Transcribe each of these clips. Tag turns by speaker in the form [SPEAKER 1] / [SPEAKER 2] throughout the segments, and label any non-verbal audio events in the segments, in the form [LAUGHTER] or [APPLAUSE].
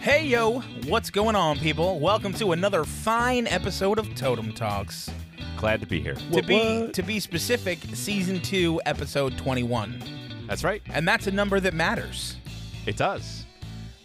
[SPEAKER 1] Hey yo, what's going on, people? Welcome to another fine episode of Totem Talks.
[SPEAKER 2] Glad to be here.
[SPEAKER 1] to be to be specific, season two, episode twenty-one,
[SPEAKER 2] That's right.
[SPEAKER 1] and that's a number that matters.
[SPEAKER 2] It does.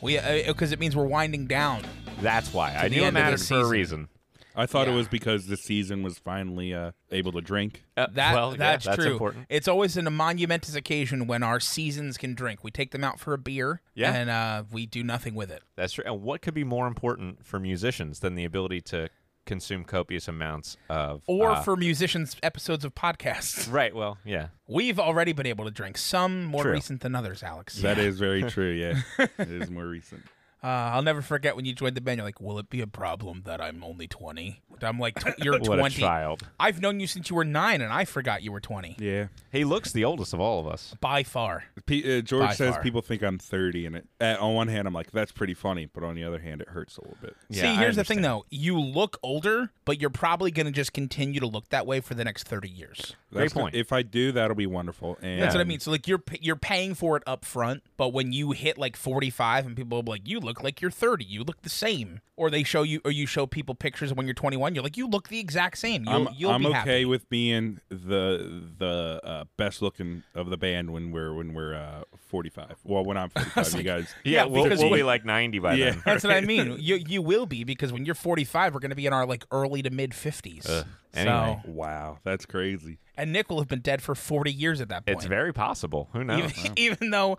[SPEAKER 1] We because it means we're winding down.
[SPEAKER 2] That's why. I
[SPEAKER 1] the
[SPEAKER 2] knew
[SPEAKER 1] end
[SPEAKER 2] it
[SPEAKER 1] of the
[SPEAKER 2] mattered for a
[SPEAKER 1] season.
[SPEAKER 2] reason.
[SPEAKER 3] I thought
[SPEAKER 1] Yeah.
[SPEAKER 3] it was because the season was finally uh, able to drink.
[SPEAKER 2] Uh,
[SPEAKER 1] That
[SPEAKER 2] well, yeah,
[SPEAKER 1] that's true.
[SPEAKER 2] important.
[SPEAKER 1] It's always in a monumentous occasion when our seasons can drink. We take them out for a beer,
[SPEAKER 2] Yeah.
[SPEAKER 1] and uh, we do nothing with it.
[SPEAKER 2] That's true. And what could be more important for musicians than the ability to consume copious amounts of
[SPEAKER 1] Or
[SPEAKER 2] uh,
[SPEAKER 1] for musicians, episodes of podcasts, [LAUGHS]
[SPEAKER 2] right? Well, yeah.
[SPEAKER 1] we've already been able to drink. Some more
[SPEAKER 2] True.
[SPEAKER 1] recent than others, Alex.
[SPEAKER 3] That
[SPEAKER 1] [LAUGHS]
[SPEAKER 3] is very true. Yeah, it is more recent.
[SPEAKER 1] Uh, I'll never forget when you joined the band. You're like, "Will it be a problem that I'm only 20?" I'm like, "Tw- "You're
[SPEAKER 2] [LAUGHS] What
[SPEAKER 1] 20."
[SPEAKER 2] a child.
[SPEAKER 1] I've known you since you were nine, and I forgot you were 20
[SPEAKER 3] Yeah,
[SPEAKER 2] He looks the oldest of all of us.
[SPEAKER 1] by far.
[SPEAKER 3] P- uh, George
[SPEAKER 1] By
[SPEAKER 3] says
[SPEAKER 1] far.
[SPEAKER 3] people think I'm 30, and it, uh, on one hand I'm like that's pretty funny, but on the other hand it hurts a little bit.
[SPEAKER 2] Yeah,
[SPEAKER 1] See,
[SPEAKER 2] I
[SPEAKER 1] here's the thing though: you look older, but you're probably going to just continue to look that way for the next 30 years.
[SPEAKER 3] That's
[SPEAKER 2] point.
[SPEAKER 3] If I do, that'll be wonderful. And
[SPEAKER 1] That's what I mean. So like you're p- you're paying for it up front, but when you hit like 45 and people will be like, "You look like you're 30. You look the same." Or they show you or you show people pictures of when you're 21, you're like, "You look the exact same." You'll,
[SPEAKER 3] I'm,
[SPEAKER 1] you'll
[SPEAKER 3] I'm
[SPEAKER 1] be
[SPEAKER 3] okay
[SPEAKER 1] happy.
[SPEAKER 3] with being the the uh, best looking of the band when we're when we're uh, 45. Well, when
[SPEAKER 1] [LAUGHS]
[SPEAKER 3] I'm 45, you guys.
[SPEAKER 1] Yeah,
[SPEAKER 2] Yeah, we'll,
[SPEAKER 1] Uh, because
[SPEAKER 2] we'll
[SPEAKER 1] we-
[SPEAKER 2] be like 90 by
[SPEAKER 3] [LAUGHS] Yeah.
[SPEAKER 2] then.
[SPEAKER 1] That's what I
[SPEAKER 2] [LAUGHS]
[SPEAKER 1] mean. You you will be because when you're 45, we're going to be in our like early to mid 50s.
[SPEAKER 2] Uh, anyway.
[SPEAKER 1] So
[SPEAKER 3] Wow, that's crazy.
[SPEAKER 1] and Nick will have been dead for 40 years at that point.
[SPEAKER 2] It's very possible. Who knows?
[SPEAKER 1] even, [LAUGHS] even though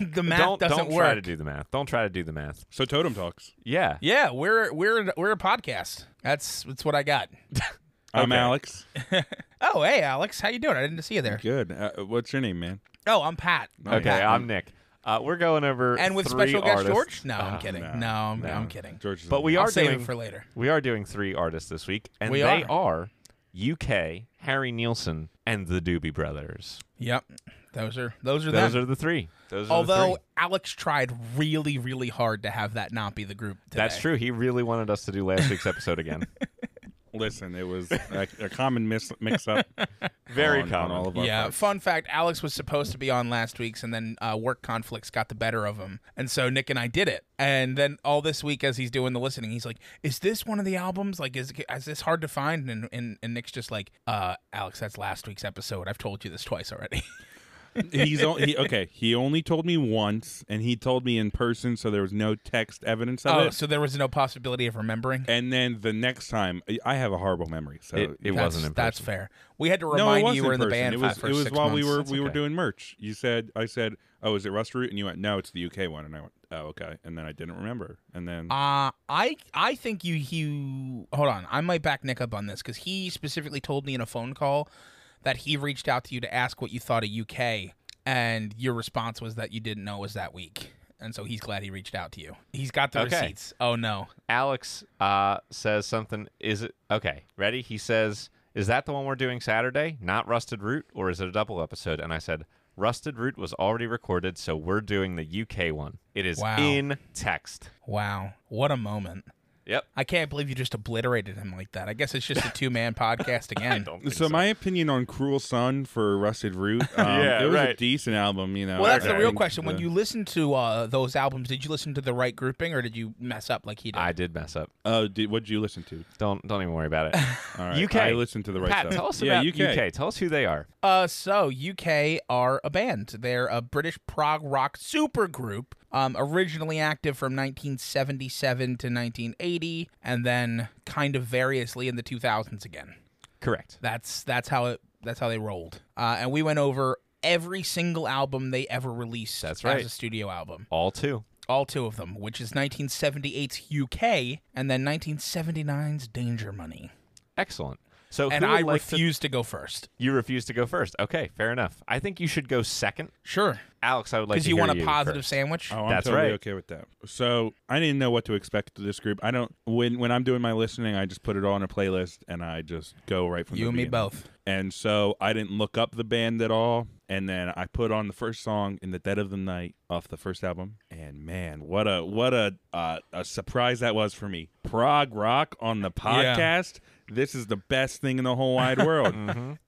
[SPEAKER 1] the math
[SPEAKER 2] don't
[SPEAKER 1] doesn't
[SPEAKER 2] don't
[SPEAKER 1] work.
[SPEAKER 2] try to do the math. Don't try to do the math.
[SPEAKER 3] So Totem Talks.
[SPEAKER 2] Yeah.
[SPEAKER 1] yeah, we're we're we're a podcast. That's that's what I
[SPEAKER 2] [LAUGHS]
[SPEAKER 1] got.
[SPEAKER 3] I'm
[SPEAKER 2] Okay.
[SPEAKER 3] Alex.
[SPEAKER 1] Oh, hey Alex, how you doing? I didn't see you there.
[SPEAKER 3] Good. Uh, what's your name, man?
[SPEAKER 1] Oh, I'm Pat. I'm
[SPEAKER 2] Okay,
[SPEAKER 1] Pat.
[SPEAKER 2] I'm Nick. Uh, we're going over
[SPEAKER 1] and with
[SPEAKER 2] three
[SPEAKER 1] special guest
[SPEAKER 2] artists. Uh-huh. Ah,
[SPEAKER 1] George? No, I'm kidding. No,
[SPEAKER 3] no,
[SPEAKER 1] I'm, I'm kidding.
[SPEAKER 3] George. Is
[SPEAKER 2] But we
[SPEAKER 1] I'll
[SPEAKER 2] are
[SPEAKER 1] save
[SPEAKER 2] doing
[SPEAKER 1] it for later.
[SPEAKER 2] We are doing three artists this week, and
[SPEAKER 1] We
[SPEAKER 2] they are. UK, Harry Nielsen, and the Doobie Brothers.
[SPEAKER 1] Yep. Those are those are
[SPEAKER 2] Those
[SPEAKER 1] them.
[SPEAKER 2] are the three. Those are the
[SPEAKER 1] [LAUGHS] Although
[SPEAKER 2] three.
[SPEAKER 1] Alex tried really, really hard to have that not be the group today.
[SPEAKER 2] that's true. He really wanted us to do last week's episode again.
[SPEAKER 3] Listen, it was a, a
[SPEAKER 1] [LAUGHS]
[SPEAKER 3] common mis- mix up.
[SPEAKER 2] [LAUGHS] Very
[SPEAKER 3] on,
[SPEAKER 2] common.
[SPEAKER 3] On all of our
[SPEAKER 1] yeah.
[SPEAKER 3] parts.
[SPEAKER 1] Fun fact: Alex was supposed to be on last week's, and then uh, work conflicts got the better of him, and so Nick and I did it. And then all this week, as he's doing the listening, he's like, "Is this one of the albums? Like, is is this hard to find?" And and, and Nick's just like, uh, "Alex, that's last week's episode. I've told you this twice already."
[SPEAKER 3] [LAUGHS] He's o- he, okay. He only told me once, and he told me in person, so there was no text evidence of
[SPEAKER 1] oh,
[SPEAKER 3] it.
[SPEAKER 1] so there was no possibility of remembering.
[SPEAKER 3] And then the next time, I- I have a horrible memory. So
[SPEAKER 2] It, it
[SPEAKER 1] That's-
[SPEAKER 2] wasn't in
[SPEAKER 1] That's
[SPEAKER 2] person.
[SPEAKER 1] fair. We had to
[SPEAKER 3] no, it
[SPEAKER 1] remind
[SPEAKER 3] was
[SPEAKER 1] you
[SPEAKER 3] in
[SPEAKER 1] were in the
[SPEAKER 3] person.
[SPEAKER 1] band.
[SPEAKER 3] It was
[SPEAKER 1] for
[SPEAKER 3] it was
[SPEAKER 1] six
[SPEAKER 3] while we
[SPEAKER 1] months.
[SPEAKER 3] were
[SPEAKER 2] That's
[SPEAKER 3] we were
[SPEAKER 2] okay.
[SPEAKER 3] doing merch. You said I said, "Oh, is it Rust Root?" And you went, "No, it's the UK one." And I went, "Oh, okay." And then I didn't remember. And then
[SPEAKER 1] Uh, I I think you you hold on. I might back Nick up on this because he specifically told me in a phone call that he reached out to you to ask what you thought of UK, and your response was that you didn't know it was that week, and so he's glad he reached out to you. He's got the
[SPEAKER 2] Okay.
[SPEAKER 1] receipts. Oh no,
[SPEAKER 2] Alex uh, says something. Is it okay? Ready? He says, "Is that the one we're doing Saturday? Not Rusted Root, or is it a double episode?" And I said, "Rusted Root was already recorded, so we're doing the UK one. It is
[SPEAKER 1] Wow.
[SPEAKER 2] in text."
[SPEAKER 1] wow, what a moment!
[SPEAKER 2] Yep.
[SPEAKER 1] I can't believe you just obliterated him like that. I guess it's just a two
[SPEAKER 2] [LAUGHS]
[SPEAKER 1] man podcast again.
[SPEAKER 2] Don't think
[SPEAKER 3] so my opinion on "Cruel Sun" for Rusted Root,
[SPEAKER 2] [LAUGHS]
[SPEAKER 3] um,
[SPEAKER 2] Yeah,
[SPEAKER 3] it was a
[SPEAKER 2] right.
[SPEAKER 3] decent album. You know,
[SPEAKER 1] Well, that's
[SPEAKER 3] I
[SPEAKER 1] the real
[SPEAKER 3] think
[SPEAKER 1] question. When
[SPEAKER 3] the-
[SPEAKER 1] you listen to uh, those albums, did you listen to the right grouping or did you mess up like he did?
[SPEAKER 2] I did mess up.
[SPEAKER 3] Oh, did, what'd you listen to?
[SPEAKER 2] Don't don't even worry about it. [LAUGHS]
[SPEAKER 3] All right,
[SPEAKER 2] UK.
[SPEAKER 3] I listened to the right
[SPEAKER 2] Pat,
[SPEAKER 3] stuff.
[SPEAKER 2] tell us
[SPEAKER 3] yeah,
[SPEAKER 2] about
[SPEAKER 3] UK.
[SPEAKER 2] UK. Tell us who they are.
[SPEAKER 1] Uh, so UK are a band. They're a British prog rock supergroup. Um, originally active from 1977 to 1980, and then kind of variously in the 2000s again.
[SPEAKER 2] Correct.
[SPEAKER 1] That's that's how it that's how they rolled. Uh, and we went over every single album they ever released.
[SPEAKER 2] That's
[SPEAKER 1] As
[SPEAKER 2] right.
[SPEAKER 1] a studio album,
[SPEAKER 2] All two.
[SPEAKER 1] all two of them, which is 1978's UK and then 1979's Danger Money.
[SPEAKER 2] Excellent. So
[SPEAKER 1] And
[SPEAKER 2] who
[SPEAKER 1] I
[SPEAKER 2] would like to-
[SPEAKER 1] refuse to go first.
[SPEAKER 2] you refuse to go first. Okay, fair enough. I think you should go second,
[SPEAKER 1] Sure,
[SPEAKER 2] Alex. I would like
[SPEAKER 1] because
[SPEAKER 2] to
[SPEAKER 1] you
[SPEAKER 2] hear
[SPEAKER 1] want a
[SPEAKER 2] you
[SPEAKER 1] positive
[SPEAKER 2] first.
[SPEAKER 1] sandwich.
[SPEAKER 3] Oh, I'm
[SPEAKER 2] That's
[SPEAKER 3] totally
[SPEAKER 2] right.
[SPEAKER 3] okay with that. So I didn't know what to expect of this group. I don't when when I'm doing my listening, I just put it all in a playlist and I just go right from
[SPEAKER 1] you
[SPEAKER 3] the
[SPEAKER 1] and me
[SPEAKER 3] beginning.
[SPEAKER 1] both.
[SPEAKER 3] And so I didn't look up the band at all. And then I put on the first song in the dead of the night off the first album. And man, what a what a uh, a surprise that was for me. prog rock on the podcast, this is the best thing in the whole wide world.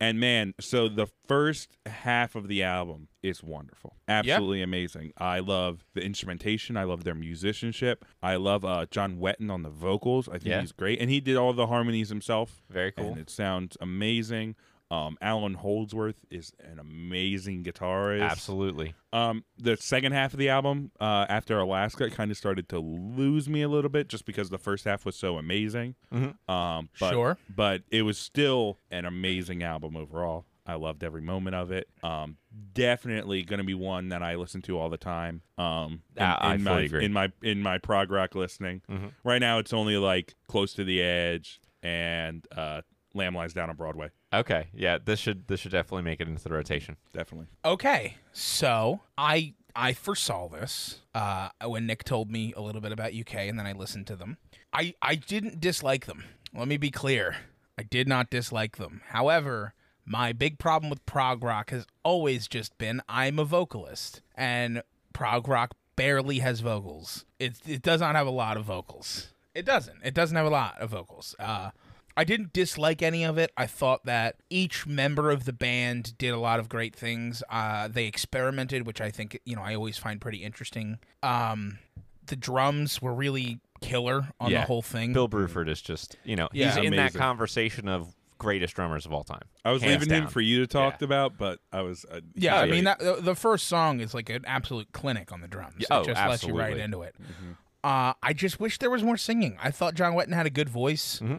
[SPEAKER 3] And man, so the first half of the album is wonderful. Absolutely amazing. I love the instrumentation. I love their musicianship. I love uh, John Wetton on the vocals. I think
[SPEAKER 2] Yeah.
[SPEAKER 3] he's great. And he did all the harmonies himself.
[SPEAKER 2] Very cool.
[SPEAKER 3] And it sounds amazing. Um, Alan Holdsworth is an amazing guitarist.
[SPEAKER 2] Absolutely.
[SPEAKER 3] Um, the second half of the album, uh, after Alaska, it kind of started to lose me a little bit, just because the first half was so amazing.
[SPEAKER 2] Mm-hmm.
[SPEAKER 3] Um, but,
[SPEAKER 1] Sure.
[SPEAKER 3] but it was still an amazing album overall. I loved every moment of it. Um, definitely going to be one that I listen to all the time. Um, in,
[SPEAKER 2] Ah, I
[SPEAKER 3] in
[SPEAKER 2] fully
[SPEAKER 3] my
[SPEAKER 2] agree. Mm-hmm.
[SPEAKER 3] in my in my prog rock listening. Right now, it's only like close to the edge and uh, Lamb Lies Down on Broadway.
[SPEAKER 2] Okay. Yeah. This should this should definitely make it into the rotation.
[SPEAKER 3] Definitely.
[SPEAKER 1] Okay, so I I foresaw this uh, when Nick told me a little bit about UK, and then I listened to them. I I didn't dislike them. Let me be clear, I did not dislike them. However, my big problem with prog rock has always just been I'm a vocalist, and prog rock barely has vocals. It it does not have a lot of vocals. It doesn't. It doesn't have a lot of vocals. Uh, I didn't dislike any of it. I thought that each member of the band did a lot of great things. Uh, they experimented, which I think you know I always find pretty interesting. Um, the drums were really killer on
[SPEAKER 2] Yeah.
[SPEAKER 1] the whole thing.
[SPEAKER 2] Bill Bruford is just you know
[SPEAKER 1] Yeah.
[SPEAKER 2] he's in that
[SPEAKER 3] Amazing.
[SPEAKER 2] conversation of greatest drummers of all time.
[SPEAKER 3] I was
[SPEAKER 2] Hands
[SPEAKER 3] leaving him
[SPEAKER 2] down.
[SPEAKER 3] for you to talk
[SPEAKER 2] Yeah.
[SPEAKER 3] about, but I was uh,
[SPEAKER 1] yeah,
[SPEAKER 2] Oh,
[SPEAKER 1] I
[SPEAKER 2] yeah,
[SPEAKER 1] mean
[SPEAKER 2] yeah.
[SPEAKER 1] that the- the first song is like an absolute clinic on the drums.
[SPEAKER 2] Yeah,
[SPEAKER 1] It
[SPEAKER 2] oh,
[SPEAKER 1] just lets you
[SPEAKER 2] absolutely. Mm-hmm.
[SPEAKER 1] right into it. Uh, I just wish there was more singing. I thought John Wetton had a good voice.
[SPEAKER 2] Mm-hmm.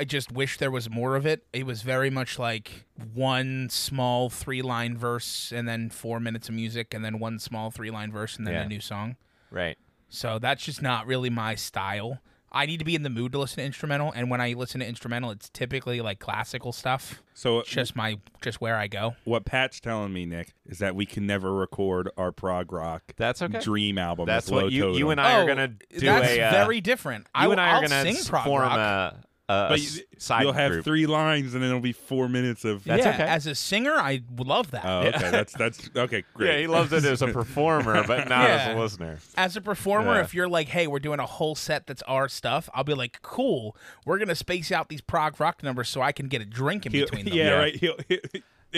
[SPEAKER 1] I just wish there was more of it. It was very much like one small three line verse and then four minutes of music and then one small three line verse and then
[SPEAKER 2] Yeah.
[SPEAKER 1] a new song.
[SPEAKER 2] Right.
[SPEAKER 1] So that's just not really my style. I need to be in the mood to listen to instrumental, and when I listen to instrumental, it's typically like classical stuff.
[SPEAKER 3] so
[SPEAKER 1] It's just my just where I go.
[SPEAKER 3] what Pat's telling me, Nick, is that we can never record our prog rock
[SPEAKER 2] That's okay.
[SPEAKER 3] dream album.
[SPEAKER 2] That's
[SPEAKER 3] with Low
[SPEAKER 2] what you,
[SPEAKER 3] Totem.
[SPEAKER 2] you and I
[SPEAKER 1] Oh,
[SPEAKER 2] are gonna do
[SPEAKER 1] that's
[SPEAKER 2] a uh,
[SPEAKER 1] very different. I,
[SPEAKER 2] you and I
[SPEAKER 1] I'll
[SPEAKER 2] are gonna
[SPEAKER 1] sing
[SPEAKER 2] s-
[SPEAKER 1] prog
[SPEAKER 2] form
[SPEAKER 1] rock.
[SPEAKER 2] a, a- a
[SPEAKER 3] But
[SPEAKER 2] s-
[SPEAKER 3] you,
[SPEAKER 2] side
[SPEAKER 3] you'll have
[SPEAKER 2] group.
[SPEAKER 3] three lines, and then it'll be four minutes of.
[SPEAKER 2] That's
[SPEAKER 1] yeah,
[SPEAKER 2] okay.
[SPEAKER 1] as a singer, I would love that.
[SPEAKER 3] Oh, okay, that's that's okay.
[SPEAKER 2] [LAUGHS]
[SPEAKER 3] Great.
[SPEAKER 2] Yeah, he loves it as a performer, but not as
[SPEAKER 1] Yeah.
[SPEAKER 2] a listener.
[SPEAKER 1] as a performer,
[SPEAKER 2] Yeah.
[SPEAKER 1] if you're like, hey, we're doing a whole set that's our stuff, I'll be like, cool, we're gonna space out these prog rock numbers so I can get a drink in
[SPEAKER 3] He'll-
[SPEAKER 1] between them.
[SPEAKER 3] yeah,
[SPEAKER 2] Yeah.
[SPEAKER 3] right. He'll, he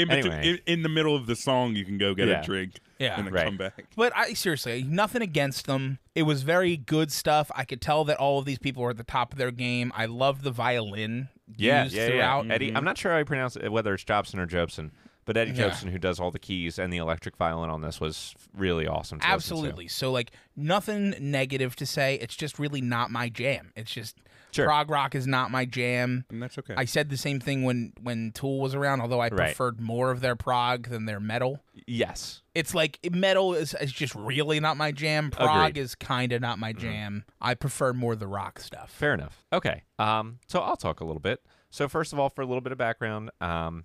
[SPEAKER 3] in, between,
[SPEAKER 2] Anyway.
[SPEAKER 3] in, in the middle of the song, you can go get
[SPEAKER 2] Yeah.
[SPEAKER 3] a drink.
[SPEAKER 1] Yeah.
[SPEAKER 3] and then
[SPEAKER 2] Right.
[SPEAKER 3] come back.
[SPEAKER 1] But I seriously, nothing against them. It was very good stuff. I could tell that all of these people were at the top of their game. I love the violin
[SPEAKER 2] Yeah,
[SPEAKER 1] used
[SPEAKER 2] yeah, yeah.
[SPEAKER 1] throughout.
[SPEAKER 2] Eddie, I'm not sure how you pronounce it, whether it's Jobson or Jobson, but Eddie
[SPEAKER 1] Yeah.
[SPEAKER 2] Jobson, who does all the keys and the electric violin on this, was really awesome. To listen to.
[SPEAKER 1] Absolutely. So like nothing negative to say. It's just really not my jam. It's just
[SPEAKER 2] Sure.
[SPEAKER 1] prog rock is not my jam.
[SPEAKER 3] And that's okay.
[SPEAKER 1] I said the same thing when when Tool was around, although I
[SPEAKER 2] Right.
[SPEAKER 1] preferred more of their prog than their metal.
[SPEAKER 2] Yes.
[SPEAKER 1] It's like metal is, is just really not my jam. Prog
[SPEAKER 2] Agreed. Mm-hmm.
[SPEAKER 1] is kind of not my jam. I prefer more the rock stuff.
[SPEAKER 2] Fair enough. Okay. Um, so I'll talk a little bit. So first of all, for a little bit of background, um,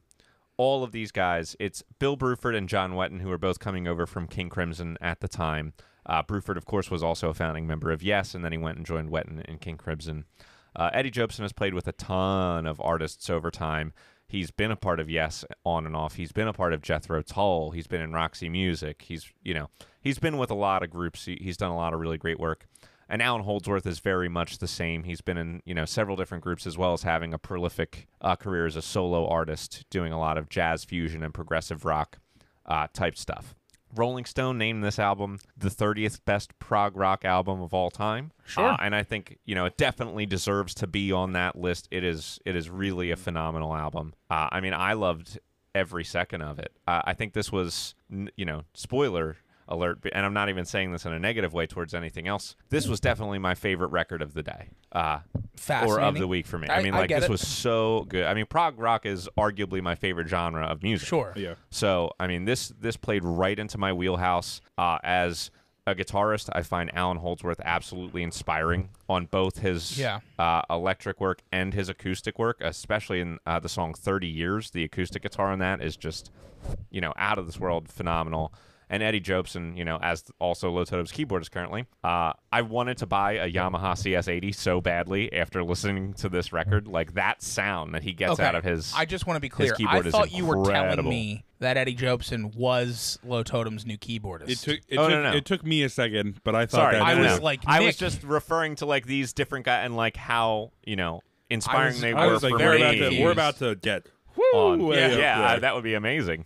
[SPEAKER 2] all of these guys, it's Bill Bruford and John Wetton, who are both coming over from King Crimson at the time. Uh, Bruford, of course, was also a founding member of Yes, and then he went and joined Wetton in King Crimson. Uh, Eddie Jobson has played with a ton of artists over time. He's been a part of Yes on and off. He's been a part of Jethro Tull. He's been in Roxy Music. He's you know he's been with a lot of groups. He, he's done a lot of really great work. And Alan Holdsworth is very much the same. He's been in you know several different groups as well as having a prolific uh, career as a solo artist, doing a lot of jazz fusion and progressive rock uh, type stuff. Rolling Stone named this album the 30th best prog rock album of all time.
[SPEAKER 1] Sure.
[SPEAKER 2] Uh, and I think you know it definitely deserves to be on that list. It is it is really a phenomenal album. Uh, I mean, I loved every second of it. Uh, I think this was n- you know spoiler alert, b- and I'm not even saying this in a negative way towards anything else. This was definitely my favorite record of the day. Uh, or
[SPEAKER 1] Fascinating.
[SPEAKER 2] of the week for me. I,
[SPEAKER 1] I-
[SPEAKER 2] mean,
[SPEAKER 1] I
[SPEAKER 2] like
[SPEAKER 1] get
[SPEAKER 2] this
[SPEAKER 1] it.
[SPEAKER 2] was so good. I mean, prog rock is arguably my favorite genre of music.
[SPEAKER 1] Sure.
[SPEAKER 3] yeah.
[SPEAKER 2] So I mean, this this played right into my wheelhouse uh, as a guitarist. I find Alan Holdsworth absolutely inspiring on both his
[SPEAKER 1] Yeah.
[SPEAKER 2] uh, electric work and his acoustic work, especially in uh, the song "30 Years." The acoustic guitar on that is just, you know, out of this world, phenomenal. and Eddie Jobson, you know, as also Low Totems keyboardist currently. Uh, I wanted to buy a Yamaha CS80 so badly after listening to this record. Like that sound that he gets
[SPEAKER 1] Okay.
[SPEAKER 2] out of his.
[SPEAKER 1] I just want to be clear. I
[SPEAKER 2] keyboard is
[SPEAKER 1] thought you were telling
[SPEAKER 2] incredible.
[SPEAKER 1] me that Eddie Jobson was Low Totem's new keyboardist.
[SPEAKER 3] It took it,
[SPEAKER 2] Oh,
[SPEAKER 3] took,
[SPEAKER 2] no, no.
[SPEAKER 3] it took me a second, but I thought
[SPEAKER 2] Sorry,
[SPEAKER 3] that
[SPEAKER 1] I
[SPEAKER 2] no,
[SPEAKER 1] was
[SPEAKER 2] no.
[SPEAKER 1] like,
[SPEAKER 2] I was
[SPEAKER 1] Nick.
[SPEAKER 2] just referring to like these different guys and like how you know inspiring
[SPEAKER 1] was-
[SPEAKER 2] they
[SPEAKER 3] I
[SPEAKER 2] were
[SPEAKER 3] was like,
[SPEAKER 2] for
[SPEAKER 3] we're
[SPEAKER 1] very
[SPEAKER 3] about,
[SPEAKER 2] me.
[SPEAKER 3] to, we're about to uh, get.
[SPEAKER 2] on.
[SPEAKER 3] way
[SPEAKER 2] yeah,
[SPEAKER 3] up
[SPEAKER 2] yeah,
[SPEAKER 3] there.
[SPEAKER 2] I- that would be amazing.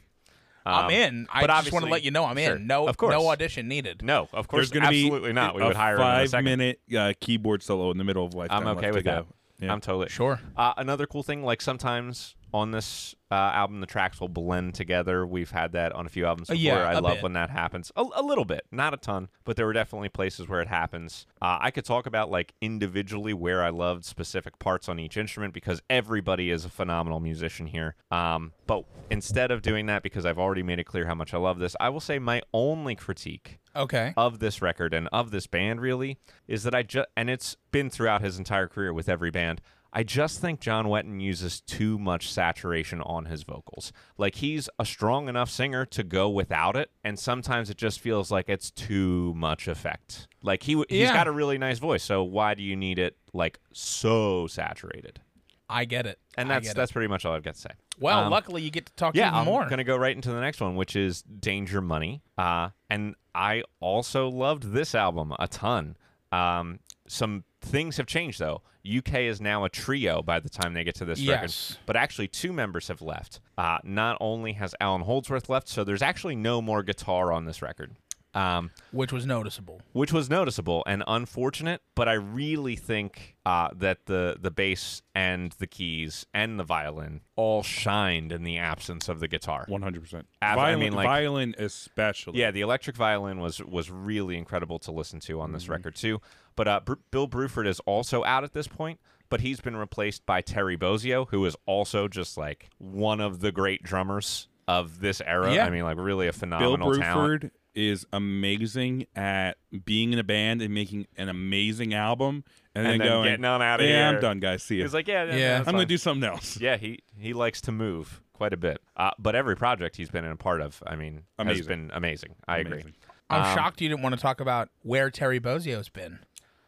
[SPEAKER 1] I'm
[SPEAKER 2] Um,
[SPEAKER 1] in. I just
[SPEAKER 2] but
[SPEAKER 1] want
[SPEAKER 2] obviously-
[SPEAKER 1] to let you know I'm in.
[SPEAKER 2] Sure.
[SPEAKER 1] No,
[SPEAKER 2] Of course.
[SPEAKER 1] no audition needed.
[SPEAKER 2] No, of
[SPEAKER 3] There's
[SPEAKER 2] course,
[SPEAKER 3] going to be
[SPEAKER 2] absolutely not. We
[SPEAKER 3] a
[SPEAKER 2] would hire him in a
[SPEAKER 3] five
[SPEAKER 2] second.
[SPEAKER 3] minute uh, keyboard solo in the middle of lifetime.
[SPEAKER 2] I'm okay
[SPEAKER 3] Left
[SPEAKER 2] with
[SPEAKER 3] to
[SPEAKER 2] that.
[SPEAKER 3] Go. Yeah.
[SPEAKER 2] I'm totally
[SPEAKER 1] Sure.
[SPEAKER 2] Uh, another cool thing, like sometimes on this uh, album, the tracks will blend together. We've had that on a few albums
[SPEAKER 1] Uh,
[SPEAKER 2] before.
[SPEAKER 1] yeah,
[SPEAKER 2] I
[SPEAKER 1] a
[SPEAKER 2] love
[SPEAKER 1] bit.
[SPEAKER 2] when that happens. A, a little bit, not a ton, but there were definitely places where it happens. Uh, I could talk about like individually where I loved specific parts on each instrument because everybody is a phenomenal musician here. Um, but instead of doing that, because I've already made it clear how much I love this, I will say my only critique
[SPEAKER 1] Okay.
[SPEAKER 2] of this record and of this band really is that I just and it's been throughout his entire career with every band. I just think John Wetton uses too much saturation on his vocals. Like he's a strong enough singer to go without it, and sometimes it just feels like it's too much effect. Like he w- he's
[SPEAKER 1] Yeah.
[SPEAKER 2] got a really nice voice, so why do you need it like so saturated?
[SPEAKER 1] I get it.
[SPEAKER 2] And
[SPEAKER 1] I
[SPEAKER 2] that's
[SPEAKER 1] get it.
[SPEAKER 2] that's pretty much all I've got to say.
[SPEAKER 1] well.
[SPEAKER 2] um,
[SPEAKER 1] luckily, you get to talk
[SPEAKER 2] Yeah,
[SPEAKER 1] even
[SPEAKER 2] I'm
[SPEAKER 1] more.
[SPEAKER 2] gonna go right into the next one, which is Danger Money. Uh, and I also loved this album a ton. Um, some things have changed though. UK is now a trio by the time they get to this
[SPEAKER 1] Yes.
[SPEAKER 2] record, but actually two members have left. Uh, not only has Alan Holdsworth left, so there's actually no more guitar on this record. Um,
[SPEAKER 1] Which was noticeable.
[SPEAKER 2] which was noticeable and unfortunate. But I really think uh, that the the bass and the keys and the violin all shined in the absence of the guitar.
[SPEAKER 3] One hundred percent.
[SPEAKER 2] I
[SPEAKER 3] Violin,
[SPEAKER 2] mean, like-
[SPEAKER 3] violin especially.
[SPEAKER 2] Yeah, the electric violin was was really incredible to listen to on
[SPEAKER 3] Mm-hmm.
[SPEAKER 2] this record too. But uh, Br- Bill Bruford is also out at this point, but he's been replaced by Terry Bozzio, who is also just like one of the great drummers of this era.
[SPEAKER 1] Yeah.
[SPEAKER 2] I mean, like really a
[SPEAKER 3] Bill
[SPEAKER 2] phenomenal talent.
[SPEAKER 3] Bruford is amazing at being in a band and making an amazing album,
[SPEAKER 2] And
[SPEAKER 3] and, then,
[SPEAKER 2] then
[SPEAKER 3] going,
[SPEAKER 2] getting on outta
[SPEAKER 3] yeah, I'm
[SPEAKER 2] here."
[SPEAKER 3] done, guys. See you.
[SPEAKER 2] He's like, yeah, yeah,
[SPEAKER 1] Yeah.
[SPEAKER 2] yeah, that's
[SPEAKER 3] I'm gonna
[SPEAKER 2] fine."
[SPEAKER 3] do something else.
[SPEAKER 2] Yeah, he he likes to move quite a bit. Uh, but every project he's been in a part of, I mean, has
[SPEAKER 3] Amazing.
[SPEAKER 2] been amazing. I agree.
[SPEAKER 3] Amazing.
[SPEAKER 1] I'm
[SPEAKER 2] Um,
[SPEAKER 1] shocked you didn't want to talk about where Terry Bozzio's been.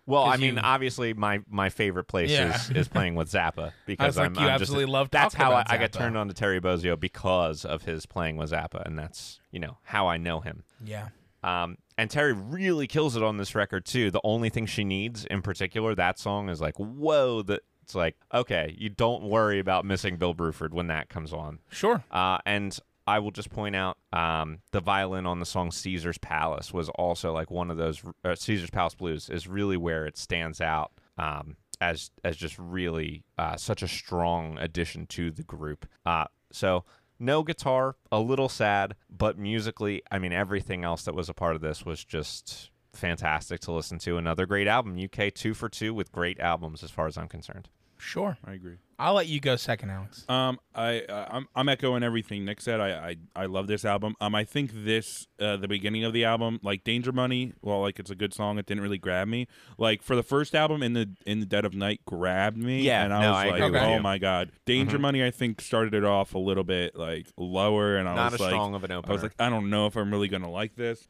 [SPEAKER 2] Well, I
[SPEAKER 1] 'Cause
[SPEAKER 2] mean,
[SPEAKER 1] you-
[SPEAKER 2] obviously, my my favorite place
[SPEAKER 1] Yeah.
[SPEAKER 2] is, is playing with
[SPEAKER 1] [LAUGHS]
[SPEAKER 2] Zappa because
[SPEAKER 1] was like,
[SPEAKER 2] I'm,
[SPEAKER 1] you
[SPEAKER 2] I'm
[SPEAKER 1] absolutely
[SPEAKER 2] just,
[SPEAKER 1] love
[SPEAKER 2] That's
[SPEAKER 1] talking
[SPEAKER 2] how
[SPEAKER 1] about
[SPEAKER 2] I, I got
[SPEAKER 1] Zappa.
[SPEAKER 2] turned on to Terry Bozzio because of his playing with Zappa, and that's you know how I know him.
[SPEAKER 1] Yeah.
[SPEAKER 2] Um, and Terry really kills it on this record too. The only thing she needs in particular, that song is like, whoa, that it's like, okay, you don't worry about missing Bill Bruford when that comes on.
[SPEAKER 1] Sure.
[SPEAKER 2] Uh, and I will just point out um, the violin on the song Caesar's Palace was also like one of those. Uh, Caesar's Palace Blues is really where it stands out um, as as just really uh, such a strong addition to the group. Uh, so no guitar, a little sad, but musically, I mean, everything else that was a part of this was just fantastic to listen to. Another great album, UK two for two with great albums as far as I'm concerned.
[SPEAKER 1] Sure.
[SPEAKER 3] I agree.
[SPEAKER 1] I'll let you go second, Alex.
[SPEAKER 3] Um, I I- I'm, I'm echoing everything Nick said. I, I I love this album. Um, I think this uh, the beginning of the album, like Danger Money. Well, like it's a good song. It didn't really grab me. Like for the first album, in the in the dead of night, grabbed me.
[SPEAKER 2] Yeah,
[SPEAKER 3] and I
[SPEAKER 2] no, I
[SPEAKER 3] was
[SPEAKER 2] agree
[SPEAKER 3] like,
[SPEAKER 1] with
[SPEAKER 3] oh
[SPEAKER 2] you. Mm-hmm.
[SPEAKER 3] my god, Danger Money. I think started it off a little bit like lower, and I
[SPEAKER 2] Not
[SPEAKER 3] was
[SPEAKER 2] as
[SPEAKER 3] like,
[SPEAKER 2] strong of an opener.
[SPEAKER 3] I was like, I don't know if I'm really gonna like this,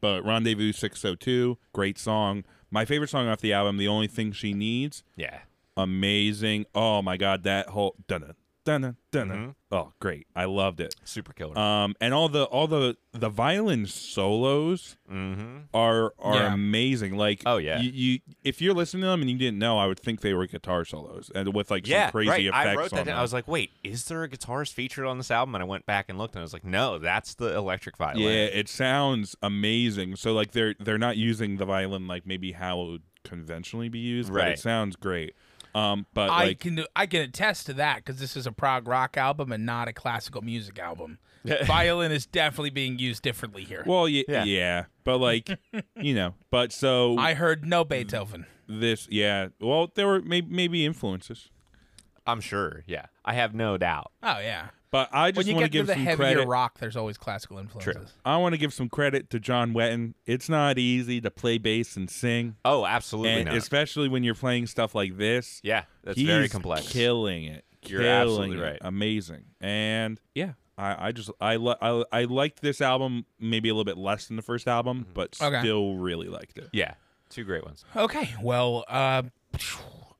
[SPEAKER 3] but Rendezvous 602, great song. My favorite song off the album. The only thing she needs
[SPEAKER 2] yeah,
[SPEAKER 3] amazing. Oh my god, that whole dun dun dun
[SPEAKER 2] Mhm.
[SPEAKER 3] dun. Oh, great! I loved it.
[SPEAKER 2] super killer.
[SPEAKER 3] Um, and all the all the the violin solos
[SPEAKER 2] mm-hmm.
[SPEAKER 3] are are
[SPEAKER 1] Yeah.
[SPEAKER 3] amazing. Like,
[SPEAKER 2] Oh, yeah.
[SPEAKER 3] you, you if you're listening to them and you didn't know, I would think they were guitar solos and with like some crazy
[SPEAKER 2] right.
[SPEAKER 3] effects
[SPEAKER 2] I wrote that
[SPEAKER 3] on
[SPEAKER 2] down.
[SPEAKER 3] them.
[SPEAKER 2] I was like, wait, is there a guitarist featured on this album? And I went back and looked, and I was like, no, that's the electric violin.
[SPEAKER 3] yeah, it sounds amazing. So like they're they're not using the violin like maybe how it would conventionally be used, but
[SPEAKER 2] Right.
[SPEAKER 3] it sounds great. Um, but
[SPEAKER 1] I
[SPEAKER 3] like
[SPEAKER 1] can I can attest to that because this is a prog rock album and not a classical music
[SPEAKER 2] [LAUGHS]
[SPEAKER 1] album. Violin is definitely being used differently here.
[SPEAKER 3] well, yeah,
[SPEAKER 2] Yeah.
[SPEAKER 3] yeah,
[SPEAKER 2] [LAUGHS]
[SPEAKER 3] but like you know, but so
[SPEAKER 1] I heard no
[SPEAKER 2] mm.
[SPEAKER 1] Beethoven.
[SPEAKER 3] this yeah well there were may- maybe influences
[SPEAKER 2] I'm sure. Yeah, I have no doubt.
[SPEAKER 1] Oh yeah.
[SPEAKER 3] but i
[SPEAKER 1] When
[SPEAKER 3] just
[SPEAKER 1] you
[SPEAKER 3] want to
[SPEAKER 1] get to
[SPEAKER 3] give
[SPEAKER 1] the
[SPEAKER 3] some
[SPEAKER 1] heavier
[SPEAKER 3] credit
[SPEAKER 1] rock, there's always classical influences.
[SPEAKER 3] i want to give some credit to john wetton it's not easy to play bass and sing
[SPEAKER 2] Oh, absolutely
[SPEAKER 3] and
[SPEAKER 2] not.
[SPEAKER 3] especially when you're playing stuff like this
[SPEAKER 2] yeah, that's
[SPEAKER 3] he's
[SPEAKER 2] very complex.
[SPEAKER 3] killing it
[SPEAKER 2] You're
[SPEAKER 3] killing
[SPEAKER 2] absolutely
[SPEAKER 3] it.
[SPEAKER 2] right.
[SPEAKER 3] amazing and yeah I, I just I, li- I I liked this album maybe a little bit less than the first
[SPEAKER 2] Mm-hmm.
[SPEAKER 3] album, but
[SPEAKER 1] Okay.
[SPEAKER 3] still really liked it.
[SPEAKER 2] Yeah, two great ones.
[SPEAKER 1] Okay. Well, uh,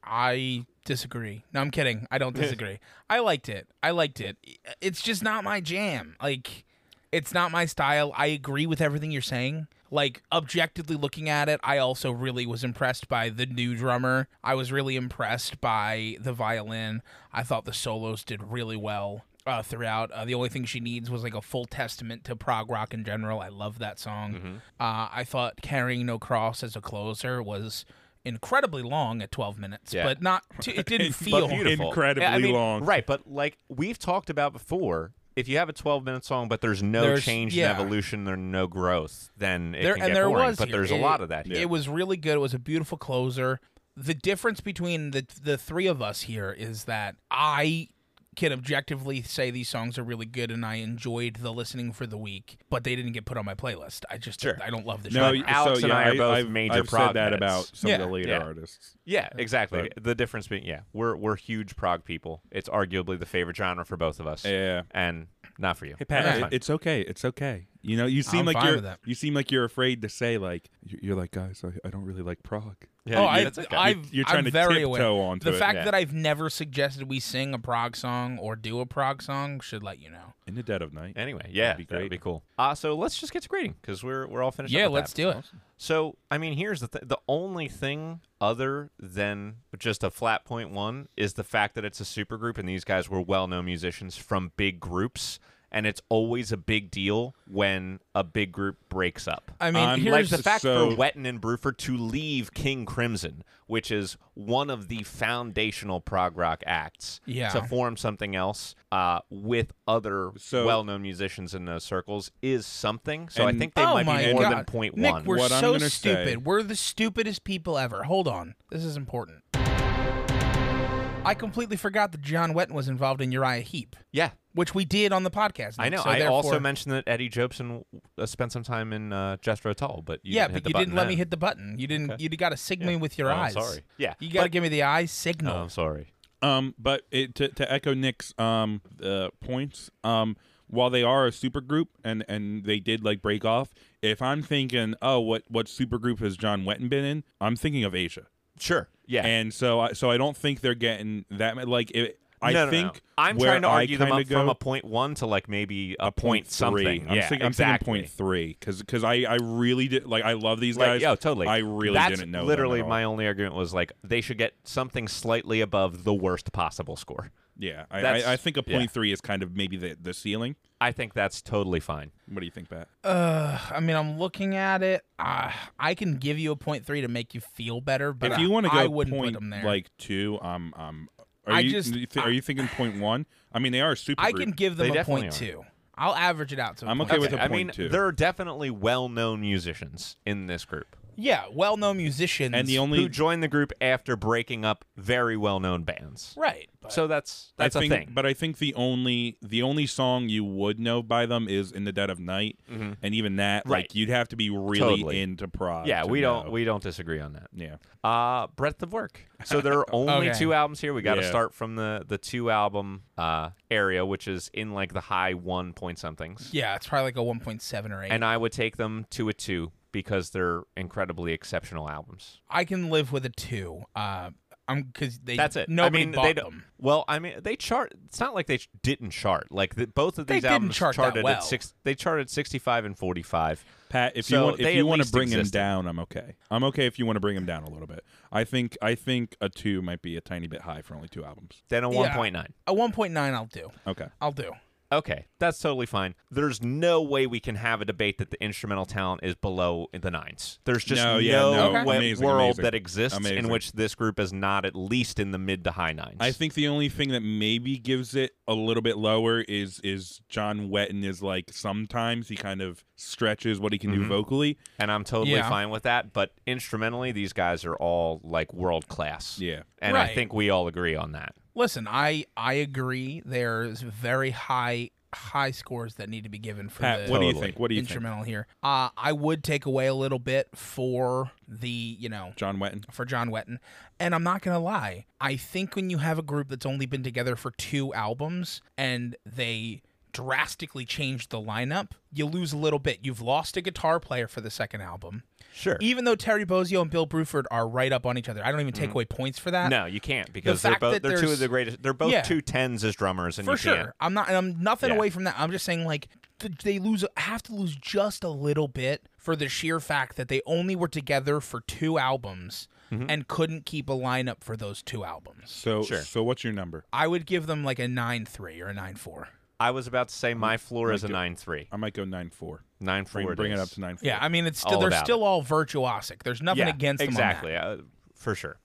[SPEAKER 1] I disagree. No, I'm kidding. I don't disagree. I liked it. I liked it. It's just not my jam. Like, it's not my style. I agree with everything you're saying. Like, objectively looking at it, I also really was impressed by the new drummer. I was really impressed by the violin. I thought the solos did really well. Uh, throughout, uh, the only thing she needs was like a full testament to prog rock in general. I love that song.
[SPEAKER 2] Mm-hmm.
[SPEAKER 1] Uh, I thought "Carrying No Cross" as a closer was incredibly long at 12 minutes,
[SPEAKER 2] Yeah.
[SPEAKER 1] but not. T- it didn't feel.
[SPEAKER 2] [LAUGHS] But beautiful.
[SPEAKER 3] Incredibly
[SPEAKER 2] Yeah, I mean,
[SPEAKER 3] long.
[SPEAKER 2] Right, but like we've talked about before, if you have a 12 minute song, but there's no
[SPEAKER 1] There's-
[SPEAKER 2] change
[SPEAKER 1] yeah.
[SPEAKER 2] and evolution, there no growth, then it
[SPEAKER 1] there
[SPEAKER 2] can
[SPEAKER 1] and
[SPEAKER 2] get
[SPEAKER 1] there
[SPEAKER 2] boring.
[SPEAKER 1] was
[SPEAKER 2] but
[SPEAKER 1] here.
[SPEAKER 2] there's
[SPEAKER 1] It-
[SPEAKER 2] a lot of that here.
[SPEAKER 1] It was really good. It was a beautiful closer. The difference between the the three of us here is that I can objectively say these songs are really good and I enjoyed the listening for the week, but they didn't get put on my playlist. I just
[SPEAKER 2] Sure.
[SPEAKER 1] I don't love the
[SPEAKER 3] No,
[SPEAKER 1] genre.
[SPEAKER 3] y-
[SPEAKER 2] Alex
[SPEAKER 3] so,
[SPEAKER 2] and
[SPEAKER 3] yeah,
[SPEAKER 2] I are both
[SPEAKER 3] have
[SPEAKER 2] major
[SPEAKER 3] I've said
[SPEAKER 2] prog
[SPEAKER 3] that
[SPEAKER 2] heads.
[SPEAKER 3] about some
[SPEAKER 1] Yeah.
[SPEAKER 3] of the later
[SPEAKER 2] Yeah.
[SPEAKER 3] artists.
[SPEAKER 2] yeah, exactly. the difference being, yeah, we're we're huge prog people. It's arguably the favorite genre for both of us.
[SPEAKER 3] Yeah.
[SPEAKER 2] And not for you.
[SPEAKER 3] Hey Pat,
[SPEAKER 2] That's
[SPEAKER 3] it-
[SPEAKER 2] fine.
[SPEAKER 3] it's okay. It's okay. You know, you seem
[SPEAKER 1] I'm
[SPEAKER 3] like
[SPEAKER 1] fine
[SPEAKER 3] you're
[SPEAKER 1] with that.
[SPEAKER 3] you seem like you're afraid to say like you- you're like guys. I, I don't really like prog.
[SPEAKER 2] Yeah,
[SPEAKER 1] oh,
[SPEAKER 2] you-
[SPEAKER 1] I,
[SPEAKER 2] that's okay.
[SPEAKER 1] I've,
[SPEAKER 3] You're trying
[SPEAKER 1] I'm
[SPEAKER 3] to
[SPEAKER 1] very
[SPEAKER 3] tiptoe
[SPEAKER 1] aware.
[SPEAKER 3] onto
[SPEAKER 1] the
[SPEAKER 3] it.
[SPEAKER 1] fact
[SPEAKER 2] Yeah.
[SPEAKER 1] that I've never suggested we sing a prog song or do a prog song should let you know.
[SPEAKER 3] In the dead of night.
[SPEAKER 2] Anyway, yeah,
[SPEAKER 3] be
[SPEAKER 2] that'd be,
[SPEAKER 3] great.
[SPEAKER 2] cool. Uh, so let's just get to grading because we're we're all finished.
[SPEAKER 1] yeah,
[SPEAKER 2] up with
[SPEAKER 1] let's
[SPEAKER 2] that.
[SPEAKER 1] do it.
[SPEAKER 2] So, I mean, here's the th- the only thing other than just a flat point one is the fact that it's a supergroup and these guys were well-known musicians from big groups, and it's always a big deal when a big group breaks up.
[SPEAKER 1] I mean,
[SPEAKER 3] I'm-
[SPEAKER 1] here's
[SPEAKER 2] like the fact
[SPEAKER 3] so-
[SPEAKER 2] for Wetton and Bruford to leave King Crimson, which is one of the foundational prog rock acts,
[SPEAKER 1] Yeah.
[SPEAKER 2] to form something else uh, with other
[SPEAKER 3] So-
[SPEAKER 2] well-known musicians in those circles is something. So
[SPEAKER 3] And-
[SPEAKER 2] I think they
[SPEAKER 1] oh
[SPEAKER 2] might
[SPEAKER 1] my
[SPEAKER 2] be more
[SPEAKER 1] God.
[SPEAKER 2] than point
[SPEAKER 1] Nick,
[SPEAKER 2] one.
[SPEAKER 1] we're
[SPEAKER 3] What I'm
[SPEAKER 1] so
[SPEAKER 3] gonna say-
[SPEAKER 1] stupid. We're the stupidest people ever. Hold on, this is important. I completely forgot that John Wetton was involved in Uriah Heep,
[SPEAKER 2] yeah,
[SPEAKER 1] which we did on the podcast.
[SPEAKER 2] I
[SPEAKER 1] Nick,
[SPEAKER 2] know.
[SPEAKER 1] so
[SPEAKER 2] I also
[SPEAKER 1] therefore-
[SPEAKER 2] mentioned that Eddie Jobson uh, spent some time in uh, Jethro Tull, but you
[SPEAKER 1] yeah,
[SPEAKER 2] didn't hit
[SPEAKER 1] but
[SPEAKER 2] the
[SPEAKER 1] you
[SPEAKER 2] button
[SPEAKER 1] didn't let me
[SPEAKER 2] then.
[SPEAKER 1] hit the button. You didn't. You got to signal me with your
[SPEAKER 2] Oh, I'm
[SPEAKER 1] eyes.
[SPEAKER 2] sorry. Yeah,
[SPEAKER 1] You got to
[SPEAKER 2] but-
[SPEAKER 1] give me the eye signal.
[SPEAKER 2] Oh, I'm sorry.
[SPEAKER 3] Um, but it, to to echo Nick's um uh, points, um, while they are a supergroup and and they did like break off, if I'm thinking, oh, what what supergroup has John Wetton been in? I'm thinking of Asia,
[SPEAKER 2] Sure. Yeah.
[SPEAKER 3] and so I so I don't think they're getting that ma- like it, I
[SPEAKER 2] No, no, no.
[SPEAKER 3] think
[SPEAKER 2] I'm
[SPEAKER 3] where
[SPEAKER 2] trying to
[SPEAKER 3] I
[SPEAKER 2] argue them
[SPEAKER 3] kinda
[SPEAKER 2] up from
[SPEAKER 3] go-
[SPEAKER 2] a point one to like maybe a,
[SPEAKER 3] point
[SPEAKER 2] point, something.
[SPEAKER 3] three. I'm,
[SPEAKER 2] yeah,
[SPEAKER 3] think- I'm
[SPEAKER 2] exactly.
[SPEAKER 3] thinking point three because I I really did like I love these
[SPEAKER 2] Like,
[SPEAKER 3] guys.
[SPEAKER 2] yeah, totally.
[SPEAKER 3] I really
[SPEAKER 2] That's
[SPEAKER 3] didn't know. them
[SPEAKER 2] Literally,
[SPEAKER 3] at all.
[SPEAKER 2] my only argument was like they should get something slightly above the worst possible score.
[SPEAKER 3] yeah. I,
[SPEAKER 2] that's-
[SPEAKER 3] I, I think a point
[SPEAKER 2] yeah.
[SPEAKER 3] three is kind of maybe the the ceiling.
[SPEAKER 2] I think that's totally fine.
[SPEAKER 3] What do you think, Pat?
[SPEAKER 1] Uh, I mean, I'm looking at it. Uh, I can give you a point three to make you feel better, but
[SPEAKER 3] if you want to
[SPEAKER 1] I
[SPEAKER 3] go
[SPEAKER 1] wouldn't
[SPEAKER 3] point
[SPEAKER 1] put them there.
[SPEAKER 3] like two, um, um, are
[SPEAKER 1] I
[SPEAKER 3] you,
[SPEAKER 1] just-
[SPEAKER 3] you thi- are you thinking point one? I mean, they are super.
[SPEAKER 1] I can give them
[SPEAKER 2] They
[SPEAKER 1] a point
[SPEAKER 2] definitely
[SPEAKER 1] two. I'll average it out to. A
[SPEAKER 3] I'm
[SPEAKER 1] point
[SPEAKER 3] okay with
[SPEAKER 1] two.
[SPEAKER 3] a
[SPEAKER 2] I mean,
[SPEAKER 3] point two.
[SPEAKER 2] there are definitely well-known musicians in this group
[SPEAKER 1] Yeah, well-known musicians.
[SPEAKER 3] and the only
[SPEAKER 2] who joined the group after breaking up very well-known bands.
[SPEAKER 1] right. but-
[SPEAKER 2] So that's that's
[SPEAKER 3] I
[SPEAKER 2] a
[SPEAKER 3] think,
[SPEAKER 2] thing.
[SPEAKER 3] But I think the only the only song you would know by them is "In the Dead of Night," and even that,
[SPEAKER 2] Mm-hmm. Right.
[SPEAKER 3] like, you'd have to be really
[SPEAKER 2] Totally.
[SPEAKER 3] into prog.
[SPEAKER 2] yeah,
[SPEAKER 3] to
[SPEAKER 2] we don't
[SPEAKER 3] know.
[SPEAKER 2] we don't disagree on that.
[SPEAKER 3] yeah,
[SPEAKER 2] Uh breadth of work. So there
[SPEAKER 3] [LAUGHS]
[SPEAKER 2] are only
[SPEAKER 1] Okay.
[SPEAKER 2] two albums here. We got to
[SPEAKER 3] Yeah.
[SPEAKER 2] start from the the two album uh area, which is in like the high one point somethings.
[SPEAKER 1] Yeah, it's probably like a 1.7 or 8.
[SPEAKER 2] And I would take them to a two because they're incredibly exceptional albums.
[SPEAKER 1] I can live with a 2. Uh, I'm because they
[SPEAKER 2] That's it.
[SPEAKER 1] Nobody
[SPEAKER 2] I mean,
[SPEAKER 1] bought
[SPEAKER 2] they don't-
[SPEAKER 1] them.
[SPEAKER 2] Well, I mean, they chart. It's not like they ch- didn't chart. Like the, both of
[SPEAKER 1] They
[SPEAKER 2] these
[SPEAKER 1] didn't
[SPEAKER 2] albums
[SPEAKER 1] chart that
[SPEAKER 2] charted
[SPEAKER 1] well.
[SPEAKER 2] at six. They charted sixty-five and forty-five.
[SPEAKER 3] Pat, if you
[SPEAKER 2] So
[SPEAKER 3] want, if
[SPEAKER 2] they
[SPEAKER 3] you
[SPEAKER 2] at
[SPEAKER 3] want to
[SPEAKER 2] least
[SPEAKER 3] bring him
[SPEAKER 2] existed.
[SPEAKER 3] down, I'm okay. I'm okay if you want to bring him down a little bit. I think I think a two might be a tiny bit high for only two albums.
[SPEAKER 2] Then a
[SPEAKER 1] Yeah.
[SPEAKER 2] one point nine.
[SPEAKER 1] A 1.9 I'll do.
[SPEAKER 3] Okay,
[SPEAKER 1] I'll do.
[SPEAKER 2] Okay, that's totally fine. There's no way we can have a debate that the instrumental talent is below the nines. There's just
[SPEAKER 3] No,
[SPEAKER 2] no,
[SPEAKER 3] yeah, no, Okay.
[SPEAKER 2] way-
[SPEAKER 3] amazing,
[SPEAKER 2] world
[SPEAKER 3] amazing,
[SPEAKER 2] that exists
[SPEAKER 3] amazing.
[SPEAKER 2] in which this group is not at least in the mid to high nines.
[SPEAKER 3] I think the only thing that maybe gives it a little bit lower is is John Wetton is like sometimes he kind of stretches what he can
[SPEAKER 2] Mm-hmm.
[SPEAKER 3] do vocally.
[SPEAKER 2] and I'm totally
[SPEAKER 1] Yeah.
[SPEAKER 2] fine with that. But instrumentally, these guys are all like world class.
[SPEAKER 3] Yeah.
[SPEAKER 2] and
[SPEAKER 1] Right.
[SPEAKER 2] I think we all agree on that.
[SPEAKER 1] Listen, I I agree there's very high high scores that need to be given for
[SPEAKER 3] Pat,
[SPEAKER 1] the
[SPEAKER 3] what do you
[SPEAKER 2] Totally.
[SPEAKER 3] think? What do you think?
[SPEAKER 1] instrumental here. Uh, I would take away a little bit for the, you know,
[SPEAKER 3] John Wetton.
[SPEAKER 1] for John Wetton. And I'm not going to lie, I think when you have a group that's only been together for two albums and they drastically change the lineup, you lose a little bit. You've lost a guitar player for the second album.
[SPEAKER 2] Sure.
[SPEAKER 1] Even though Terry Bozzio and Bill Bruford are right up on each other, I don't even take away points for that.
[SPEAKER 2] Mm-hmm. No, you can't because
[SPEAKER 1] The
[SPEAKER 2] they're
[SPEAKER 1] fact
[SPEAKER 2] both
[SPEAKER 1] that
[SPEAKER 2] they're two
[SPEAKER 1] there's-
[SPEAKER 2] of the greatest. They're both
[SPEAKER 1] Yeah.
[SPEAKER 2] two tens as drummers, and
[SPEAKER 1] for
[SPEAKER 2] you
[SPEAKER 1] sure.
[SPEAKER 2] can't.
[SPEAKER 1] I'm not. I'm nothing
[SPEAKER 2] Yeah.
[SPEAKER 1] away from that. I'm just saying like th- they lose have to lose just a little bit for the sheer fact that they only were together for two albums
[SPEAKER 2] Mm-hmm.
[SPEAKER 1] and couldn't keep a lineup for those two albums.
[SPEAKER 3] So
[SPEAKER 2] Sure.
[SPEAKER 3] so what's your number?
[SPEAKER 1] I would give them like a nine three or a nine four.
[SPEAKER 2] I was about to say my floor is a nine three.
[SPEAKER 3] I might go nine four.
[SPEAKER 2] Nine
[SPEAKER 3] Bring,
[SPEAKER 2] four.
[SPEAKER 3] bring it
[SPEAKER 2] is.
[SPEAKER 3] up to nine four.
[SPEAKER 1] Yeah, I mean it's still
[SPEAKER 2] All
[SPEAKER 1] they're
[SPEAKER 2] about
[SPEAKER 1] still all virtuosic. There's nothing
[SPEAKER 2] yeah,
[SPEAKER 1] against them on that.
[SPEAKER 2] exactly uh, for sure.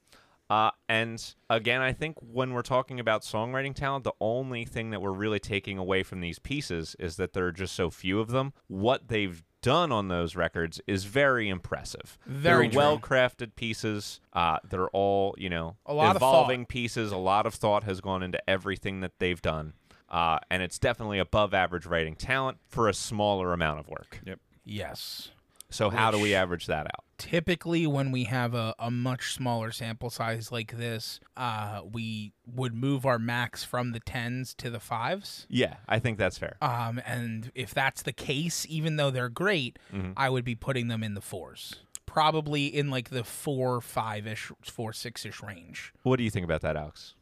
[SPEAKER 2] Uh, and again, I think when we're talking about songwriting talent, the only thing that we're really taking away from these pieces is that there are just so few of them. What they've done on those records is very impressive.
[SPEAKER 1] Very
[SPEAKER 2] They're
[SPEAKER 1] true.
[SPEAKER 2] well-crafted pieces. Uh, they're all you know,
[SPEAKER 1] A lot of
[SPEAKER 2] evolving pieces. A lot of thought has gone into everything that they've done, uh, and it's definitely above-average writing talent for a smaller amount of work.
[SPEAKER 3] Yep.
[SPEAKER 1] Yes.
[SPEAKER 2] So how do we average that out?
[SPEAKER 1] typically when we have a, a much smaller sample size like this uh, we would move our max from the tens to the fives
[SPEAKER 2] Yeah, I think that's fair.
[SPEAKER 1] um, and if that's the case even though they're great
[SPEAKER 2] Mm-hmm.
[SPEAKER 1] i would be putting them in the fours probably in like the four five-ish four six-ish range
[SPEAKER 2] What do you think about that, Alex?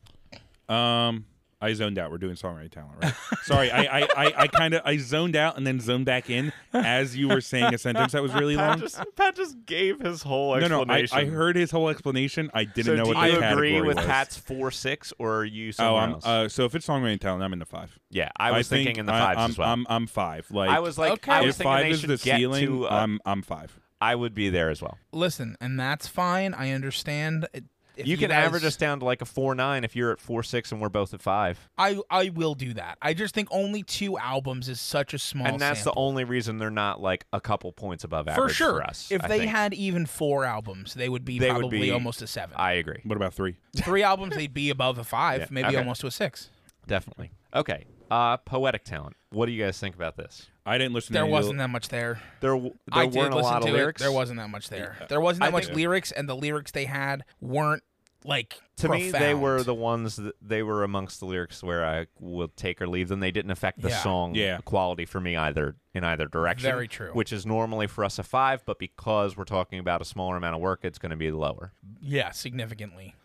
[SPEAKER 3] Um, I zoned out. We're doing songwriting talent, right? [LAUGHS] Sorry, I I, I, I kind of I zoned out and then zoned back in as you were saying a sentence that was
[SPEAKER 2] [LAUGHS]
[SPEAKER 3] really long.
[SPEAKER 2] just, Pat just gave his whole
[SPEAKER 3] No, no, I, I heard his whole explanation. I didn't
[SPEAKER 2] So
[SPEAKER 3] know
[SPEAKER 2] do
[SPEAKER 3] what
[SPEAKER 2] you
[SPEAKER 3] the
[SPEAKER 2] agree
[SPEAKER 3] category
[SPEAKER 2] with
[SPEAKER 3] was.
[SPEAKER 2] Pat's four six, or are you
[SPEAKER 3] Oh,
[SPEAKER 2] somewhere
[SPEAKER 3] I'm,
[SPEAKER 2] else?
[SPEAKER 3] uh, so if it's songwriting talent, I'm in the five.
[SPEAKER 2] yeah, I was
[SPEAKER 3] think
[SPEAKER 2] thinking in the
[SPEAKER 3] I-
[SPEAKER 2] 5s
[SPEAKER 3] I'm,
[SPEAKER 2] as well.
[SPEAKER 3] I'm I'm five. Like
[SPEAKER 2] I was like,
[SPEAKER 1] Okay.
[SPEAKER 2] I
[SPEAKER 3] if
[SPEAKER 2] was thinking
[SPEAKER 3] five
[SPEAKER 2] they
[SPEAKER 3] is
[SPEAKER 2] should
[SPEAKER 3] the
[SPEAKER 2] get
[SPEAKER 3] ceiling,
[SPEAKER 2] to. Uh,
[SPEAKER 3] I'm I'm five.
[SPEAKER 2] I would be there as well.
[SPEAKER 1] listen and that's fine i understand It- if
[SPEAKER 2] You can
[SPEAKER 1] guys-
[SPEAKER 2] average us down to like a four nine if you're at four six and we're both at five,
[SPEAKER 1] I, I will do that i just think only two albums is such a small
[SPEAKER 2] and that's
[SPEAKER 1] sample.
[SPEAKER 2] the only reason they're not like a couple points above average
[SPEAKER 1] for sure
[SPEAKER 2] us.
[SPEAKER 1] if
[SPEAKER 2] I
[SPEAKER 1] they
[SPEAKER 2] think.
[SPEAKER 1] had even four albums they would be
[SPEAKER 2] They would
[SPEAKER 1] probably
[SPEAKER 2] be-
[SPEAKER 1] almost a seven
[SPEAKER 2] I agree
[SPEAKER 3] What about three?
[SPEAKER 1] three albums they'd be above a five
[SPEAKER 2] Yeah,
[SPEAKER 1] maybe
[SPEAKER 2] okay.
[SPEAKER 1] almost to a six
[SPEAKER 2] definitely. Okay, uh, poetic talent. What do you guys think about this?
[SPEAKER 3] I didn't listen.
[SPEAKER 1] there
[SPEAKER 3] to any
[SPEAKER 1] wasn't
[SPEAKER 3] Of
[SPEAKER 1] that much there
[SPEAKER 2] There, w- there
[SPEAKER 1] i did
[SPEAKER 2] weren't
[SPEAKER 1] listen
[SPEAKER 2] a lot
[SPEAKER 1] to
[SPEAKER 2] of lyrics.
[SPEAKER 1] it there wasn't that much there there wasn't that
[SPEAKER 2] I
[SPEAKER 1] much
[SPEAKER 2] think-
[SPEAKER 1] lyrics and the lyrics they had weren't like
[SPEAKER 2] to me they
[SPEAKER 1] profound.
[SPEAKER 2] were the ones that they were amongst the lyrics where i will take or leave them they didn't affect the
[SPEAKER 1] Yeah.
[SPEAKER 2] song
[SPEAKER 3] Yeah.
[SPEAKER 2] quality for me either in either direction
[SPEAKER 1] Very true.
[SPEAKER 2] which is normally for us a five but because we're talking about a smaller amount of work it's going to be lower
[SPEAKER 1] yeah significantly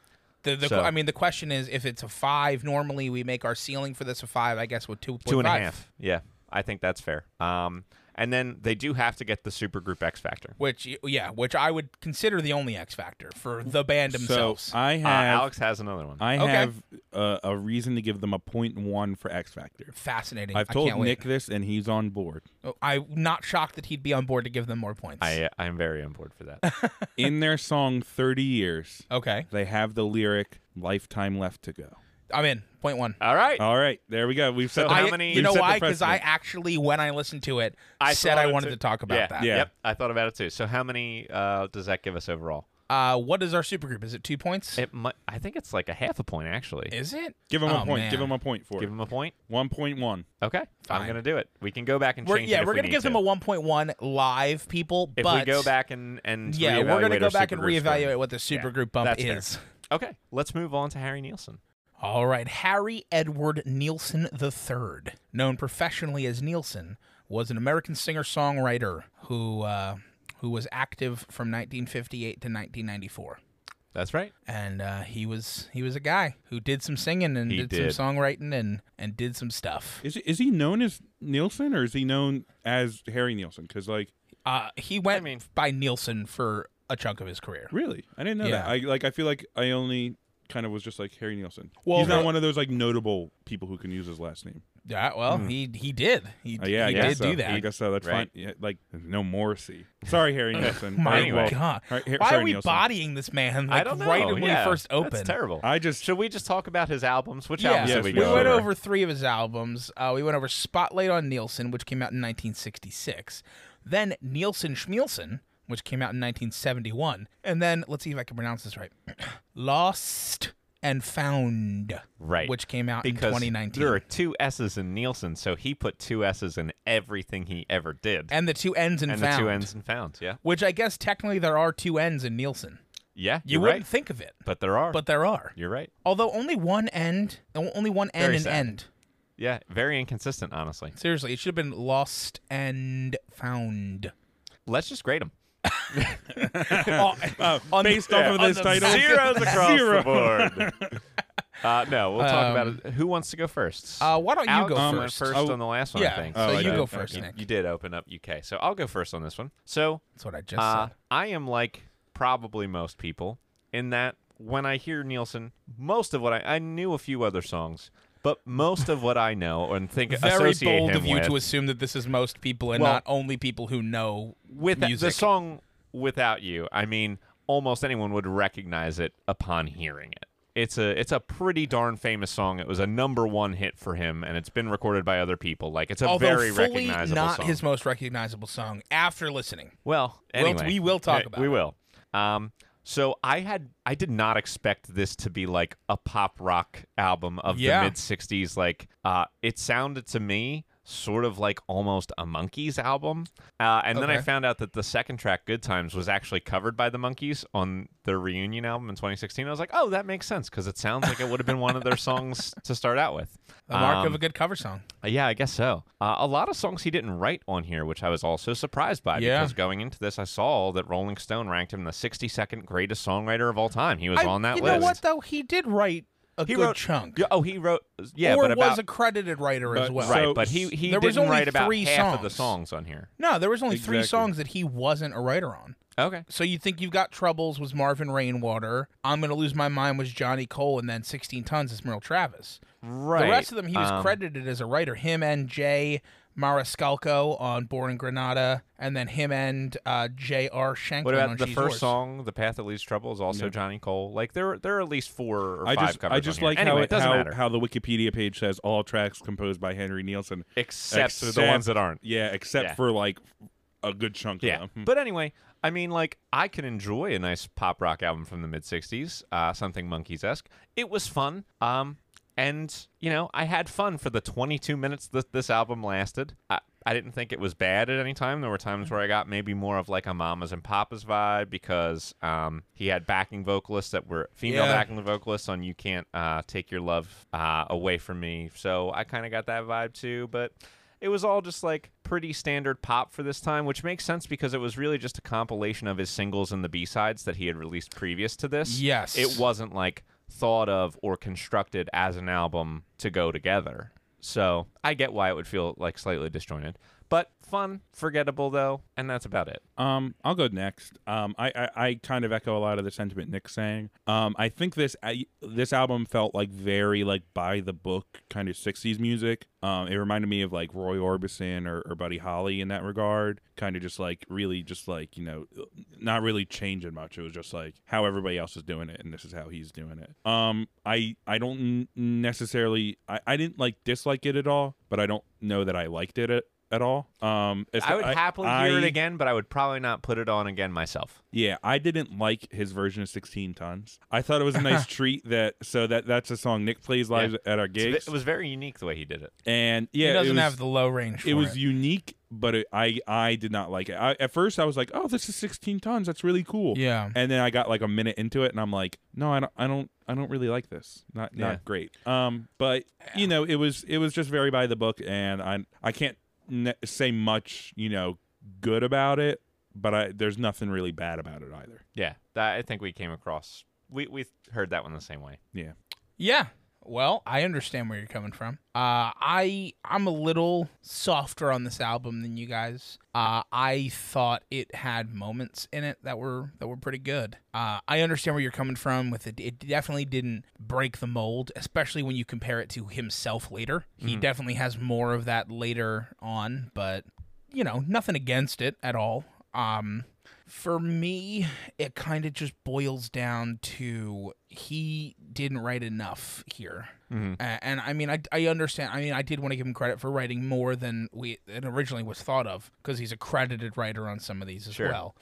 [SPEAKER 1] the, the,
[SPEAKER 2] So-
[SPEAKER 1] I mean, the question is if it's a five, normally we make our ceiling for this a five, I guess, with two
[SPEAKER 2] two and a half. yeah i think that's fair um, and then they do have to get the supergroup x factor
[SPEAKER 1] Which, yeah, which I would consider the only X factor for the band
[SPEAKER 3] So
[SPEAKER 1] themselves.
[SPEAKER 3] I
[SPEAKER 2] uh,
[SPEAKER 3] have
[SPEAKER 2] alex has another one
[SPEAKER 3] I
[SPEAKER 1] Okay.
[SPEAKER 3] have uh, a reason to give them a point one for X Factor.
[SPEAKER 1] Fascinating.
[SPEAKER 3] I've
[SPEAKER 1] I
[SPEAKER 3] told
[SPEAKER 1] can't wait.
[SPEAKER 3] Nick this, and he's on board.
[SPEAKER 1] Oh, I'm not shocked that he'd be on board to give them more points.
[SPEAKER 2] I, i'm very on board for that [LAUGHS]
[SPEAKER 3] In their song "30 Years,"
[SPEAKER 1] okay,
[SPEAKER 3] they have the lyric "Lifetime left to go."
[SPEAKER 1] I'm in. Point one.
[SPEAKER 2] all right
[SPEAKER 3] All right, there we go. We've set.
[SPEAKER 2] So
[SPEAKER 3] the-
[SPEAKER 2] how
[SPEAKER 1] I,
[SPEAKER 2] many-
[SPEAKER 1] you know
[SPEAKER 3] set the
[SPEAKER 1] why? Because I
[SPEAKER 3] precedent.
[SPEAKER 1] actually, when I listened to it,
[SPEAKER 2] I
[SPEAKER 1] said
[SPEAKER 2] thought
[SPEAKER 1] I
[SPEAKER 2] it
[SPEAKER 1] wanted
[SPEAKER 2] too.
[SPEAKER 1] to talk about
[SPEAKER 2] yeah,
[SPEAKER 1] that.
[SPEAKER 3] Yeah.
[SPEAKER 2] yep i thought about it too so how many uh, does that give us overall
[SPEAKER 1] Uh, what is our supergroup? Is it two points?
[SPEAKER 2] it might, i think it's like a half a point actually
[SPEAKER 1] Is it?
[SPEAKER 3] give him
[SPEAKER 1] oh,
[SPEAKER 3] a point.
[SPEAKER 1] Man.
[SPEAKER 3] Give him a point for
[SPEAKER 2] give
[SPEAKER 3] it.
[SPEAKER 2] him a point
[SPEAKER 3] One point one.
[SPEAKER 2] Okay, I'm
[SPEAKER 1] Fine.
[SPEAKER 2] gonna do it. We can go back and
[SPEAKER 1] We're,
[SPEAKER 2] change.
[SPEAKER 1] yeah,
[SPEAKER 2] it if
[SPEAKER 1] we're
[SPEAKER 2] we
[SPEAKER 1] gonna
[SPEAKER 2] need
[SPEAKER 1] give
[SPEAKER 2] to.
[SPEAKER 1] them a 1.1 live people.
[SPEAKER 2] If
[SPEAKER 1] but
[SPEAKER 2] we go back and and
[SPEAKER 1] yeah, we're gonna
[SPEAKER 2] reevaluate
[SPEAKER 1] go
[SPEAKER 2] our
[SPEAKER 1] back and
[SPEAKER 2] supergroup score.
[SPEAKER 1] reevaluate what the supergroup bump
[SPEAKER 2] that's fair.
[SPEAKER 1] is.
[SPEAKER 2] Okay, let's move on to Harry Nielsen.
[SPEAKER 1] All right, Harry Edward Nielsen III, known professionally as Nielsen, was an American singer-songwriter who uh, who was active from 1958 to 1994.
[SPEAKER 2] That's right.
[SPEAKER 1] And uh, he was he was a guy who did some singing and
[SPEAKER 2] He
[SPEAKER 1] did,
[SPEAKER 2] did.
[SPEAKER 1] some songwriting and and did some stuff.
[SPEAKER 3] Is is he known as Nielsen or is he known as Harry Nielsen? Because like
[SPEAKER 1] Uh, he went
[SPEAKER 2] mean-
[SPEAKER 1] by Nielsen for a chunk of his career.
[SPEAKER 3] really, I didn't know that.
[SPEAKER 1] Yeah.
[SPEAKER 3] I like I feel like I only kind of was just like Harry Nielsen.
[SPEAKER 1] Well,
[SPEAKER 3] he's not
[SPEAKER 1] the-
[SPEAKER 3] one of those like notable people who can use his last name.
[SPEAKER 1] Yeah, well, he he did. He,
[SPEAKER 3] hmm. Uh, yeah,
[SPEAKER 1] he
[SPEAKER 3] I guess
[SPEAKER 1] did
[SPEAKER 3] so.
[SPEAKER 1] do that.
[SPEAKER 3] I guess so. That's
[SPEAKER 2] Right.
[SPEAKER 3] fine. Yeah, like no Morrissey. Sorry, Harry
[SPEAKER 1] [LAUGHS]
[SPEAKER 3] Nielsen.
[SPEAKER 1] My
[SPEAKER 3] Alright, well,
[SPEAKER 1] God,
[SPEAKER 3] alright, Har-
[SPEAKER 1] why
[SPEAKER 3] sorry,
[SPEAKER 1] are we
[SPEAKER 3] Nielsen.
[SPEAKER 1] bodying this man? Like
[SPEAKER 2] I don't know.
[SPEAKER 1] right when
[SPEAKER 2] yeah,
[SPEAKER 1] we first
[SPEAKER 2] That's
[SPEAKER 1] opened.
[SPEAKER 2] terrible.
[SPEAKER 3] I just
[SPEAKER 2] Should we just talk about his albums? Which
[SPEAKER 1] Yeah,
[SPEAKER 2] albums
[SPEAKER 3] Yes,
[SPEAKER 2] did we
[SPEAKER 1] we
[SPEAKER 2] go
[SPEAKER 1] went
[SPEAKER 2] over?
[SPEAKER 1] over three of his albums. Uh, we went over Spotlight on Nielsen, which came out in 1966, then Nielsen Schmielsen, which came out in 1971, and then let's see if I can pronounce this right, [CLEARS THROAT] Lost and Found,
[SPEAKER 2] Right.
[SPEAKER 1] which came out
[SPEAKER 2] Because
[SPEAKER 1] in 2019,
[SPEAKER 2] there are two S's in Nielsen, so he put two S's in everything he ever did,
[SPEAKER 1] and the two ends and,
[SPEAKER 2] and
[SPEAKER 1] found,
[SPEAKER 2] the two ends and found. Yeah,
[SPEAKER 1] which I guess technically there are two ends in Nielsen.
[SPEAKER 2] yeah,
[SPEAKER 1] You
[SPEAKER 2] you're
[SPEAKER 1] wouldn't
[SPEAKER 2] right.
[SPEAKER 1] think of it,
[SPEAKER 2] But there are.
[SPEAKER 1] but there are.
[SPEAKER 2] you're right.
[SPEAKER 1] Although only one end, only one end
[SPEAKER 2] Very
[SPEAKER 1] and
[SPEAKER 2] sad.
[SPEAKER 1] end.
[SPEAKER 2] Yeah, very inconsistent, honestly.
[SPEAKER 1] Seriously, it should have been lost and found.
[SPEAKER 2] Let's just grade them.
[SPEAKER 1] Oh, [LAUGHS]
[SPEAKER 2] [LAUGHS]
[SPEAKER 3] based off of this title,
[SPEAKER 2] zeros across
[SPEAKER 3] Zero.
[SPEAKER 2] the
[SPEAKER 3] [LAUGHS]
[SPEAKER 2] board. Uh, no, we'll talk about it. Who wants to go first?
[SPEAKER 1] Um, Uh, why don't you
[SPEAKER 2] Alex
[SPEAKER 1] go
[SPEAKER 2] went
[SPEAKER 1] first?
[SPEAKER 3] Oh,
[SPEAKER 2] on the last one, I
[SPEAKER 1] yeah,
[SPEAKER 2] think.
[SPEAKER 1] so
[SPEAKER 3] Oh, I
[SPEAKER 1] you
[SPEAKER 3] did.
[SPEAKER 1] go
[SPEAKER 3] Okay.
[SPEAKER 1] first, Nick.
[SPEAKER 2] You did open up UK, so I'll go first on this one. So
[SPEAKER 1] [LAUGHS] That's what I just
[SPEAKER 2] uh,
[SPEAKER 1] said.
[SPEAKER 2] I am like probably most people in that when I hear Nielsen, most of what I I knew a few other songs, but most of what I know and think
[SPEAKER 1] Very
[SPEAKER 2] associate
[SPEAKER 1] bold
[SPEAKER 2] him
[SPEAKER 1] of you
[SPEAKER 2] with,
[SPEAKER 1] to assume that this is most people and
[SPEAKER 2] Well-
[SPEAKER 1] not only people who know
[SPEAKER 2] with the
[SPEAKER 1] music.
[SPEAKER 2] song without you i mean almost anyone would recognize it upon hearing it it's a it's a pretty darn famous song it was a number one hit for him and it's been recorded by other people like it's a
[SPEAKER 1] Although
[SPEAKER 2] very
[SPEAKER 1] fully
[SPEAKER 2] recognizable
[SPEAKER 1] not
[SPEAKER 2] song
[SPEAKER 1] his most recognizable song after listening.
[SPEAKER 2] well
[SPEAKER 1] We'll-
[SPEAKER 2] anyway
[SPEAKER 1] we will talk
[SPEAKER 2] Uh,
[SPEAKER 1] about
[SPEAKER 2] we
[SPEAKER 1] it.
[SPEAKER 2] will um so i had i did not expect this to be like a pop rock album of
[SPEAKER 1] Yeah.
[SPEAKER 2] the mid 60s like uh it sounded to me sort of like almost a monkeys album uh, and then i
[SPEAKER 1] Okay.
[SPEAKER 2] found out that the second track good times was actually covered by the monkeys on their reunion album in 2016 i was like oh that makes sense because it sounds like it would have been one of their songs to start out with
[SPEAKER 1] The mark
[SPEAKER 2] Um,
[SPEAKER 1] of [LAUGHS] a good cover song.
[SPEAKER 2] uh, Yeah, I guess so. Uh, a lot of songs he didn't write on here, which I was also surprised by
[SPEAKER 1] Yeah.
[SPEAKER 2] because going into this, I saw that Rolling Stone ranked him the 62nd greatest songwriter of all time. He was on that
[SPEAKER 1] you
[SPEAKER 2] list.
[SPEAKER 1] know what though? He did write a
[SPEAKER 2] He
[SPEAKER 1] good
[SPEAKER 2] wrote-
[SPEAKER 1] chunk.
[SPEAKER 2] Yeah, Oh, he wrote. Yeah,
[SPEAKER 1] or
[SPEAKER 2] but about
[SPEAKER 1] was a credited writer as
[SPEAKER 3] But-
[SPEAKER 1] well.
[SPEAKER 2] right,
[SPEAKER 3] So-
[SPEAKER 2] but he he
[SPEAKER 1] There
[SPEAKER 2] didn't
[SPEAKER 1] was only
[SPEAKER 2] write about
[SPEAKER 1] three
[SPEAKER 2] half of the
[SPEAKER 1] songs.
[SPEAKER 2] songs on here.
[SPEAKER 1] No, there was only three
[SPEAKER 3] Exactly.
[SPEAKER 1] songs that he wasn't a writer on.
[SPEAKER 2] Okay.
[SPEAKER 1] So you think you've got Troubles was Marvin Rainwater, I'm Gonna Lose My Mind was Johnny Cole, and then 16 Tons is Merle Travis.
[SPEAKER 2] Right.
[SPEAKER 1] The rest of them he was
[SPEAKER 2] Um,
[SPEAKER 1] credited as a writer. Him and Jay Mariscalco on Born in Granada, and then him and uh, J.R. Shanklin
[SPEAKER 2] What
[SPEAKER 1] on
[SPEAKER 2] about the
[SPEAKER 1] She's
[SPEAKER 2] first
[SPEAKER 1] Yours.
[SPEAKER 2] song, "The Path That Leads to Trouble"? Is also Johnny Cole. Like there, are- there are at least four or
[SPEAKER 3] I
[SPEAKER 2] five
[SPEAKER 3] just,
[SPEAKER 2] covers.
[SPEAKER 3] I
[SPEAKER 2] on
[SPEAKER 3] just
[SPEAKER 2] here.
[SPEAKER 3] like
[SPEAKER 2] anyway,
[SPEAKER 3] how,
[SPEAKER 2] it doesn't
[SPEAKER 3] how,
[SPEAKER 2] matter
[SPEAKER 3] how the Wikipedia page says all tracks composed by Henry Nielsen,
[SPEAKER 2] except, the ones that aren't.
[SPEAKER 3] Yeah, except
[SPEAKER 2] Yeah.
[SPEAKER 3] for like a good chunk
[SPEAKER 2] Yeah.
[SPEAKER 3] of them. Hmm.
[SPEAKER 2] But anyway, I mean, like, I can enjoy a nice pop rock album from the mid 60s, uh, something monkeys esque. It was fun. Um, and, you know, I had fun for the 22 minutes that this album lasted. I, I didn't think it was bad at any time. There were times
[SPEAKER 3] Mm-hmm.
[SPEAKER 2] where I got maybe more of like a mama's and papa's vibe because um, he had backing vocalists that were female
[SPEAKER 1] Yeah.
[SPEAKER 2] backing vocalists on You Can't uh, Take Your Love uh, Away From Me. So I kind of got that vibe too. But it was all just like pretty standard pop for this time, which makes sense because it was really just a compilation of his singles and the B sides that he had released previous to this.
[SPEAKER 1] Yes.
[SPEAKER 2] It wasn't like thought of or constructed as an album to go together. So I get why it would feel like slightly disjointed. But fun, forgettable though, and that's about it.
[SPEAKER 3] Um, I'll go next. Um, I, I, I kind of echo a lot of the sentiment Nick's saying. Um, I think this I, this album felt like very like by the book kind of '60s music. Um, it reminded me of like Roy Orbison or, or Buddy Holly in that regard. Kind of just like really just like you know, not really changing much. It was just like how everybody else is doing it, and this is how he's doing it. Um, I I don't n- necessarily I, I didn't like dislike it at all, but I don't know that I liked it at, at all. Um, it's-
[SPEAKER 2] I would happily hear it
[SPEAKER 3] I-
[SPEAKER 2] again, but I would probably not put it on again myself.
[SPEAKER 3] yeah, I didn't like his version of 16 Tons. I thought it was
[SPEAKER 1] [LAUGHS]
[SPEAKER 3] a nice treat that so that that's a song Nick plays live at our
[SPEAKER 2] It's ve-
[SPEAKER 3] gigs.
[SPEAKER 2] It was very unique the way he did it.
[SPEAKER 3] and yeah,
[SPEAKER 1] He
[SPEAKER 3] it
[SPEAKER 1] doesn't
[SPEAKER 3] was,
[SPEAKER 1] have the low range. For
[SPEAKER 3] it was unique, but it, I I did not like it. I, at first I was like, "Oh, this is 16 Tons. That's really cool."
[SPEAKER 1] Yeah.
[SPEAKER 3] And then I got like a minute into it and I'm like, "No, I don't I don't I don't really like this. Not not
[SPEAKER 2] Yeah.
[SPEAKER 3] great." Um, but you know, it was it was just very by the book and I I can't ne- say much, you know, good about it, but I there's nothing really bad about it either.
[SPEAKER 2] Yeah. That, I think we came across we we heard that one the same way.
[SPEAKER 3] Yeah.
[SPEAKER 1] Yeah. Well, I understand where you're coming from. Uh, I I'm a little softer on this album than you guys. Uh, I thought it had moments in it that were that were pretty good. Uh, I understand where you're coming from with it. It definitely didn't break the mold, especially when you compare it to himself later. He definitely has more of that later on, but you know, nothing against it at all. Um, for me, it kind of just boils down to he didn't write enough here. A- And, I mean, I, I understand. I mean, I did want to give him credit for writing more than we than originally was thought of because he's a credited writer on some of these as
[SPEAKER 2] Sure.
[SPEAKER 1] well.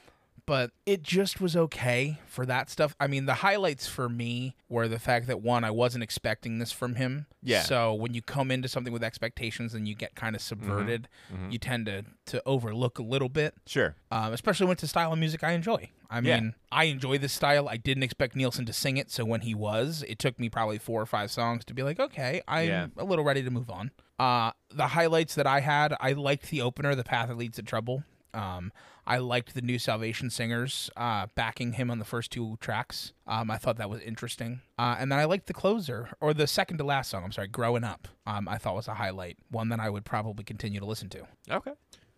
[SPEAKER 1] but it just was okay for that stuff. I mean, the highlights for me were the fact that one, I wasn't expecting this from him.
[SPEAKER 2] Yeah.
[SPEAKER 1] So when you come into something with expectations and you get kind of subverted, you tend to to overlook a little bit.
[SPEAKER 2] Sure.
[SPEAKER 1] Um, especially when it's a style of music I enjoy. I
[SPEAKER 2] Yeah.
[SPEAKER 1] mean, I enjoy this style. I didn't expect Nielsen to sing it, so when he was, it took me probably four or five songs to be like, okay, I'm
[SPEAKER 2] Yeah.
[SPEAKER 1] a little ready to move on. Uh, the highlights that I had, I liked the opener, "The Path That Leads to Trouble." Um, I liked the new Salvation Singers uh, backing him on the first two tracks. Um, I thought that was interesting, uh, and then I liked the closer or the second to last song. I'm sorry, "Growing Up." Um, I thought was a highlight, one that I would probably continue to listen to.
[SPEAKER 2] Okay.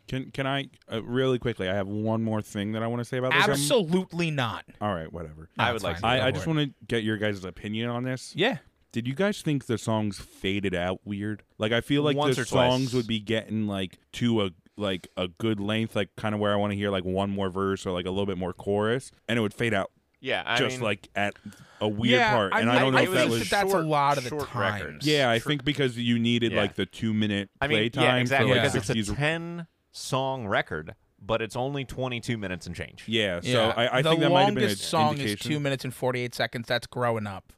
[SPEAKER 3] Can can I uh, really quickly? I have one more thing that I want to say about this. album.
[SPEAKER 1] Absolutely not.
[SPEAKER 3] All right, whatever.
[SPEAKER 2] um, I
[SPEAKER 1] it's
[SPEAKER 2] would like
[SPEAKER 1] fine.
[SPEAKER 2] to.
[SPEAKER 3] I,
[SPEAKER 1] go
[SPEAKER 3] I
[SPEAKER 1] for
[SPEAKER 3] just
[SPEAKER 1] it.
[SPEAKER 3] want to get your guys' opinion on this.
[SPEAKER 1] Yeah.
[SPEAKER 3] Did you guys think the songs faded out weird? Like I feel like
[SPEAKER 2] Once
[SPEAKER 3] the
[SPEAKER 2] or twice.
[SPEAKER 3] songs would be getting like to a like a good length, like kind of where I want to hear like one more verse or like a little bit more chorus, and it would fade out
[SPEAKER 2] Yeah. I
[SPEAKER 3] just
[SPEAKER 2] mean,
[SPEAKER 3] like at a weird
[SPEAKER 1] Yeah,
[SPEAKER 3] part. And I,
[SPEAKER 1] mean,
[SPEAKER 3] don't know
[SPEAKER 1] I
[SPEAKER 3] if that
[SPEAKER 1] think
[SPEAKER 3] was.
[SPEAKER 1] that that's a
[SPEAKER 2] short-
[SPEAKER 1] lot of the
[SPEAKER 2] short
[SPEAKER 1] times.
[SPEAKER 2] records.
[SPEAKER 3] yeah, I
[SPEAKER 2] True.
[SPEAKER 3] think because you needed
[SPEAKER 2] Yeah.
[SPEAKER 3] like the two minute
[SPEAKER 2] I mean,
[SPEAKER 3] playtime
[SPEAKER 2] yeah, exactly.
[SPEAKER 3] for like
[SPEAKER 2] Because it's
[SPEAKER 3] 60s.
[SPEAKER 2] a ten-song record, but it's only twenty-two minutes and change.
[SPEAKER 3] yeah, so
[SPEAKER 1] Yeah.
[SPEAKER 3] I, I
[SPEAKER 1] the
[SPEAKER 3] think that might have been an
[SPEAKER 1] longest song
[SPEAKER 3] indication.
[SPEAKER 1] is two minutes and forty eight seconds. That's growing up.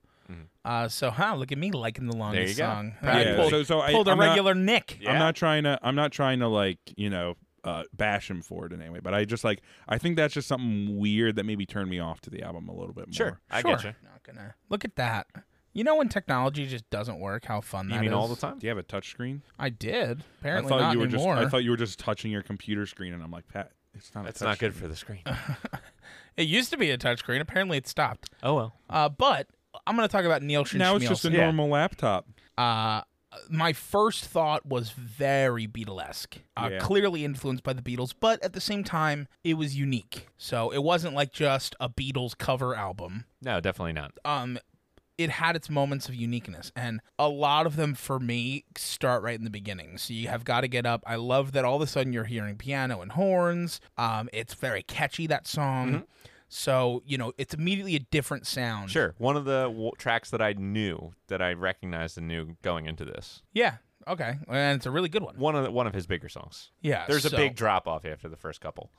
[SPEAKER 1] Uh, so, huh? Look at me liking the longest
[SPEAKER 2] Mm-hmm. go.
[SPEAKER 1] song.
[SPEAKER 2] Proud
[SPEAKER 1] I
[SPEAKER 2] of
[SPEAKER 3] yeah,
[SPEAKER 1] pulled,
[SPEAKER 3] so, so I,
[SPEAKER 1] pulled a
[SPEAKER 3] I'm not-
[SPEAKER 1] regular Nick.
[SPEAKER 2] Yeah.
[SPEAKER 3] I'm not trying to. I'm not trying to like you know uh, bash him for it in any way. But I just like. I think that's just something weird that maybe turned me off to the album a little bit more.
[SPEAKER 2] Sure. I
[SPEAKER 1] sure.
[SPEAKER 2] get you.
[SPEAKER 1] Not gonna look at that. You know when technology just doesn't work, how fun
[SPEAKER 2] You
[SPEAKER 1] that
[SPEAKER 2] mean
[SPEAKER 1] is?
[SPEAKER 2] all the time?
[SPEAKER 3] Do you have a touch screen?
[SPEAKER 1] I did.
[SPEAKER 3] I
[SPEAKER 1] Apparently
[SPEAKER 3] thought
[SPEAKER 1] not
[SPEAKER 3] you were
[SPEAKER 1] anymore.
[SPEAKER 3] just. I thought you were just touching your computer screen, and I'm like, Pat, it's not.
[SPEAKER 2] That's
[SPEAKER 3] a
[SPEAKER 2] not
[SPEAKER 3] touch
[SPEAKER 2] good
[SPEAKER 3] screen.
[SPEAKER 2] for
[SPEAKER 1] [LAUGHS]
[SPEAKER 2] the screen.
[SPEAKER 1] it used to be a touchscreen. Apparently, it stopped.
[SPEAKER 2] oh well.
[SPEAKER 1] Uh, but I'm gonna talk about Neil Schmielsen.
[SPEAKER 3] Now it's just a
[SPEAKER 2] Yeah.
[SPEAKER 3] normal laptop.
[SPEAKER 1] uh, my first thought was very Beatlesque, uh,
[SPEAKER 3] Yeah.
[SPEAKER 1] clearly influenced by the Beatles, but at the same time, it was unique. So it wasn't like just a Beatles cover album.
[SPEAKER 2] No, definitely not.
[SPEAKER 1] Um, it had its moments of uniqueness, and a lot of them for me start right in the beginning. So you have got to get up. I love that all of a sudden you're hearing piano and horns. Um, it's very catchy that song. So you know it's immediately a different sound.
[SPEAKER 2] Mm-hmm. Sure. One of the w- tracks that I knew that I recognized and knew going into this.
[SPEAKER 1] Yeah. Okay. And it's a really good one.
[SPEAKER 2] One of the, one of his bigger songs.
[SPEAKER 1] Yeah.
[SPEAKER 2] There's a
[SPEAKER 1] Uh, so-
[SPEAKER 2] big drop off after the first couple.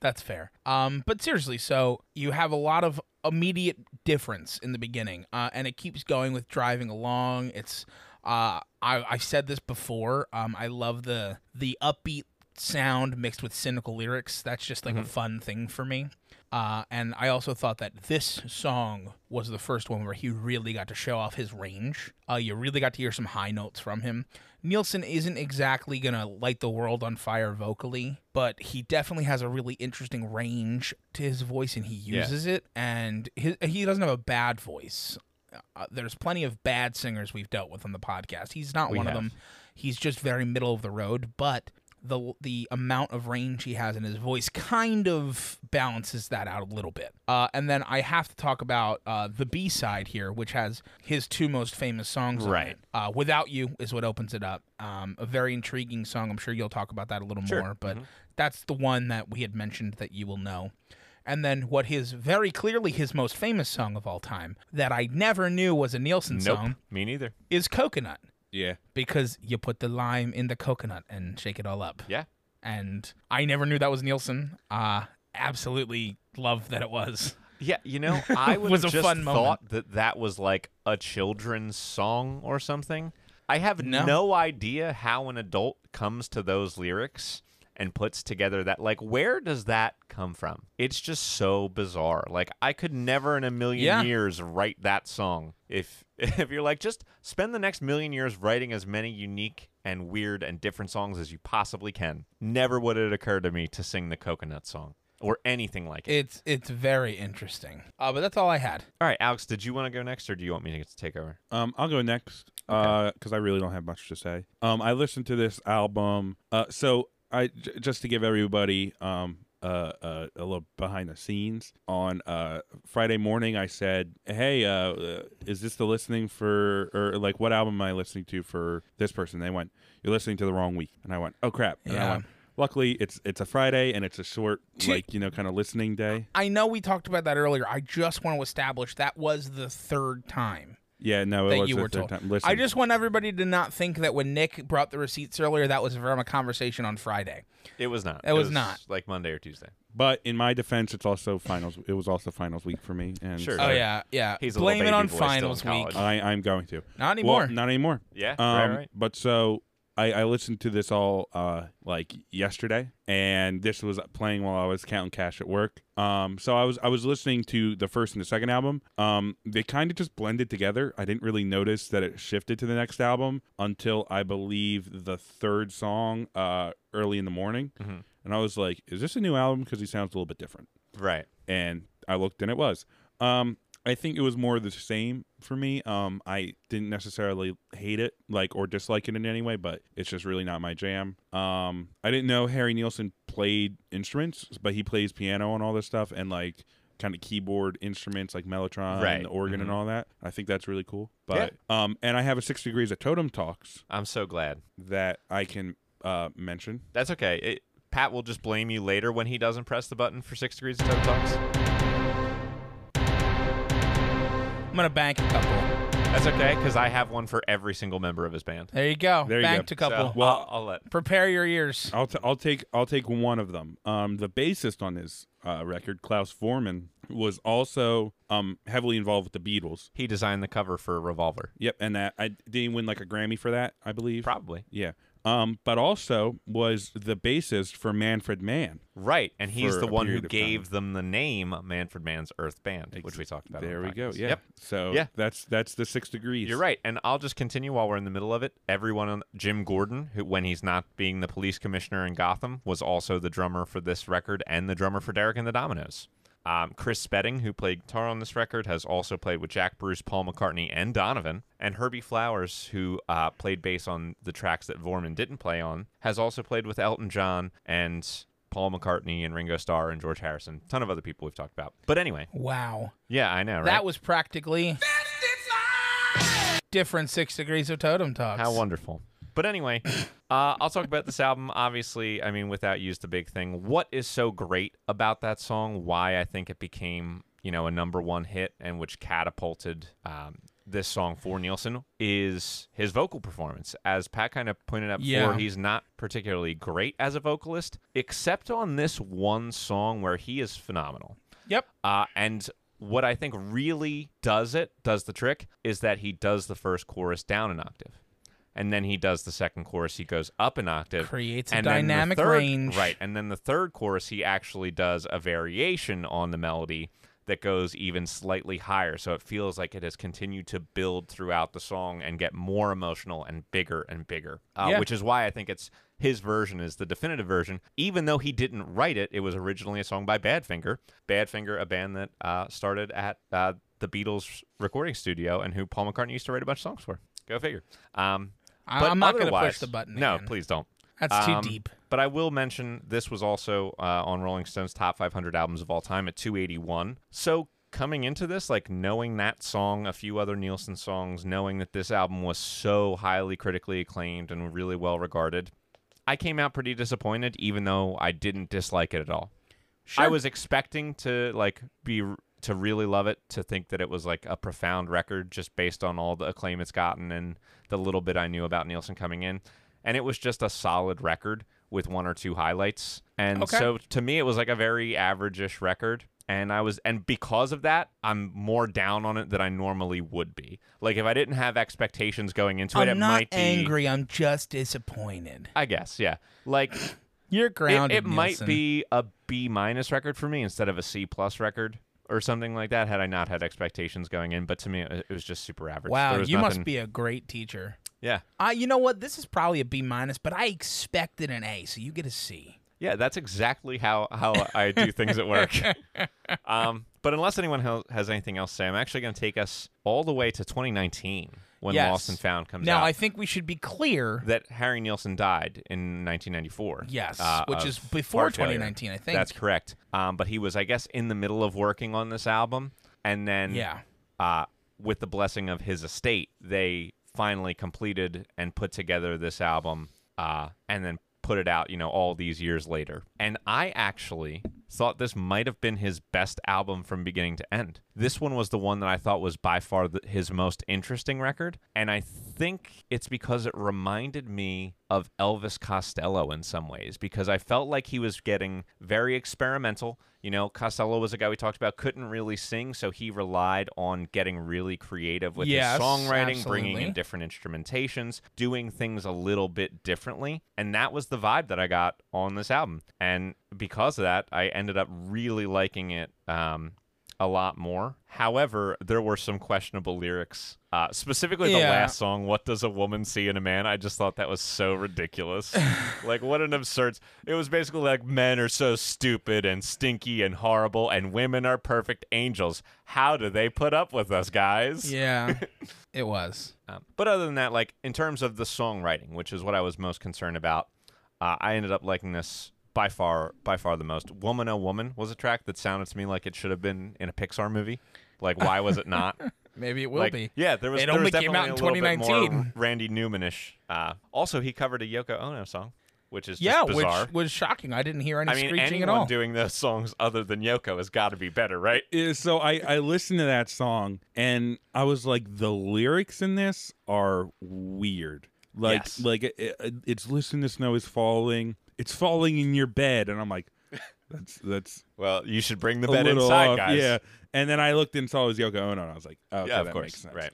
[SPEAKER 1] That's fair. Um, but seriously, so you have a lot of immediate difference in the beginning, uh, and it keeps going with driving along. It's uh, I, I've said this before. Um, I love the the upbeat sound mixed with cynical lyrics. That's just like a fun thing for me. Uh, and I also thought that this song was the first one where he really got to show off his range. Uh, you really got to hear some high notes from him. Nielsen isn't exactly going to light the world on fire vocally, but he definitely has a really interesting range to his voice and he uses it. And his, he doesn't have a bad voice. Uh, there's plenty of bad singers we've dealt with on the podcast. He's not
[SPEAKER 2] We
[SPEAKER 1] one
[SPEAKER 2] have.
[SPEAKER 1] of them. He's just very middle of the road, but the the amount of range he has in his voice kind of balances that out a little bit. Uh, and then I have to talk about uh, the B side here, which has his two most famous songs. on
[SPEAKER 2] Right.
[SPEAKER 1] it. Uh, Without You is what opens it up. Um, a very intriguing song. I'm sure you'll talk about that a little
[SPEAKER 2] Sure. Mm-hmm.
[SPEAKER 1] more, but that's the one that we had mentioned that you will know. And then what his very clearly his most famous song of all time that I never knew was a Nielsen
[SPEAKER 2] Nope.
[SPEAKER 1] song
[SPEAKER 2] Me neither.
[SPEAKER 1] is Coconut
[SPEAKER 3] Yeah.
[SPEAKER 1] because you put the lime in the coconut and shake it all up.
[SPEAKER 2] Yeah.
[SPEAKER 1] And I never knew that was Nielsen. Uh absolutely loved that it was.
[SPEAKER 2] Yeah, you
[SPEAKER 1] [LAUGHS]
[SPEAKER 2] know, I would
[SPEAKER 1] Was
[SPEAKER 2] have
[SPEAKER 1] a
[SPEAKER 2] just
[SPEAKER 1] fun moment.
[SPEAKER 2] thought that that was like a children's song or something. I have
[SPEAKER 1] No.
[SPEAKER 2] no. idea how an adult comes to those lyrics and puts together that like where does that come from? It's just so bizarre. Like I could never in a million
[SPEAKER 1] Yeah.
[SPEAKER 2] years write that song. If [LAUGHS] if you're like just spend the next million years writing as many unique and weird and different songs as you possibly can. Never would it occur to me to sing the coconut song or anything like it.
[SPEAKER 1] It's it's very interesting. Uh but that's all I had.
[SPEAKER 2] All right, Alex, did you want to go next or do you want me to take over?
[SPEAKER 3] Um, I'll go next because I really don't have much to say. Um, I listened to this album. Uh, so I j- just to give everybody um uh, uh a little behind the scenes on uh Friday morning I said, hey, uh, uh, is this the listening for or like what album am I listening to for this person? They went, you're listening to the wrong week, and I went, oh crap, and I
[SPEAKER 1] Yeah.
[SPEAKER 3] went. Luckily, it's it's a Friday and it's a short,
[SPEAKER 1] Two-
[SPEAKER 3] like you know, kind of listening day.
[SPEAKER 1] I know we talked about that earlier. I just want to establish that was the third time
[SPEAKER 3] Yeah, no, it
[SPEAKER 1] that
[SPEAKER 3] was
[SPEAKER 1] you
[SPEAKER 3] the
[SPEAKER 1] were
[SPEAKER 3] third
[SPEAKER 1] told.
[SPEAKER 3] time. Listen,
[SPEAKER 1] I just want everybody to not think that when Nick brought the receipts earlier, that was from a conversation on Friday.
[SPEAKER 2] It was not.
[SPEAKER 1] It was not.
[SPEAKER 2] Like Monday or Tuesday.
[SPEAKER 3] But in my defense, it's also finals. It was also finals week for me. And
[SPEAKER 2] Sure.
[SPEAKER 3] so
[SPEAKER 1] Oh yeah, yeah.
[SPEAKER 2] He's a little
[SPEAKER 1] Blame it
[SPEAKER 2] baby
[SPEAKER 1] on
[SPEAKER 2] boy still in
[SPEAKER 1] finals week. Uh,
[SPEAKER 2] college.
[SPEAKER 3] I, I'm going to.
[SPEAKER 1] Not
[SPEAKER 3] Well,
[SPEAKER 1] anymore.
[SPEAKER 3] not anymore.
[SPEAKER 2] Yeah.
[SPEAKER 3] Um,
[SPEAKER 2] [LAUGHS] right, right.
[SPEAKER 3] But so I, I listened to this all uh, like yesterday, and this was playing while I was counting cash at work. Um, so I was I was listening to the first and the second album. Um, they kind of just blended together. I didn't really notice that it shifted to the next album until I believe the third song, uh, early in the morning,
[SPEAKER 1] Mm-hmm.
[SPEAKER 2] Mhm.
[SPEAKER 3] and I was like, "Is this a new album?" Because he sounds a little bit different
[SPEAKER 2] Right.
[SPEAKER 3] and I looked and it was. Um, I think it was more the same for me. Um, I didn't necessarily hate it like or dislike it in any way, but it's just really not my jam. Um, I didn't know Harry Nielsen played instruments, but he plays piano and all this stuff and like kind of keyboard instruments like mellotron
[SPEAKER 2] Right.
[SPEAKER 3] and the organ and
[SPEAKER 2] Mhm.
[SPEAKER 3] all that. I think that's really cool. But um, and I have a six degrees of totem talks
[SPEAKER 2] I'm so glad.
[SPEAKER 3] that I can uh mention.
[SPEAKER 2] That's okay. It, Pat will just blame you later when he doesn't press the button for six degrees of Total Talks.
[SPEAKER 1] I'm gonna bank a couple.
[SPEAKER 2] That's okay because I have one for every single member of his band.
[SPEAKER 1] There you go.
[SPEAKER 3] There you go.
[SPEAKER 1] Banked a couple.
[SPEAKER 2] So,
[SPEAKER 3] Well-
[SPEAKER 2] I'll, I'll let.
[SPEAKER 1] Prepare your ears.
[SPEAKER 3] I'll, t- I'll take I'll take one of them. Um, the bassist on this uh, record, Klaus Foreman, was also um, heavily involved with the Beatles.
[SPEAKER 2] He designed the cover for Revolver.
[SPEAKER 3] Yep, and that I did he win like a Grammy for that, I believe.
[SPEAKER 2] Probably.
[SPEAKER 3] yeah. Um, but also was the bassist for Manfred Mann.
[SPEAKER 2] Right. And he's
[SPEAKER 3] For
[SPEAKER 2] the
[SPEAKER 3] a
[SPEAKER 2] one who
[SPEAKER 3] period of
[SPEAKER 2] gave them the name Manfred Mann's Earth Band, which we talked about. on
[SPEAKER 3] There
[SPEAKER 2] the
[SPEAKER 3] we go.
[SPEAKER 2] podcast.
[SPEAKER 3] Yeah.
[SPEAKER 2] Yep.
[SPEAKER 3] So
[SPEAKER 2] Yeah.
[SPEAKER 3] that's that's the six degrees.
[SPEAKER 2] You're right, and I'll just continue while we're in the middle of it. Everyone on Jim Gordon, who when he's not being the police commissioner in Gotham, was also the drummer for this record and the drummer for Derek and the Dominoes. Um, Chris Spedding, who played guitar on this record, has also played with Jack Bruce, Paul McCartney, and Donovan. And Herbie Flowers, who uh, played bass on the tracks that Vorman didn't play on, has also played with Elton John and Paul McCartney and Ringo Starr and George Harrison. Ton of other people we've talked about. But anyway,
[SPEAKER 1] Wow.
[SPEAKER 2] yeah, I know, right?
[SPEAKER 1] That was practically different six degrees of totem talks.
[SPEAKER 2] How wonderful. But anyway, [COUGHS] uh, I'll talk about this album. Obviously, I mean, without you's the big thing. What is so great about that song? Why I think it became, you know, a number one hit and which catapulted um, this song for Nielsen is his vocal performance. As Pat kind of pointed out before,
[SPEAKER 1] Yeah.
[SPEAKER 2] he's not particularly great as a vocalist, except on this one song where he is phenomenal.
[SPEAKER 1] Yep.
[SPEAKER 2] Uh, and what I think really does it, does the trick, is that he does the first chorus down an octave. And then he does the second chorus, he goes up an octave.
[SPEAKER 1] Creates a
[SPEAKER 2] and then the
[SPEAKER 1] dynamic
[SPEAKER 2] third-
[SPEAKER 1] range.
[SPEAKER 2] Right. And then the third chorus, he actually does a variation on the melody that goes even slightly higher. So it feels like it has continued to build throughout the song and get more emotional and bigger and bigger, uh,
[SPEAKER 1] Yeah.
[SPEAKER 2] which is why I think it's his version is the definitive version. Even though he didn't write it, it was originally a song by Badfinger. Badfinger, a band that uh, started at uh, the Beatles recording studio and who Paul McCartney used to write a bunch of songs for. Go figure. Um,
[SPEAKER 1] I-
[SPEAKER 2] but
[SPEAKER 1] I'm not gonna
[SPEAKER 2] otherwise-
[SPEAKER 1] push the button.
[SPEAKER 2] No,
[SPEAKER 1] again.
[SPEAKER 2] please don't.
[SPEAKER 1] That's too
[SPEAKER 2] Um,
[SPEAKER 1] deep.
[SPEAKER 2] But I will mention this was also uh, on Rolling Stone's top 500 albums of all time at 281. So coming into this, like knowing that song, a few other Nielsen songs, knowing that this album was so highly critically acclaimed and really well regarded, I came out pretty disappointed, even though I didn't dislike it at all. I was expecting to like be to really love it, to think that it was like a profound record just based on all the acclaim it's gotten and the little bit I knew about Nielsen coming in. And it was just a solid record with one or two highlights. And
[SPEAKER 1] Okay.
[SPEAKER 2] so to me it was like a very average-ish record. And I was and because of that, I'm more down on it than I normally would be. Like if I didn't have expectations going into it,
[SPEAKER 1] I'm
[SPEAKER 2] it
[SPEAKER 1] not
[SPEAKER 2] might be
[SPEAKER 1] angry. I'm just disappointed.
[SPEAKER 2] I guess, yeah. Like
[SPEAKER 1] You're
[SPEAKER 2] it,
[SPEAKER 1] grounded.
[SPEAKER 2] it might
[SPEAKER 1] Nielsen.
[SPEAKER 2] be a B minus record for me instead of a C plus record or something like that had I not had expectations going in. But to me, it, it was just super average.
[SPEAKER 1] Wow,
[SPEAKER 2] There was
[SPEAKER 1] you
[SPEAKER 2] nothing-
[SPEAKER 1] must be a great teacher.
[SPEAKER 2] Yeah,
[SPEAKER 1] I, you know what? This is probably a B minus, but I expected an A, so you get a C.
[SPEAKER 2] yeah. That's exactly how how I do things
[SPEAKER 1] [LAUGHS]
[SPEAKER 2] at work. um, but unless anyone hel- has anything else to say, I'm actually going to take us all the way to 2019 when
[SPEAKER 1] Yes.
[SPEAKER 2] Lost and Found comes
[SPEAKER 1] Now,
[SPEAKER 2] out.
[SPEAKER 1] I think we should be clear.
[SPEAKER 2] that Harry Nielsen died in 1994.
[SPEAKER 1] Yes,
[SPEAKER 2] uh,
[SPEAKER 1] which
[SPEAKER 2] of
[SPEAKER 1] is before
[SPEAKER 2] heart failure.
[SPEAKER 1] 2019, I think.
[SPEAKER 2] That's correct. Um, but he was, I guess, in the middle of working on this album, and then
[SPEAKER 1] Yeah.
[SPEAKER 2] uh, with the blessing of his estate, they finally completed and put together this album, uh, and then put it out. You know, all these years later. And I actually thought this might have been his best album from beginning to end. This one was the one that I thought was by far the, his most interesting record, and I think it's because it reminded me of Elvis Costello in some ways because I felt like he was getting very experimental. You know, Costello was a guy we talked about couldn't really sing, so he relied on getting really creative with
[SPEAKER 1] Yes,
[SPEAKER 2] his songwriting, bringing
[SPEAKER 1] absolutely.
[SPEAKER 2] in different instrumentations, doing things a little bit differently. And that was the vibe that I got on this album. And because of that, I ended up really liking it um, a lot more. However, there were some questionable lyrics. Uh, specifically, the
[SPEAKER 1] Yeah.
[SPEAKER 2] last song, What Does a Woman See in a Man? I just thought that was so ridiculous. like, what an absurd. It was basically like men are so stupid and stinky and horrible, and women are perfect angels. How do they put up with us, guys? [LAUGHS]
[SPEAKER 1] Yeah, it was.
[SPEAKER 2] Um, but other than that, like in terms of the songwriting, which is what I was most concerned about, uh, I ended up liking this by far, by far the most. "Woman Oh Woman" was a track that sounded to me like it should have been in a Pixar movie. Like, why was it not?
[SPEAKER 1] Maybe it [LAUGHS] will
[SPEAKER 2] like,
[SPEAKER 1] be.
[SPEAKER 2] yeah, there was.
[SPEAKER 1] It
[SPEAKER 2] there
[SPEAKER 1] only
[SPEAKER 2] was
[SPEAKER 1] came out
[SPEAKER 2] definitely
[SPEAKER 1] in
[SPEAKER 2] a little bit more
[SPEAKER 1] 2019.
[SPEAKER 2] Randy Newman-ish. Uh, also, he covered a Yoko Ono song, which is just
[SPEAKER 1] yeah,
[SPEAKER 2] bizarre.
[SPEAKER 1] which was shocking. I didn't hear any
[SPEAKER 2] I mean,
[SPEAKER 1] screeching at
[SPEAKER 2] anyone
[SPEAKER 1] all.
[SPEAKER 2] doing those songs other than Yoko has got to be better, right?
[SPEAKER 3] is so I, I listened to that song and I was like the lyrics in this are weird. Like
[SPEAKER 2] Yes.
[SPEAKER 3] like it, it, it's listen the snow is falling. It's falling in your bed and I'm like that's that's
[SPEAKER 2] Well, you should bring the
[SPEAKER 3] a
[SPEAKER 2] bed
[SPEAKER 3] little
[SPEAKER 2] inside,
[SPEAKER 3] off.
[SPEAKER 2] guys.
[SPEAKER 3] Yeah. And then I looked and saw it was Yoko Ono and I was like, oh, okay,
[SPEAKER 2] yeah, of
[SPEAKER 3] that
[SPEAKER 2] course,
[SPEAKER 3] makes sense.
[SPEAKER 2] right?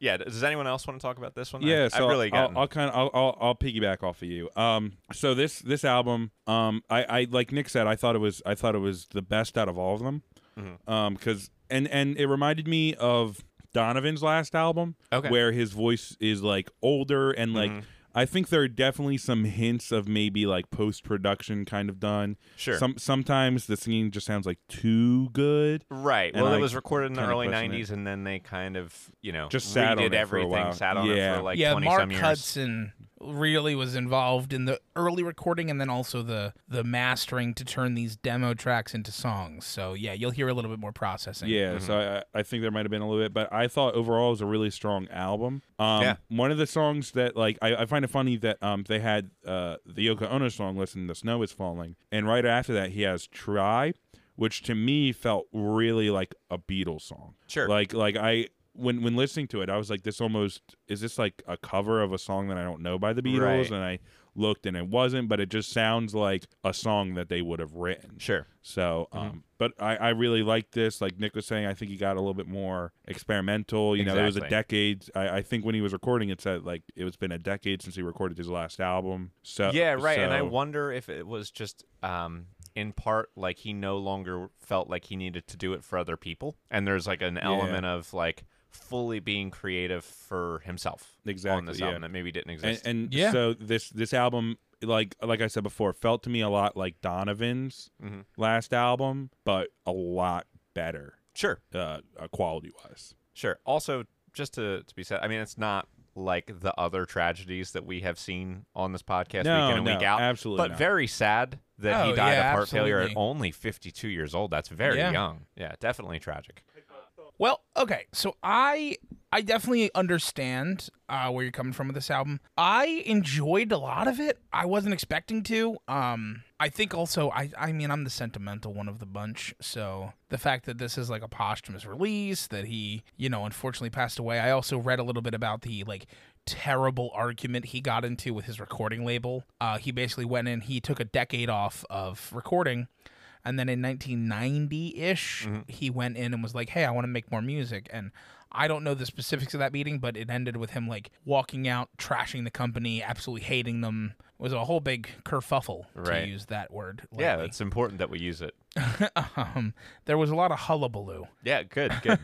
[SPEAKER 2] Yeah. Does anyone else want to talk about this one? I-
[SPEAKER 3] Yeah,
[SPEAKER 2] I've
[SPEAKER 3] so
[SPEAKER 2] really
[SPEAKER 3] I'll,
[SPEAKER 2] gotten.
[SPEAKER 3] I'll kind of I'll, I'll I'll piggyback off of you. Um, so this this album, um, I I like Nick said, I thought it was I thought it was the best out of all of them,
[SPEAKER 2] Mm-hmm.
[SPEAKER 3] um, because and and it reminded me of Donovan's last album,
[SPEAKER 2] Okay. Mm-hmm.
[SPEAKER 3] where his voice is like older and like. I think there are definitely some hints of maybe like post production kind of done.
[SPEAKER 2] Sure.
[SPEAKER 3] Some sometimes the singing just sounds like too good.
[SPEAKER 2] Right.
[SPEAKER 3] and,
[SPEAKER 2] Well,
[SPEAKER 3] like,
[SPEAKER 2] it was recorded in the
[SPEAKER 3] kinda
[SPEAKER 2] early
[SPEAKER 3] pushing it.
[SPEAKER 2] '90s, and then they kind of, you know,
[SPEAKER 3] Just sat on
[SPEAKER 2] redid
[SPEAKER 3] it for a
[SPEAKER 2] everything,
[SPEAKER 3] while.
[SPEAKER 2] sat on it
[SPEAKER 3] Yeah.
[SPEAKER 2] for like
[SPEAKER 1] yeah,
[SPEAKER 2] 20
[SPEAKER 1] Mark
[SPEAKER 2] some years.
[SPEAKER 1] Hudson really was involved in the early recording and then also the the mastering to turn these demo tracks into songs. So yeah, you'll hear a little bit more processing.
[SPEAKER 3] Yeah,
[SPEAKER 2] Mm-hmm.
[SPEAKER 3] so I, I think there might have been a little bit, but I thought overall it was a really strong album. Um,
[SPEAKER 2] Yeah.
[SPEAKER 3] One of the songs that, like, I, I find it funny that um, they had uh, the Yoko Ono song, Listen, the Snow is Falling. And right after that, he has Try, which to me felt really like a Beatles song.
[SPEAKER 2] Sure.
[SPEAKER 3] Like, like I. When, when listening to it, I was like, "This almost is this like a cover of a song that I don't know by the Beatles?"
[SPEAKER 2] Right.
[SPEAKER 3] And I looked, and it wasn't, but it just sounds like a song that they would have written.
[SPEAKER 2] Sure.
[SPEAKER 3] So,
[SPEAKER 2] Mm-hmm.
[SPEAKER 3] um, but I, I really like this. Like Nick was saying, I think he got a little bit more experimental. You know, there was a
[SPEAKER 2] Exactly.
[SPEAKER 3] decade. I, I think when he was recording, it said like it was been a decade since he recorded his last album. So
[SPEAKER 2] yeah. Right. And I
[SPEAKER 3] so-
[SPEAKER 2] wonder if it was just, um, in part, like he no longer felt like he needed to do it for other people, and there's like an element of like fully being creative for himself on
[SPEAKER 3] Exactly,
[SPEAKER 2] this
[SPEAKER 3] yeah.
[SPEAKER 2] album that maybe didn't
[SPEAKER 3] and,
[SPEAKER 2] exist.
[SPEAKER 3] and
[SPEAKER 1] Yeah.
[SPEAKER 3] so this this album like like I said before felt to me a lot like Donovan's
[SPEAKER 2] Mhm.
[SPEAKER 3] last album, but a lot better
[SPEAKER 2] sure.
[SPEAKER 3] uh, quality wise.
[SPEAKER 2] Sure. Also, just to, to be said, I mean, it's not like the other tragedies that we have seen on this podcast
[SPEAKER 3] No,
[SPEAKER 2] week in and
[SPEAKER 3] no,
[SPEAKER 2] week out.
[SPEAKER 3] absolutely
[SPEAKER 2] But
[SPEAKER 3] not.
[SPEAKER 2] very sad that
[SPEAKER 1] Oh,
[SPEAKER 2] he died
[SPEAKER 1] yeah,
[SPEAKER 2] of heart failure at
[SPEAKER 1] absolutely.
[SPEAKER 2] only 52 years old. That's very
[SPEAKER 1] Yeah.
[SPEAKER 2] young. Yeah, definitely tragic.
[SPEAKER 1] Well, okay, so I I definitely understand uh, where you're coming from with this album. I enjoyed a lot of it. I wasn't expecting to. Um, I think also I I mean I'm the sentimental one of the bunch, so the fact that this is like a posthumous release that he you know unfortunately passed away. I also read a little bit about the like terrible argument he got into with his recording label. Uh, he basically went in. He took a decade off of recording. And then in 1990 ish,
[SPEAKER 2] Mm-hmm.
[SPEAKER 1] he went in and was like, hey, I want to make more music. And I don't know the specifics of that meeting, but it ended with him like walking out, trashing the company, absolutely hating them. It was a whole big kerfuffle
[SPEAKER 2] Right.
[SPEAKER 1] to use that word.
[SPEAKER 2] Yeah,
[SPEAKER 1] lightly.
[SPEAKER 2] it's important that we use it.
[SPEAKER 1] [LAUGHS] um, there was a lot of hullabaloo.
[SPEAKER 2] Yeah, good,
[SPEAKER 1] [LAUGHS]
[SPEAKER 2] good.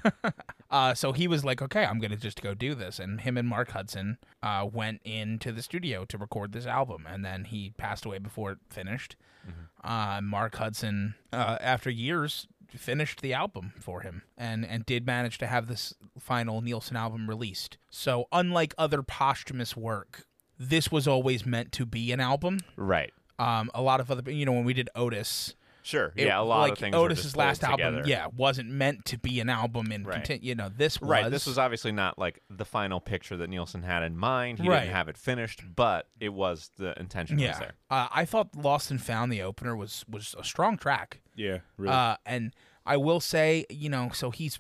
[SPEAKER 1] Uh, so he was like, okay, I'm going to just go do this. And him and Mark Hudson uh, went into the studio to record this album. And then he passed away before it finished.
[SPEAKER 2] Mm-hmm.
[SPEAKER 1] Uh, Mark Hudson, uh, after years, finished the album for him and, and did manage to have this final Nielsen album released. So, unlike other posthumous work, this was always meant to be an album.
[SPEAKER 2] right.
[SPEAKER 1] Um, a lot of other, you know, when we did Otis,
[SPEAKER 2] Sure.
[SPEAKER 1] it-
[SPEAKER 2] yeah, a lot
[SPEAKER 1] like
[SPEAKER 2] of things were
[SPEAKER 1] Otis's
[SPEAKER 2] just pulled
[SPEAKER 1] last album,
[SPEAKER 2] together.
[SPEAKER 1] yeah, wasn't meant to be an album and
[SPEAKER 2] Right.
[SPEAKER 1] contin- you know, this was
[SPEAKER 2] Right. This was obviously not like the final picture that Nielsen had in mind. He
[SPEAKER 1] Right.
[SPEAKER 2] didn't have it finished, but it was the intention was
[SPEAKER 1] yeah.
[SPEAKER 2] there.
[SPEAKER 1] Uh, I thought Lost and Found the opener was was a strong track.
[SPEAKER 3] Yeah, really.
[SPEAKER 1] Uh, and I will say, you know, so he's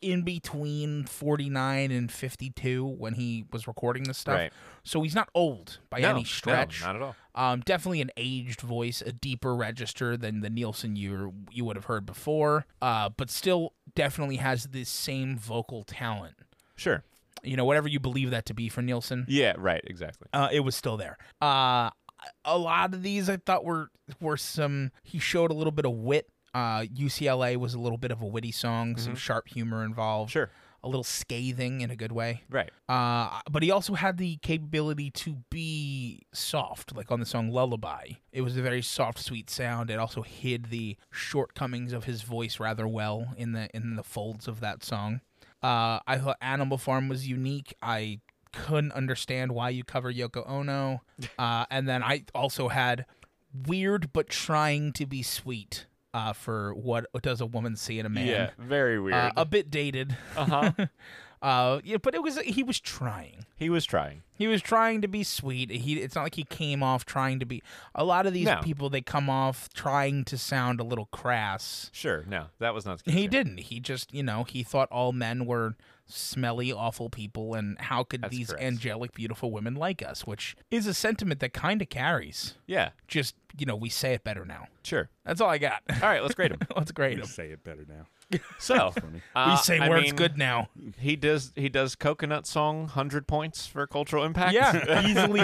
[SPEAKER 1] in between 49 and 52 when he was recording this stuff.
[SPEAKER 2] Right.
[SPEAKER 1] So he's not old by
[SPEAKER 2] no,
[SPEAKER 1] any stretch.
[SPEAKER 2] No, not at all.
[SPEAKER 1] Um, definitely an aged voice, a deeper register than the Nielsen you you would have heard before, uh, but still definitely has this same vocal talent.
[SPEAKER 2] Sure.
[SPEAKER 1] You know, whatever you believe that to be for Nielsen,
[SPEAKER 2] Yeah. Right. Exactly.
[SPEAKER 1] uh, it was still there. Uh, a lot of these I thought were were some. He showed a little bit of wit. Uh, UCLA was a little bit of a witty song, some sharp humor involved,
[SPEAKER 2] Sure.
[SPEAKER 1] a little scathing in a good way.
[SPEAKER 2] Right.
[SPEAKER 1] Uh, but he also had the capability to be soft, like on the song Lullaby. It was a very soft, sweet sound. It also hid the shortcomings of his voice rather well in the in the folds of that song. Uh, I thought Animal Farm was unique. I couldn't understand why you cover Yoko Ono. Uh, and then I also had weird but trying to be sweet uh, for what does a woman see in a man.
[SPEAKER 2] Yeah. Very weird.
[SPEAKER 1] Uh, a bit dated.
[SPEAKER 2] Uh-huh.
[SPEAKER 1] [LAUGHS] uh, yeah, but it was he was trying.
[SPEAKER 2] he was trying.
[SPEAKER 1] He was trying to be sweet. He it's not like he came off trying to be. A lot of these
[SPEAKER 2] No.
[SPEAKER 1] people they come off trying to sound a little crass.
[SPEAKER 2] Sure. No, that was not. the case,
[SPEAKER 1] He
[SPEAKER 2] yeah.
[SPEAKER 1] didn't. He just, you know, he thought all men were smelly, awful people, and how could
[SPEAKER 2] That's
[SPEAKER 1] these
[SPEAKER 2] correct.
[SPEAKER 1] angelic, beautiful women like us? Which is a sentiment that kind of carries.
[SPEAKER 2] Yeah.
[SPEAKER 1] Just, you know, we say it better now.
[SPEAKER 2] Sure.
[SPEAKER 1] That's all I got. [LAUGHS]
[SPEAKER 2] All right. Let's grade
[SPEAKER 3] [LAUGHS]
[SPEAKER 2] him.
[SPEAKER 1] Let's grade
[SPEAKER 3] You
[SPEAKER 1] him.
[SPEAKER 3] say it better now.
[SPEAKER 2] So uh,
[SPEAKER 1] we say
[SPEAKER 2] I
[SPEAKER 1] words
[SPEAKER 2] mean,
[SPEAKER 1] good now.
[SPEAKER 2] He does. He does coconut song. Hundred points for cultural impact.
[SPEAKER 1] Yeah, [LAUGHS]
[SPEAKER 3] [LAUGHS]
[SPEAKER 1] easily,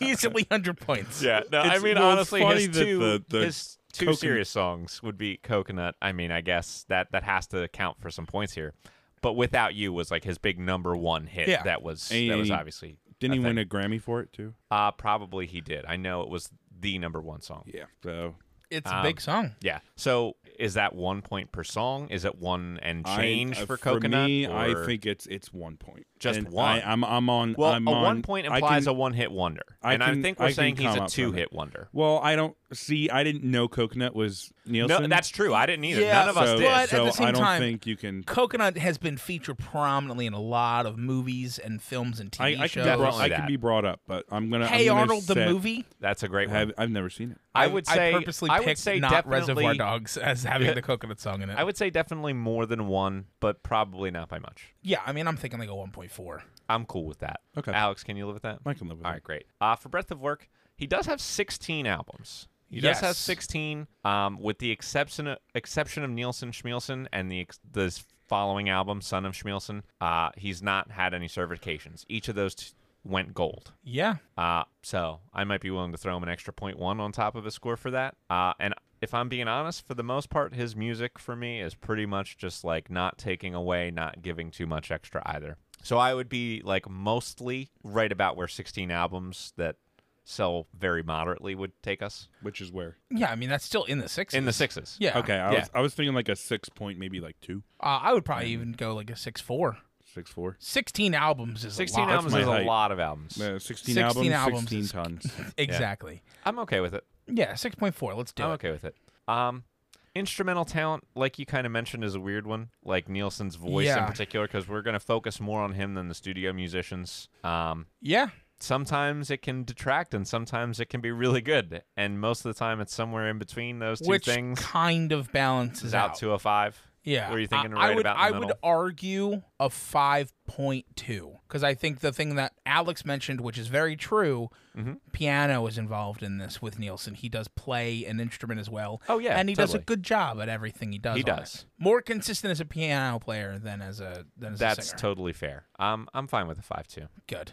[SPEAKER 1] easily hundred points.
[SPEAKER 2] [LAUGHS] Yeah, no, I
[SPEAKER 3] It's-
[SPEAKER 2] mean
[SPEAKER 3] well, it's
[SPEAKER 2] honestly,
[SPEAKER 3] funny
[SPEAKER 2] his
[SPEAKER 3] that
[SPEAKER 2] two
[SPEAKER 3] the- the
[SPEAKER 2] his two
[SPEAKER 3] coconut-
[SPEAKER 2] serious songs would be "Coconut." I mean, I guess that that has to count for some points here. But "Without You" was like his big number one hit.
[SPEAKER 1] Yeah.
[SPEAKER 2] that was
[SPEAKER 3] And
[SPEAKER 2] that was
[SPEAKER 3] he-
[SPEAKER 2] obviously.
[SPEAKER 3] Didn't he
[SPEAKER 2] I
[SPEAKER 3] win
[SPEAKER 2] think-
[SPEAKER 3] a Grammy for it too?
[SPEAKER 2] Uh, probably he did. I know it was the number one song.
[SPEAKER 3] Yeah. So
[SPEAKER 1] It's
[SPEAKER 3] Um,
[SPEAKER 1] a big song.
[SPEAKER 2] Yeah. So is that one point per song? Is it one and change
[SPEAKER 3] I, uh,
[SPEAKER 2] for coconut?
[SPEAKER 3] me,
[SPEAKER 2] or-
[SPEAKER 3] I think it's it's one point.
[SPEAKER 2] Just
[SPEAKER 3] And
[SPEAKER 2] one?
[SPEAKER 3] I, I'm I'm on.
[SPEAKER 2] Well,
[SPEAKER 3] I'm
[SPEAKER 2] a
[SPEAKER 3] on-
[SPEAKER 2] one point
[SPEAKER 3] I
[SPEAKER 2] implies
[SPEAKER 3] can-
[SPEAKER 2] a one hit wonder,
[SPEAKER 3] I
[SPEAKER 2] and I
[SPEAKER 3] can-
[SPEAKER 2] think we're
[SPEAKER 3] I can
[SPEAKER 2] saying he's
[SPEAKER 3] come
[SPEAKER 2] a
[SPEAKER 3] up from it.
[SPEAKER 2] two hit wonder.
[SPEAKER 3] well, I don't see. I didn't know coconut was Nielsen.
[SPEAKER 2] No, that's true. I didn't either.
[SPEAKER 1] Yeah,
[SPEAKER 2] None of us
[SPEAKER 3] so,
[SPEAKER 2] did.
[SPEAKER 1] But at
[SPEAKER 3] so
[SPEAKER 1] the same
[SPEAKER 3] I don't
[SPEAKER 1] time,
[SPEAKER 3] think you can.
[SPEAKER 1] Coconut has been featured prominently in a lot of movies and films and
[SPEAKER 3] I,
[SPEAKER 1] TV
[SPEAKER 3] I can
[SPEAKER 1] shows.
[SPEAKER 3] be brought,
[SPEAKER 2] Definitely
[SPEAKER 3] I can
[SPEAKER 2] that.
[SPEAKER 3] be brought up, but I'm gonna.
[SPEAKER 1] hey
[SPEAKER 3] I'm gonna
[SPEAKER 1] Arnold, the
[SPEAKER 3] set-
[SPEAKER 1] movie.
[SPEAKER 2] That's a great one.
[SPEAKER 3] Have, I've never seen it.
[SPEAKER 2] I would say
[SPEAKER 1] I purposely
[SPEAKER 2] I
[SPEAKER 1] picked
[SPEAKER 2] would say
[SPEAKER 1] not
[SPEAKER 2] definitely,
[SPEAKER 1] Reservoir Dogs as having
[SPEAKER 2] Yeah.
[SPEAKER 1] the coconut song in it.
[SPEAKER 2] I would say definitely more than one, but probably not by much.
[SPEAKER 1] yeah, I mean, I'm thinking like a 1.4.
[SPEAKER 2] I'm cool with that.
[SPEAKER 3] Okay.
[SPEAKER 2] Alex, can you live with that?
[SPEAKER 3] I can live with
[SPEAKER 2] All
[SPEAKER 3] it.
[SPEAKER 2] right, great. Uh, for breadth of work, he does have 16 albums. He does have
[SPEAKER 1] Yes.
[SPEAKER 2] 16, um, with the exception of, exception of Nielsen Schmielsen and the ex- this following album, Son of Schmielsen. Uh, he's not had any certifications. Each of those t- went gold.
[SPEAKER 1] Yeah.
[SPEAKER 2] Uh, so I might be willing to throw him an extra point one on top of his score for that. Uh, and if I'm being honest, for the most part, his music for me is pretty much just like not taking away, not giving too much extra either. So I would be like mostly right about where 16 albums that sell very moderately would take us
[SPEAKER 3] Which is where?
[SPEAKER 1] Yeah, I mean, that's still in the 6s.
[SPEAKER 2] in the sixes.
[SPEAKER 1] Yeah.
[SPEAKER 3] Okay, I
[SPEAKER 2] Yeah.
[SPEAKER 3] was I was thinking like a six point, maybe like two,
[SPEAKER 1] Uh, I would
[SPEAKER 2] Mm.
[SPEAKER 1] probably even go like a 6.4.
[SPEAKER 3] six four.
[SPEAKER 1] 16 albums is
[SPEAKER 2] 16
[SPEAKER 1] a lot.
[SPEAKER 2] albums
[SPEAKER 3] my
[SPEAKER 2] is a
[SPEAKER 3] height.
[SPEAKER 2] lot of albums.
[SPEAKER 3] Uh, 16,
[SPEAKER 1] 16
[SPEAKER 3] albums,
[SPEAKER 1] albums
[SPEAKER 3] 16
[SPEAKER 1] is- [LAUGHS]
[SPEAKER 3] tons.
[SPEAKER 1] Exactly.
[SPEAKER 2] I'm okay with it.
[SPEAKER 1] Yeah, 6.4. Let's do
[SPEAKER 2] I'm
[SPEAKER 1] it.
[SPEAKER 2] okay with it. Um, instrumental talent, like you kind of mentioned, is a weird one. Like Nielsen's voice in
[SPEAKER 1] Yeah.
[SPEAKER 2] particular, because we're gonna focus more on him than the studio musicians. Um,
[SPEAKER 1] Yeah.
[SPEAKER 2] sometimes it can detract, and sometimes it can be really good. And most of the time, it's somewhere in between those two
[SPEAKER 1] Which
[SPEAKER 2] things.
[SPEAKER 1] kind of balances
[SPEAKER 2] Is out to a five.
[SPEAKER 1] Yeah.
[SPEAKER 2] Were you thinking
[SPEAKER 1] I, I
[SPEAKER 2] right
[SPEAKER 1] would,
[SPEAKER 2] about in the
[SPEAKER 1] I would
[SPEAKER 2] middle?
[SPEAKER 1] argue a 5.2 because I think the thing that Alex mentioned, which is very true,
[SPEAKER 2] Mm-hmm.
[SPEAKER 1] piano is involved in this with Nielsen. He does play an instrument as well.
[SPEAKER 2] Oh, yeah,
[SPEAKER 1] And he does a
[SPEAKER 2] totally.
[SPEAKER 1] good job at everything he does.
[SPEAKER 2] He
[SPEAKER 1] on it.
[SPEAKER 2] does.
[SPEAKER 1] More consistent as a piano player than as a than as a
[SPEAKER 2] That's
[SPEAKER 1] singer.
[SPEAKER 2] totally fair. Um, I'm fine with a five too.
[SPEAKER 1] good.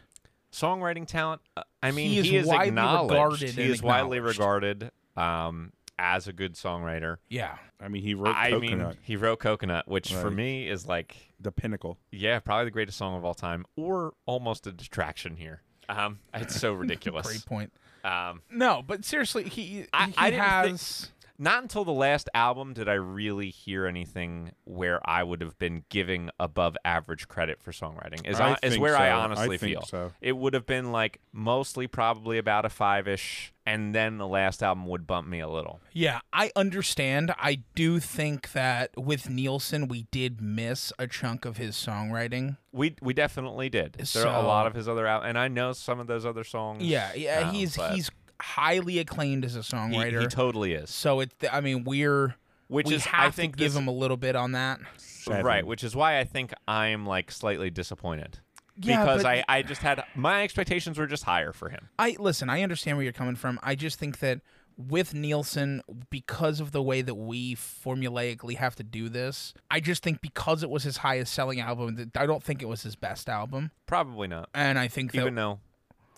[SPEAKER 2] songwriting talent. uh, I mean,
[SPEAKER 1] He
[SPEAKER 2] he
[SPEAKER 1] is
[SPEAKER 2] is,
[SPEAKER 1] widely
[SPEAKER 2] acknowledged.
[SPEAKER 1] regarded
[SPEAKER 2] he
[SPEAKER 1] and
[SPEAKER 2] is widely
[SPEAKER 1] acknowledged.
[SPEAKER 2] regarded um, as a good songwriter.
[SPEAKER 1] Yeah.
[SPEAKER 3] I mean, he wrote
[SPEAKER 2] I
[SPEAKER 3] coconut,
[SPEAKER 2] mean, he wrote "Coconut," which for
[SPEAKER 3] Right.
[SPEAKER 2] me is like
[SPEAKER 3] the pinnacle.
[SPEAKER 2] Yeah, probably the greatest song of all time, or almost a distraction here. Um, it's
[SPEAKER 1] [LAUGHS]
[SPEAKER 2] so ridiculous.
[SPEAKER 1] Great point.
[SPEAKER 2] Um,
[SPEAKER 1] No, but seriously, he
[SPEAKER 2] I-
[SPEAKER 1] he
[SPEAKER 2] I didn't
[SPEAKER 1] has
[SPEAKER 2] think- not until the last album did I really hear anything where I would have been giving above average credit for songwriting. Is,
[SPEAKER 3] I
[SPEAKER 2] hon- is
[SPEAKER 3] think
[SPEAKER 2] where
[SPEAKER 3] so.
[SPEAKER 2] I
[SPEAKER 3] I
[SPEAKER 2] honestly
[SPEAKER 3] think
[SPEAKER 2] feel
[SPEAKER 3] so.
[SPEAKER 2] it would have been like mostly probably about a five ish, and then the last album would bump me a little.
[SPEAKER 1] Yeah, I understand. I do think that with Nielsen, we did miss a chunk of his songwriting.
[SPEAKER 2] We we definitely did. There are a
[SPEAKER 1] So-
[SPEAKER 2] lot of his other albums, and I know some of those other songs.
[SPEAKER 1] Yeah, yeah,
[SPEAKER 2] um,
[SPEAKER 1] he's
[SPEAKER 2] but
[SPEAKER 1] he's highly acclaimed as a
[SPEAKER 2] he-
[SPEAKER 1] songwriter.
[SPEAKER 2] he totally is.
[SPEAKER 1] so it, I mean, we're
[SPEAKER 2] which
[SPEAKER 1] we
[SPEAKER 2] is
[SPEAKER 1] have
[SPEAKER 2] I think
[SPEAKER 1] to give
[SPEAKER 2] this,
[SPEAKER 1] him a little bit on that.
[SPEAKER 3] Seven.
[SPEAKER 2] right, which is why I think I'm like slightly disappointed
[SPEAKER 1] Yeah,
[SPEAKER 2] because
[SPEAKER 1] but-
[SPEAKER 2] I I just had my expectations were just higher for him.
[SPEAKER 1] I listen. I understand where you're coming from. I just think that with Nielsen, because of the way that we formulaically have to do this, I just think because it was his highest selling album, that I don't think it was his best album,
[SPEAKER 2] Probably not,
[SPEAKER 1] and I think that
[SPEAKER 2] even though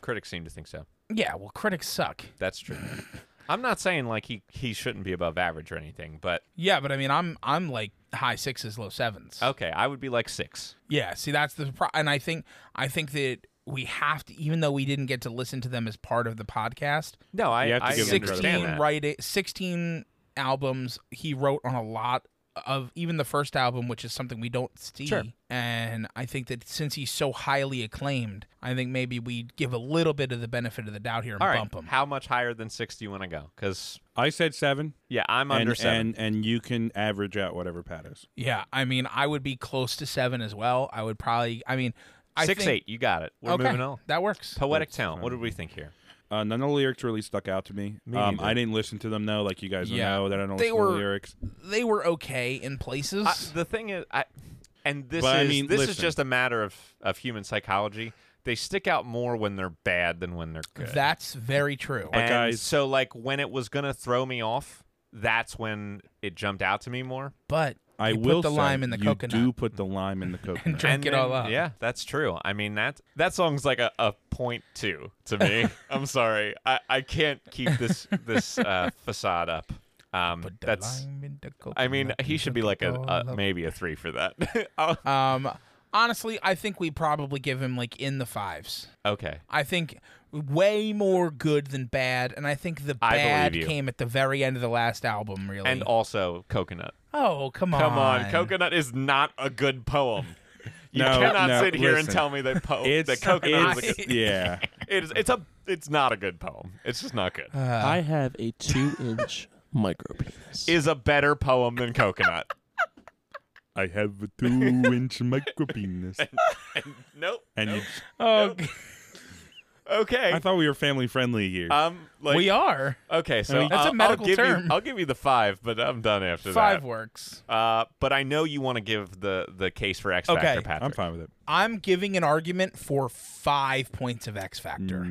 [SPEAKER 2] critics seem to think so.
[SPEAKER 1] yeah, well, critics suck. [LAUGHS]
[SPEAKER 2] That's true. I'm not saying like he he shouldn't be above average or anything, but
[SPEAKER 1] Yeah, but I mean, I'm I'm like high sixes, low sevens.
[SPEAKER 2] okay, I would be like six.
[SPEAKER 1] Yeah, see that's the pro- and I think I think that we have to even though we didn't get to listen to them as part of the podcast,
[SPEAKER 2] No, I
[SPEAKER 3] You have to
[SPEAKER 2] I
[SPEAKER 3] give him credit.
[SPEAKER 2] understand
[SPEAKER 1] 16
[SPEAKER 2] that.
[SPEAKER 1] writing 16 albums he wrote on a lot of even the first album which is something we don't see
[SPEAKER 2] Sure.
[SPEAKER 1] and i think that since he's so highly acclaimed i think maybe we give a little bit of the benefit of the doubt here and
[SPEAKER 2] All right,
[SPEAKER 1] bump him
[SPEAKER 2] how much higher than six do you want to go? Because
[SPEAKER 3] I said seven.
[SPEAKER 2] yeah, I'm
[SPEAKER 3] and,
[SPEAKER 2] under seven.
[SPEAKER 3] and and you can average out whatever Pat is.
[SPEAKER 1] yeah i mean i would be close to seven as well i would probably i mean I
[SPEAKER 2] Six
[SPEAKER 1] think,
[SPEAKER 2] eight, you got it. We're
[SPEAKER 1] okay
[SPEAKER 2] moving on.
[SPEAKER 1] that works
[SPEAKER 2] Poetic
[SPEAKER 3] That's
[SPEAKER 2] talent. What
[SPEAKER 3] fine.
[SPEAKER 2] did we think here?
[SPEAKER 3] Uh, none of the lyrics really stuck out to me.
[SPEAKER 2] Me
[SPEAKER 3] um,
[SPEAKER 2] neither.
[SPEAKER 3] I didn't listen to them though, like you guys
[SPEAKER 1] Yeah.
[SPEAKER 3] know that I don't
[SPEAKER 1] They
[SPEAKER 3] listen to
[SPEAKER 1] were-
[SPEAKER 3] the lyrics.
[SPEAKER 1] they were okay in places
[SPEAKER 2] I, the thing is, I and this
[SPEAKER 3] But I
[SPEAKER 2] is
[SPEAKER 3] mean,
[SPEAKER 2] this is
[SPEAKER 3] listen.
[SPEAKER 2] just a matter of of human psychology. They stick out more when they're bad than when they're good.
[SPEAKER 1] that's very true
[SPEAKER 2] and
[SPEAKER 3] guys-
[SPEAKER 2] so like when it was gonna throw me off, that's when it jumped out to me more.
[SPEAKER 1] but
[SPEAKER 3] I
[SPEAKER 1] you
[SPEAKER 3] will
[SPEAKER 1] put the
[SPEAKER 3] say,
[SPEAKER 1] lime in the
[SPEAKER 3] you
[SPEAKER 1] coconut
[SPEAKER 3] do put the lime in the
[SPEAKER 1] [LAUGHS]
[SPEAKER 3] coconut.
[SPEAKER 1] and drink
[SPEAKER 2] And
[SPEAKER 1] it
[SPEAKER 2] then-
[SPEAKER 1] all up
[SPEAKER 2] Yeah, that's true. I mean that that song's like a, a point two
[SPEAKER 1] [LAUGHS]
[SPEAKER 2] to me. I'm sorry, I, I can't keep this this uh, facade up. Um,
[SPEAKER 1] Put the
[SPEAKER 2] that's
[SPEAKER 1] lime in the
[SPEAKER 2] I mean
[SPEAKER 1] coconut
[SPEAKER 2] he
[SPEAKER 1] and
[SPEAKER 2] should be
[SPEAKER 1] cook
[SPEAKER 2] like
[SPEAKER 1] it
[SPEAKER 2] a,
[SPEAKER 1] all
[SPEAKER 2] a
[SPEAKER 1] up.
[SPEAKER 2] maybe a three for that. [LAUGHS] Oh,
[SPEAKER 1] Um, honestly, I think we probably give him like in the fives.
[SPEAKER 2] okay,
[SPEAKER 1] I think way more good than bad, and I think the
[SPEAKER 2] I believe
[SPEAKER 1] bad
[SPEAKER 2] you.
[SPEAKER 1] came at the very end of the last album, really.
[SPEAKER 2] and also coconut.
[SPEAKER 1] oh, come on,
[SPEAKER 2] Come on, coconut is not a good poem. You
[SPEAKER 3] No,
[SPEAKER 2] cannot
[SPEAKER 3] no,
[SPEAKER 2] sit here and
[SPEAKER 3] listen.
[SPEAKER 2] tell me that po-
[SPEAKER 3] It's
[SPEAKER 2] that coconut is a
[SPEAKER 1] it's- [LAUGHS]
[SPEAKER 2] good.
[SPEAKER 3] yeah.
[SPEAKER 2] It's it's a it's not a good poem. It's just not
[SPEAKER 1] Uh,
[SPEAKER 2] good.
[SPEAKER 4] I have a
[SPEAKER 1] [LAUGHS]
[SPEAKER 4] two-inch micro penis.
[SPEAKER 2] is a better poem than coconut.
[SPEAKER 3] I have a
[SPEAKER 1] [LAUGHS]
[SPEAKER 3] two-inch micro penis.
[SPEAKER 2] nope.
[SPEAKER 3] And you,
[SPEAKER 1] Oh, g-
[SPEAKER 2] Okay.
[SPEAKER 3] I thought we were family friendly here.
[SPEAKER 1] Uh,
[SPEAKER 2] um. Like.
[SPEAKER 1] we are
[SPEAKER 2] okay. So
[SPEAKER 1] I mean, that's a
[SPEAKER 2] I'll- I'll
[SPEAKER 1] medical
[SPEAKER 2] give you-
[SPEAKER 1] term.
[SPEAKER 2] I'll give you the five, but I'm done after
[SPEAKER 1] five
[SPEAKER 2] that.
[SPEAKER 1] works.
[SPEAKER 2] Uh. But I know you want to give the the case for X
[SPEAKER 1] Okay,
[SPEAKER 2] Factor,
[SPEAKER 1] I'm
[SPEAKER 2] Patrick.
[SPEAKER 3] I'm fine with it.
[SPEAKER 1] I'm giving an argument for five points of X Factor.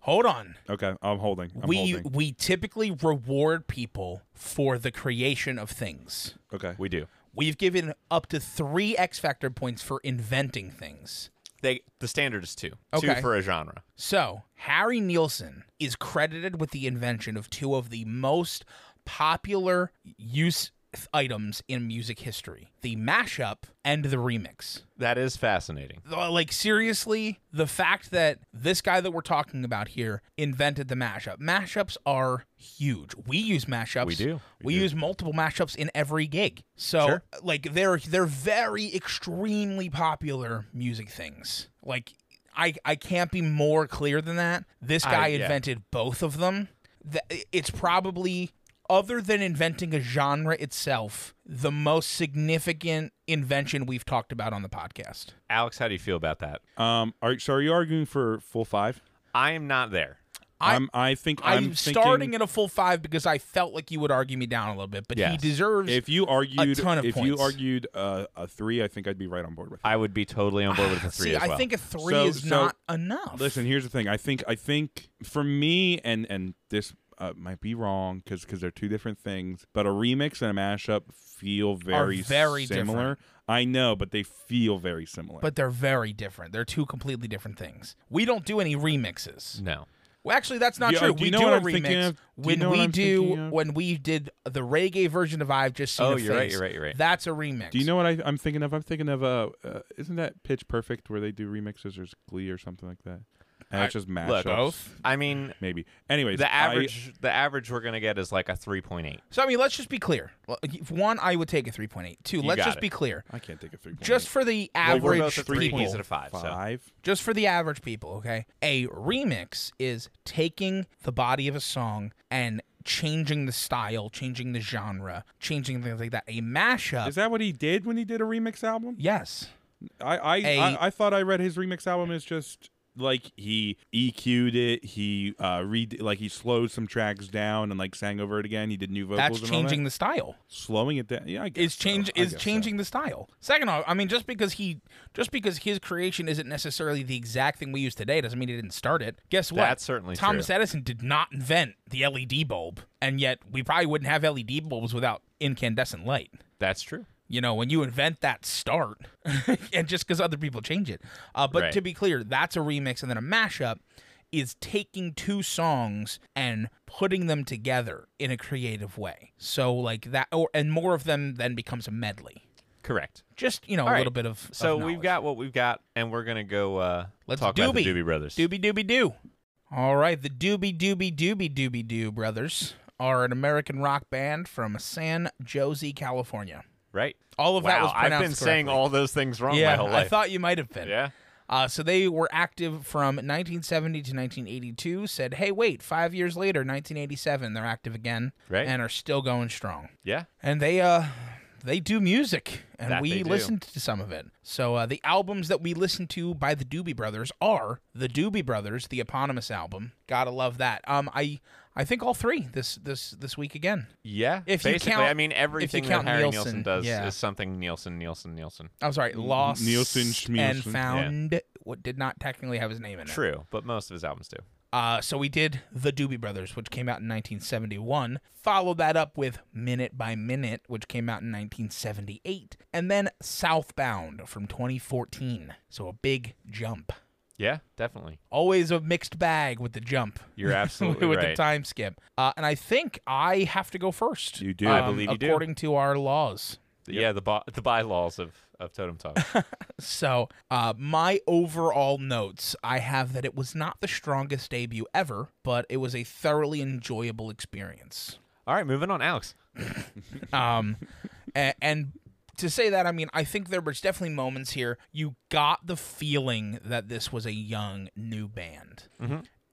[SPEAKER 1] Hold on.
[SPEAKER 3] Okay, I'm holding. I'm
[SPEAKER 1] we
[SPEAKER 3] holding.
[SPEAKER 1] we typically reward people for the creation of things.
[SPEAKER 3] Okay.
[SPEAKER 2] We do.
[SPEAKER 1] We've given up to three X Factor points for inventing things.
[SPEAKER 2] They the standard is two.
[SPEAKER 1] Okay.
[SPEAKER 2] Two for a genre.
[SPEAKER 1] So, Harry Nielsen is credited with the invention of two of the most popular use items in music history the mashup and the remix.
[SPEAKER 2] That is fascinating.
[SPEAKER 1] Uh, Like, seriously, the fact that this guy that we're talking about here invented the mashup. Mashups are huge. We use mashups.
[SPEAKER 2] We do.
[SPEAKER 1] We, use multiple mashups in every gig. So,
[SPEAKER 2] Sure.
[SPEAKER 1] like, they're, they're very extremely popular music things. Like, I, I can't be more clear than that. This
[SPEAKER 2] I-
[SPEAKER 1] guy
[SPEAKER 2] yeah.
[SPEAKER 1] invented both of them. Th- It's probably, other than inventing a genre itself, the most significant invention we've talked about on the podcast.
[SPEAKER 2] Alex, how do you feel about that?
[SPEAKER 3] Um. Are so? Are you arguing for full five?
[SPEAKER 2] I am not there.
[SPEAKER 1] I-
[SPEAKER 3] I'm. I think
[SPEAKER 1] I'm,
[SPEAKER 3] I'm
[SPEAKER 1] starting
[SPEAKER 3] thinking
[SPEAKER 1] at a full five because I felt like you would argue me down a little bit, but he
[SPEAKER 2] Yes.
[SPEAKER 1] deserves.
[SPEAKER 3] If you argued,
[SPEAKER 1] ton of
[SPEAKER 3] if you
[SPEAKER 1] points.
[SPEAKER 3] argued uh, a three, I think I'd be right on board with. it.
[SPEAKER 2] I would be totally on board with [SIGHS] the three
[SPEAKER 1] See,
[SPEAKER 2] as well.
[SPEAKER 1] I think a three
[SPEAKER 3] So-
[SPEAKER 1] is
[SPEAKER 3] so-
[SPEAKER 1] not enough.
[SPEAKER 3] Listen, here's the thing. I think I think for me and and this uh, might be wrong because they're two different things. But a remix and a mashup feel very
[SPEAKER 1] very
[SPEAKER 3] similar.
[SPEAKER 1] different.
[SPEAKER 3] I know, but they feel very similar.
[SPEAKER 1] but they're very different. They're two completely different things. We don't do any remixes.
[SPEAKER 2] no.
[SPEAKER 1] Well, actually, that's not
[SPEAKER 3] Yeah,
[SPEAKER 1] true.
[SPEAKER 3] do you
[SPEAKER 1] we
[SPEAKER 3] know
[SPEAKER 1] do
[SPEAKER 3] what
[SPEAKER 1] a
[SPEAKER 3] I'm
[SPEAKER 1] remix
[SPEAKER 3] thinking of? Do you
[SPEAKER 1] when
[SPEAKER 3] know what
[SPEAKER 1] we
[SPEAKER 3] I'm thinking
[SPEAKER 1] do
[SPEAKER 3] of?
[SPEAKER 1] when we did the reggae version of "I've Just Seen
[SPEAKER 2] Oh,
[SPEAKER 1] a
[SPEAKER 2] you're right,
[SPEAKER 1] Face,"
[SPEAKER 2] you're right, you're right.
[SPEAKER 1] That's a remix.
[SPEAKER 3] do you know what I, I'm thinking of? I'm thinking of uh, uh, isn't that Pitch Perfect where they do remixes or it's Glee or something like that? And it's just mashups.
[SPEAKER 1] both?
[SPEAKER 2] I mean,
[SPEAKER 3] Maybe. Anyways,
[SPEAKER 2] the
[SPEAKER 3] I-
[SPEAKER 2] average the average we're gonna get is like a three point eight.
[SPEAKER 1] So I mean, let's just be clear. Well, if One, I would take a three point eight. Two, let's
[SPEAKER 2] got
[SPEAKER 1] just
[SPEAKER 2] it.
[SPEAKER 1] be clear.
[SPEAKER 3] I can't think of three.
[SPEAKER 1] Just for the
[SPEAKER 2] Well, we're
[SPEAKER 1] average
[SPEAKER 2] both at three.
[SPEAKER 1] people,
[SPEAKER 2] He's at a five. So.
[SPEAKER 3] five.
[SPEAKER 1] just for the average people, okay? A remix is taking the body of a song and changing the style, changing the genre, changing things like that. A mashup.
[SPEAKER 3] Is that what he did when he did a remix album?
[SPEAKER 1] yes.
[SPEAKER 3] I I,
[SPEAKER 1] A-
[SPEAKER 3] I, I thought I read his remix album as just like he EQ'd it. He uh re like he slowed some tracks down and like sang over it again. He did new vocals.
[SPEAKER 1] That's
[SPEAKER 3] and all that.
[SPEAKER 1] changing the style.
[SPEAKER 3] slowing it down. Yeah, I guess
[SPEAKER 1] Is change
[SPEAKER 3] so. I
[SPEAKER 1] is
[SPEAKER 3] guess so.
[SPEAKER 1] changing the style. Second off, I mean, just because he just because his creation isn't necessarily the exact thing we use today doesn't mean he didn't start it. Guess what?
[SPEAKER 2] That's certainly
[SPEAKER 1] Thomas Edison did not invent the LED bulb, and yet we probably wouldn't have LED bulbs without incandescent light.
[SPEAKER 2] That's true.
[SPEAKER 1] You know, when you invent that start, [LAUGHS] and just because other people change it. Uh, but
[SPEAKER 2] Right.
[SPEAKER 1] to be clear, that's a remix, and then a mashup is taking two songs and putting them together in a creative way. So like that, or and more of them then becomes a medley.
[SPEAKER 2] Correct.
[SPEAKER 1] Just you know, a
[SPEAKER 2] All right.
[SPEAKER 1] little bit of. of
[SPEAKER 2] So we've
[SPEAKER 1] knowledge.
[SPEAKER 2] got what we've got, and we're gonna go uh,
[SPEAKER 1] Let's
[SPEAKER 2] talk about the
[SPEAKER 1] doobie.
[SPEAKER 2] Doobie Brothers.
[SPEAKER 1] Doobie Doobie Doo. All right, the Doobie Doobie Doobie Doobie Doo brothers are an American rock band from San Jose, California.
[SPEAKER 2] Right.
[SPEAKER 1] All of
[SPEAKER 2] wow,
[SPEAKER 1] that was
[SPEAKER 2] I've
[SPEAKER 1] pronounced
[SPEAKER 2] been saying
[SPEAKER 1] correctly.
[SPEAKER 2] all those things wrong
[SPEAKER 1] Yeah,
[SPEAKER 2] my whole
[SPEAKER 1] I
[SPEAKER 2] life.
[SPEAKER 1] thought you might have been.
[SPEAKER 2] yeah.
[SPEAKER 1] Uh, so they were active from 1970 to 1982. Said, hey, wait, five years later, 1987, they're active again,
[SPEAKER 2] Right.
[SPEAKER 1] And are still going strong.
[SPEAKER 2] Yeah.
[SPEAKER 1] And they uh, they do music, and
[SPEAKER 2] That they
[SPEAKER 1] we
[SPEAKER 2] do.
[SPEAKER 1] listened to some of it. So uh, the albums that we listened to by the Doobie Brothers are the Doobie Brothers, the eponymous album. Gotta love that. Um, I I think all three this this this week again.
[SPEAKER 2] Yeah.
[SPEAKER 1] If you
[SPEAKER 2] Basically,
[SPEAKER 1] count-
[SPEAKER 2] I mean
[SPEAKER 1] if you
[SPEAKER 2] everything
[SPEAKER 1] count
[SPEAKER 2] that Harry
[SPEAKER 1] Nielsen,
[SPEAKER 2] Nielsen, does
[SPEAKER 1] yeah.
[SPEAKER 2] is something Nielsen, Nielsen, Nielsen.
[SPEAKER 1] I'm sorry, lost
[SPEAKER 3] Nielsen
[SPEAKER 1] and
[SPEAKER 3] Schmielsen.
[SPEAKER 1] found what did not technically have his name in it.
[SPEAKER 2] True, but most of his albums do.
[SPEAKER 1] Uh, so we did The Doobie Brothers, which came out in 1971. Followed that up with Minute by Minute, which came out in 1978. And then Southbound from 2014. So a big jump.
[SPEAKER 2] Yeah, definitely.
[SPEAKER 1] Always a mixed bag with the jump. [LAUGHS]
[SPEAKER 2] You're absolutely
[SPEAKER 1] with
[SPEAKER 2] right.
[SPEAKER 1] the time skip. Uh, and I think I have to go first. Um,
[SPEAKER 3] You do.
[SPEAKER 2] I believe you do.
[SPEAKER 1] According to our laws.
[SPEAKER 2] Yeah, the bo- the bylaws of of
[SPEAKER 1] [LAUGHS]
[SPEAKER 2] Totem Talk.
[SPEAKER 1] So, uh, my overall notes I have that it was not the strongest debut ever, but it was a thoroughly enjoyable experience.
[SPEAKER 2] All right, moving on, Alex.
[SPEAKER 1] Um, and, and to say that, I mean, I think there was definitely moments here you got the feeling that this was a young new band.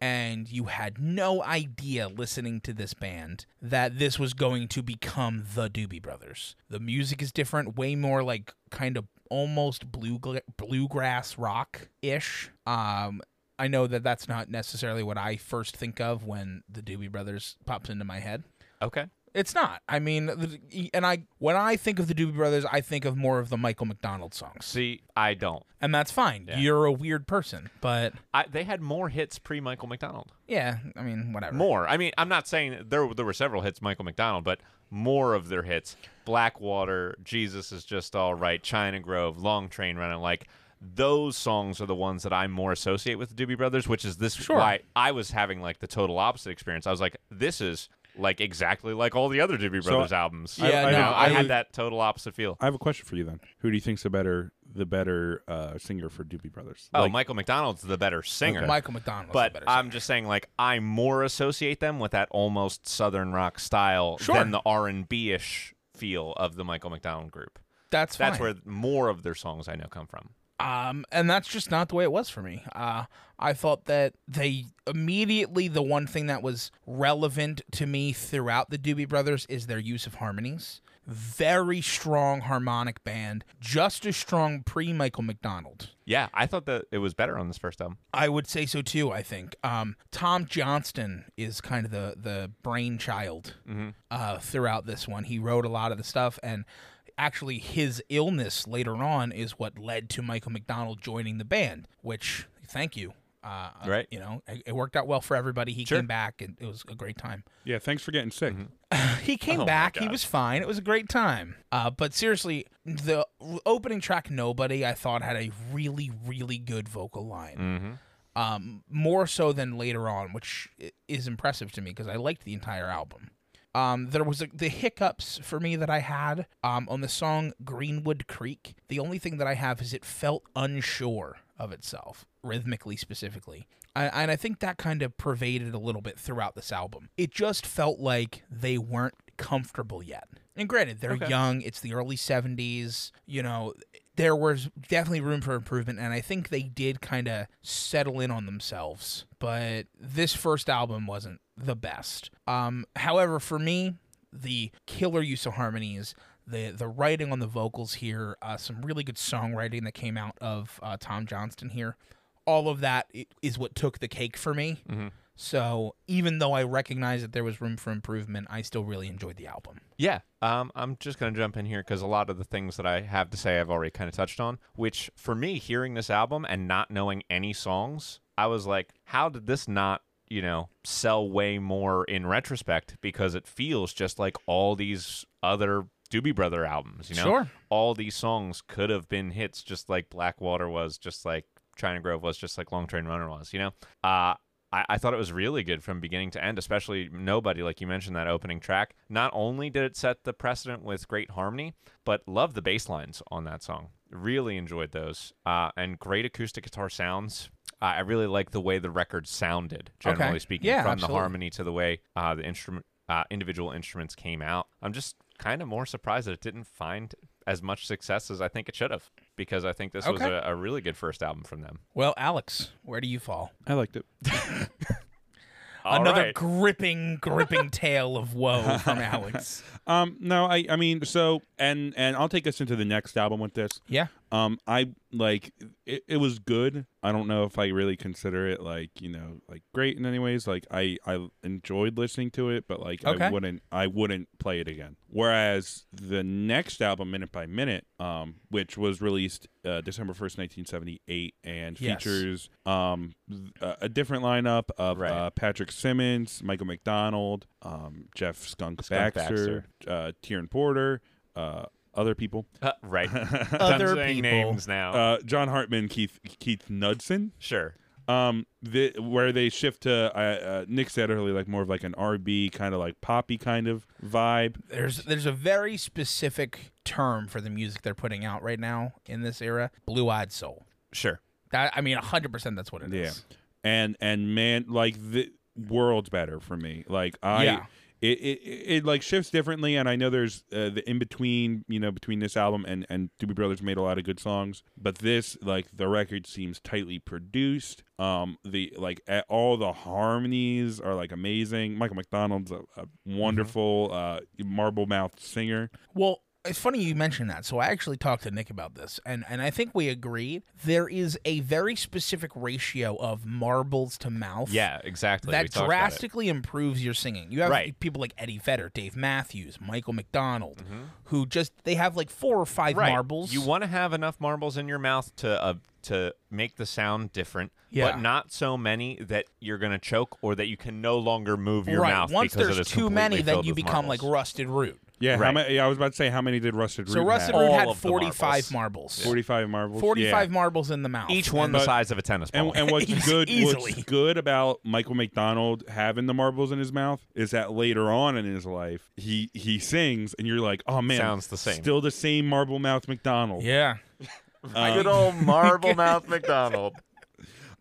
[SPEAKER 1] And you had no idea listening to this band that this was going to become the Doobie Brothers. The music is different, way more like kind of almost blue bluegrass rock ish. Um, I know that that's not necessarily what I first think of when the Doobie Brothers pops into my head.
[SPEAKER 2] Okay.
[SPEAKER 1] It's not. I mean, the- and I when I think of the Doobie Brothers, I think of more of the Michael McDonald songs,
[SPEAKER 2] See, I don't.
[SPEAKER 1] and that's fine.
[SPEAKER 2] Yeah.
[SPEAKER 1] You're a weird person, but
[SPEAKER 2] I, they had more hits pre Michael McDonald.
[SPEAKER 1] yeah, I mean, whatever.
[SPEAKER 2] More. I mean, I'm not saying that there there were several hits Michael McDonald, but more of their hits. Blackwater, Jesus is just all right, China Grove, Long Train Running, like those songs are the ones that I more associate with the Doobie Brothers, which is this
[SPEAKER 1] Sure.
[SPEAKER 2] why I was having like the total opposite experience. I was like, this is like exactly like all the other Doobie Brothers albums.
[SPEAKER 1] Yeah,
[SPEAKER 2] you
[SPEAKER 1] no,
[SPEAKER 2] know, I,
[SPEAKER 1] I
[SPEAKER 2] had
[SPEAKER 1] would-
[SPEAKER 2] that total opposite feel.
[SPEAKER 3] I have a question for you then. Who do you think's the better the better uh, singer for Doobie Brothers?
[SPEAKER 2] Oh,
[SPEAKER 3] Like,
[SPEAKER 2] Michael McDonald's the better singer.
[SPEAKER 1] Michael McDonald,
[SPEAKER 2] but I'm just saying, like, I more associate them with that almost southern rock style
[SPEAKER 1] Sure.
[SPEAKER 2] than the R and B ish feel of the Michael McDonald group.
[SPEAKER 1] that's
[SPEAKER 2] That's
[SPEAKER 1] fine.
[SPEAKER 2] where more of their songs I know come from.
[SPEAKER 1] Um, and that's just not the way it was for me. Uh, I thought that they immediately the one thing that was relevant to me throughout the Doobie Brothers is their use of harmonies. Very strong harmonic band, just as strong pre Michael McDonald.
[SPEAKER 2] Yeah, I thought that it was better on this first album.
[SPEAKER 1] I would say so too. I think um, Tom Johnston is kind of the the brainchild
[SPEAKER 2] Mm-hmm.
[SPEAKER 1] uh, throughout this one. He wrote a lot of the stuff, and actually, his illness later on is what led to Michael McDonald joining the band. Which, thank you. Uh,
[SPEAKER 2] Right.
[SPEAKER 1] You know, it, it worked out well for everybody. He
[SPEAKER 2] Sure.
[SPEAKER 1] came back, and it was a great time.
[SPEAKER 3] yeah, thanks for getting sick.
[SPEAKER 1] He came
[SPEAKER 2] Oh my
[SPEAKER 1] back. He
[SPEAKER 2] God.
[SPEAKER 1] was fine. It was a great time. Uh, but seriously, the opening track "Nobody" I thought had a really, really good vocal line
[SPEAKER 2] Mm-hmm.
[SPEAKER 1] um, more so than later on, which i- is impressive to me because I liked the entire album. Um, there was a, the hiccups for me that I had um, on the song Greenwood Creek. The only thing that I have is it felt unsure of itself, rhythmically specifically. I, and I think that kind of pervaded a little bit throughout this album. It just felt like they weren't comfortable yet. And granted, they're
[SPEAKER 2] Okay.
[SPEAKER 1] young, it's the early 70s, you know, there was definitely room for improvement and I think they did kind of settle in on themselves, but this first album wasn't the best. Um however, for me, the killer use of harmonies the, the writing on the vocals here, uh, some really good songwriting that came out of uh, Tom Johnston here all of that i- is what took the cake for me.
[SPEAKER 2] Mm-hmm.
[SPEAKER 1] So even though I recognize that there was room for improvement, I still really enjoyed the album.
[SPEAKER 2] Yeah. Um, I'm just going to jump in here because a lot of the things that I have to say I've already kind of touched on, which for me, hearing this album and not knowing any songs, I was like, how did this not, you know, sell way more in retrospect? Because it feels just like all these other Doobie Brother albums, you know?
[SPEAKER 1] Sure.
[SPEAKER 2] All these songs could have been hits just like Blackwater was, just like China Grove was, just like Long Train Runner was, you know? Uh, I, I thought it was really good from beginning to end, especially Nobody, like you mentioned, that opening track. Not only did it set the precedent with great harmony, but love the bass lines on that song. Really enjoyed those. Uh, and great acoustic guitar sounds. Uh, I really like the way the record sounded, generally
[SPEAKER 1] Okay.
[SPEAKER 2] speaking,
[SPEAKER 1] Yeah,
[SPEAKER 2] from
[SPEAKER 1] absolutely.
[SPEAKER 2] the harmony to the way uh, the instrument, uh, individual instruments came out. I'm just kind of more surprised that it didn't find as much success as I think it should have, because I think this was
[SPEAKER 1] Okay.
[SPEAKER 2] a, a really good first album from them.
[SPEAKER 1] Well, Alex, where do you fall?
[SPEAKER 3] I liked it.
[SPEAKER 2] All
[SPEAKER 1] Another
[SPEAKER 2] right. [LAUGHS]
[SPEAKER 1] gripping, gripping tale of woe from Alex.
[SPEAKER 3] Um, no, I, I mean, so and and I'll take us into the next album with this.
[SPEAKER 1] Yeah.
[SPEAKER 3] Um, I like it, it was good. I don't know if I really consider it like you know like great in any ways. Like I I enjoyed listening to it, but like I
[SPEAKER 1] Okay.
[SPEAKER 3] wouldn't I wouldn't play it again. Whereas the next album, Minute by Minute, um, which was released uh, December first, nineteen seventy eight, and
[SPEAKER 1] Yes.
[SPEAKER 3] features um th- a a different lineup of
[SPEAKER 2] Right.
[SPEAKER 3] uh, Patrick Simmons, Michael McDonald, um, Jeff Skunk,
[SPEAKER 2] Skunk
[SPEAKER 3] Baxter, uh, Tieran Porter, uh, other people.
[SPEAKER 2] Uh, [LAUGHS] right.
[SPEAKER 1] Other
[SPEAKER 2] I'm saying
[SPEAKER 1] people.
[SPEAKER 2] names now.
[SPEAKER 3] Uh, John Hartman, Keith Keith Knudsen,
[SPEAKER 2] sure.
[SPEAKER 3] um, the, where they shift to uh, uh, Nick said earlier, like more of like an RB kind of like poppy kind of vibe.
[SPEAKER 1] There's there's a very specific term for the music they're putting out right now in this era. Blue eyed soul.
[SPEAKER 2] Sure.
[SPEAKER 1] That I mean hundred percent that's what it
[SPEAKER 3] Yeah,
[SPEAKER 1] is.
[SPEAKER 3] and and man, like the world's better for me. Like I.
[SPEAKER 1] Yeah.
[SPEAKER 3] It, it, it it, like shifts differently, and I know there's uh, the in between, you know, between this album and and Doobie Brothers made a lot of good songs, but this like the record seems tightly produced. Um, the like eh, all the harmonies are like amazing. Michael McDonald's a, a wonderful uh marble mouthed singer.
[SPEAKER 1] Well, it's funny you mention that. So I actually talked to Nick about this, and and I think we agreed there is a very specific ratio of marbles to mouth.
[SPEAKER 2] Yeah, exactly. We
[SPEAKER 1] That
[SPEAKER 2] talked about it.
[SPEAKER 1] drastically improves your singing. You have
[SPEAKER 2] Right.
[SPEAKER 1] people like Eddie Vedder, Dave Matthews, Michael McDonald, who just they have like four or five
[SPEAKER 2] Mm-hmm. right.
[SPEAKER 1] marbles.
[SPEAKER 2] You want to have enough marbles in your mouth to uh, to make the sound different,
[SPEAKER 1] Yeah.
[SPEAKER 2] but not so many that you're gonna choke or that you can no longer move your
[SPEAKER 1] right.
[SPEAKER 2] mouth.
[SPEAKER 1] Once
[SPEAKER 2] because
[SPEAKER 1] there's
[SPEAKER 2] it is
[SPEAKER 1] too
[SPEAKER 2] completely
[SPEAKER 1] many, then
[SPEAKER 2] filled
[SPEAKER 1] you
[SPEAKER 2] with
[SPEAKER 1] become like
[SPEAKER 2] marbles.
[SPEAKER 1] rusted root.
[SPEAKER 3] Yeah, how
[SPEAKER 2] Right.
[SPEAKER 3] many? I was about to say how many did Rusted Root
[SPEAKER 1] So Rusted
[SPEAKER 3] have?
[SPEAKER 1] Root
[SPEAKER 2] All
[SPEAKER 1] had
[SPEAKER 2] of the
[SPEAKER 1] 45
[SPEAKER 2] marbles.
[SPEAKER 1] marbles.
[SPEAKER 3] Forty-five marbles.
[SPEAKER 1] 45
[SPEAKER 3] Yeah.
[SPEAKER 1] marbles in the mouth.
[SPEAKER 2] each one
[SPEAKER 1] And-
[SPEAKER 2] the size of a tennis
[SPEAKER 3] And,
[SPEAKER 2] ball.
[SPEAKER 1] [LAUGHS]
[SPEAKER 3] and what's
[SPEAKER 1] Eas-
[SPEAKER 3] good,
[SPEAKER 1] easily.
[SPEAKER 3] what's good about Michael McDonald having the marbles in his mouth is that later on in his life, he he sings, and you're like, oh man,
[SPEAKER 2] Sounds the same.
[SPEAKER 3] still the same marble mouth McDonald.
[SPEAKER 1] Yeah.
[SPEAKER 2] Good [LAUGHS] old marble mouth [LAUGHS] McDonald.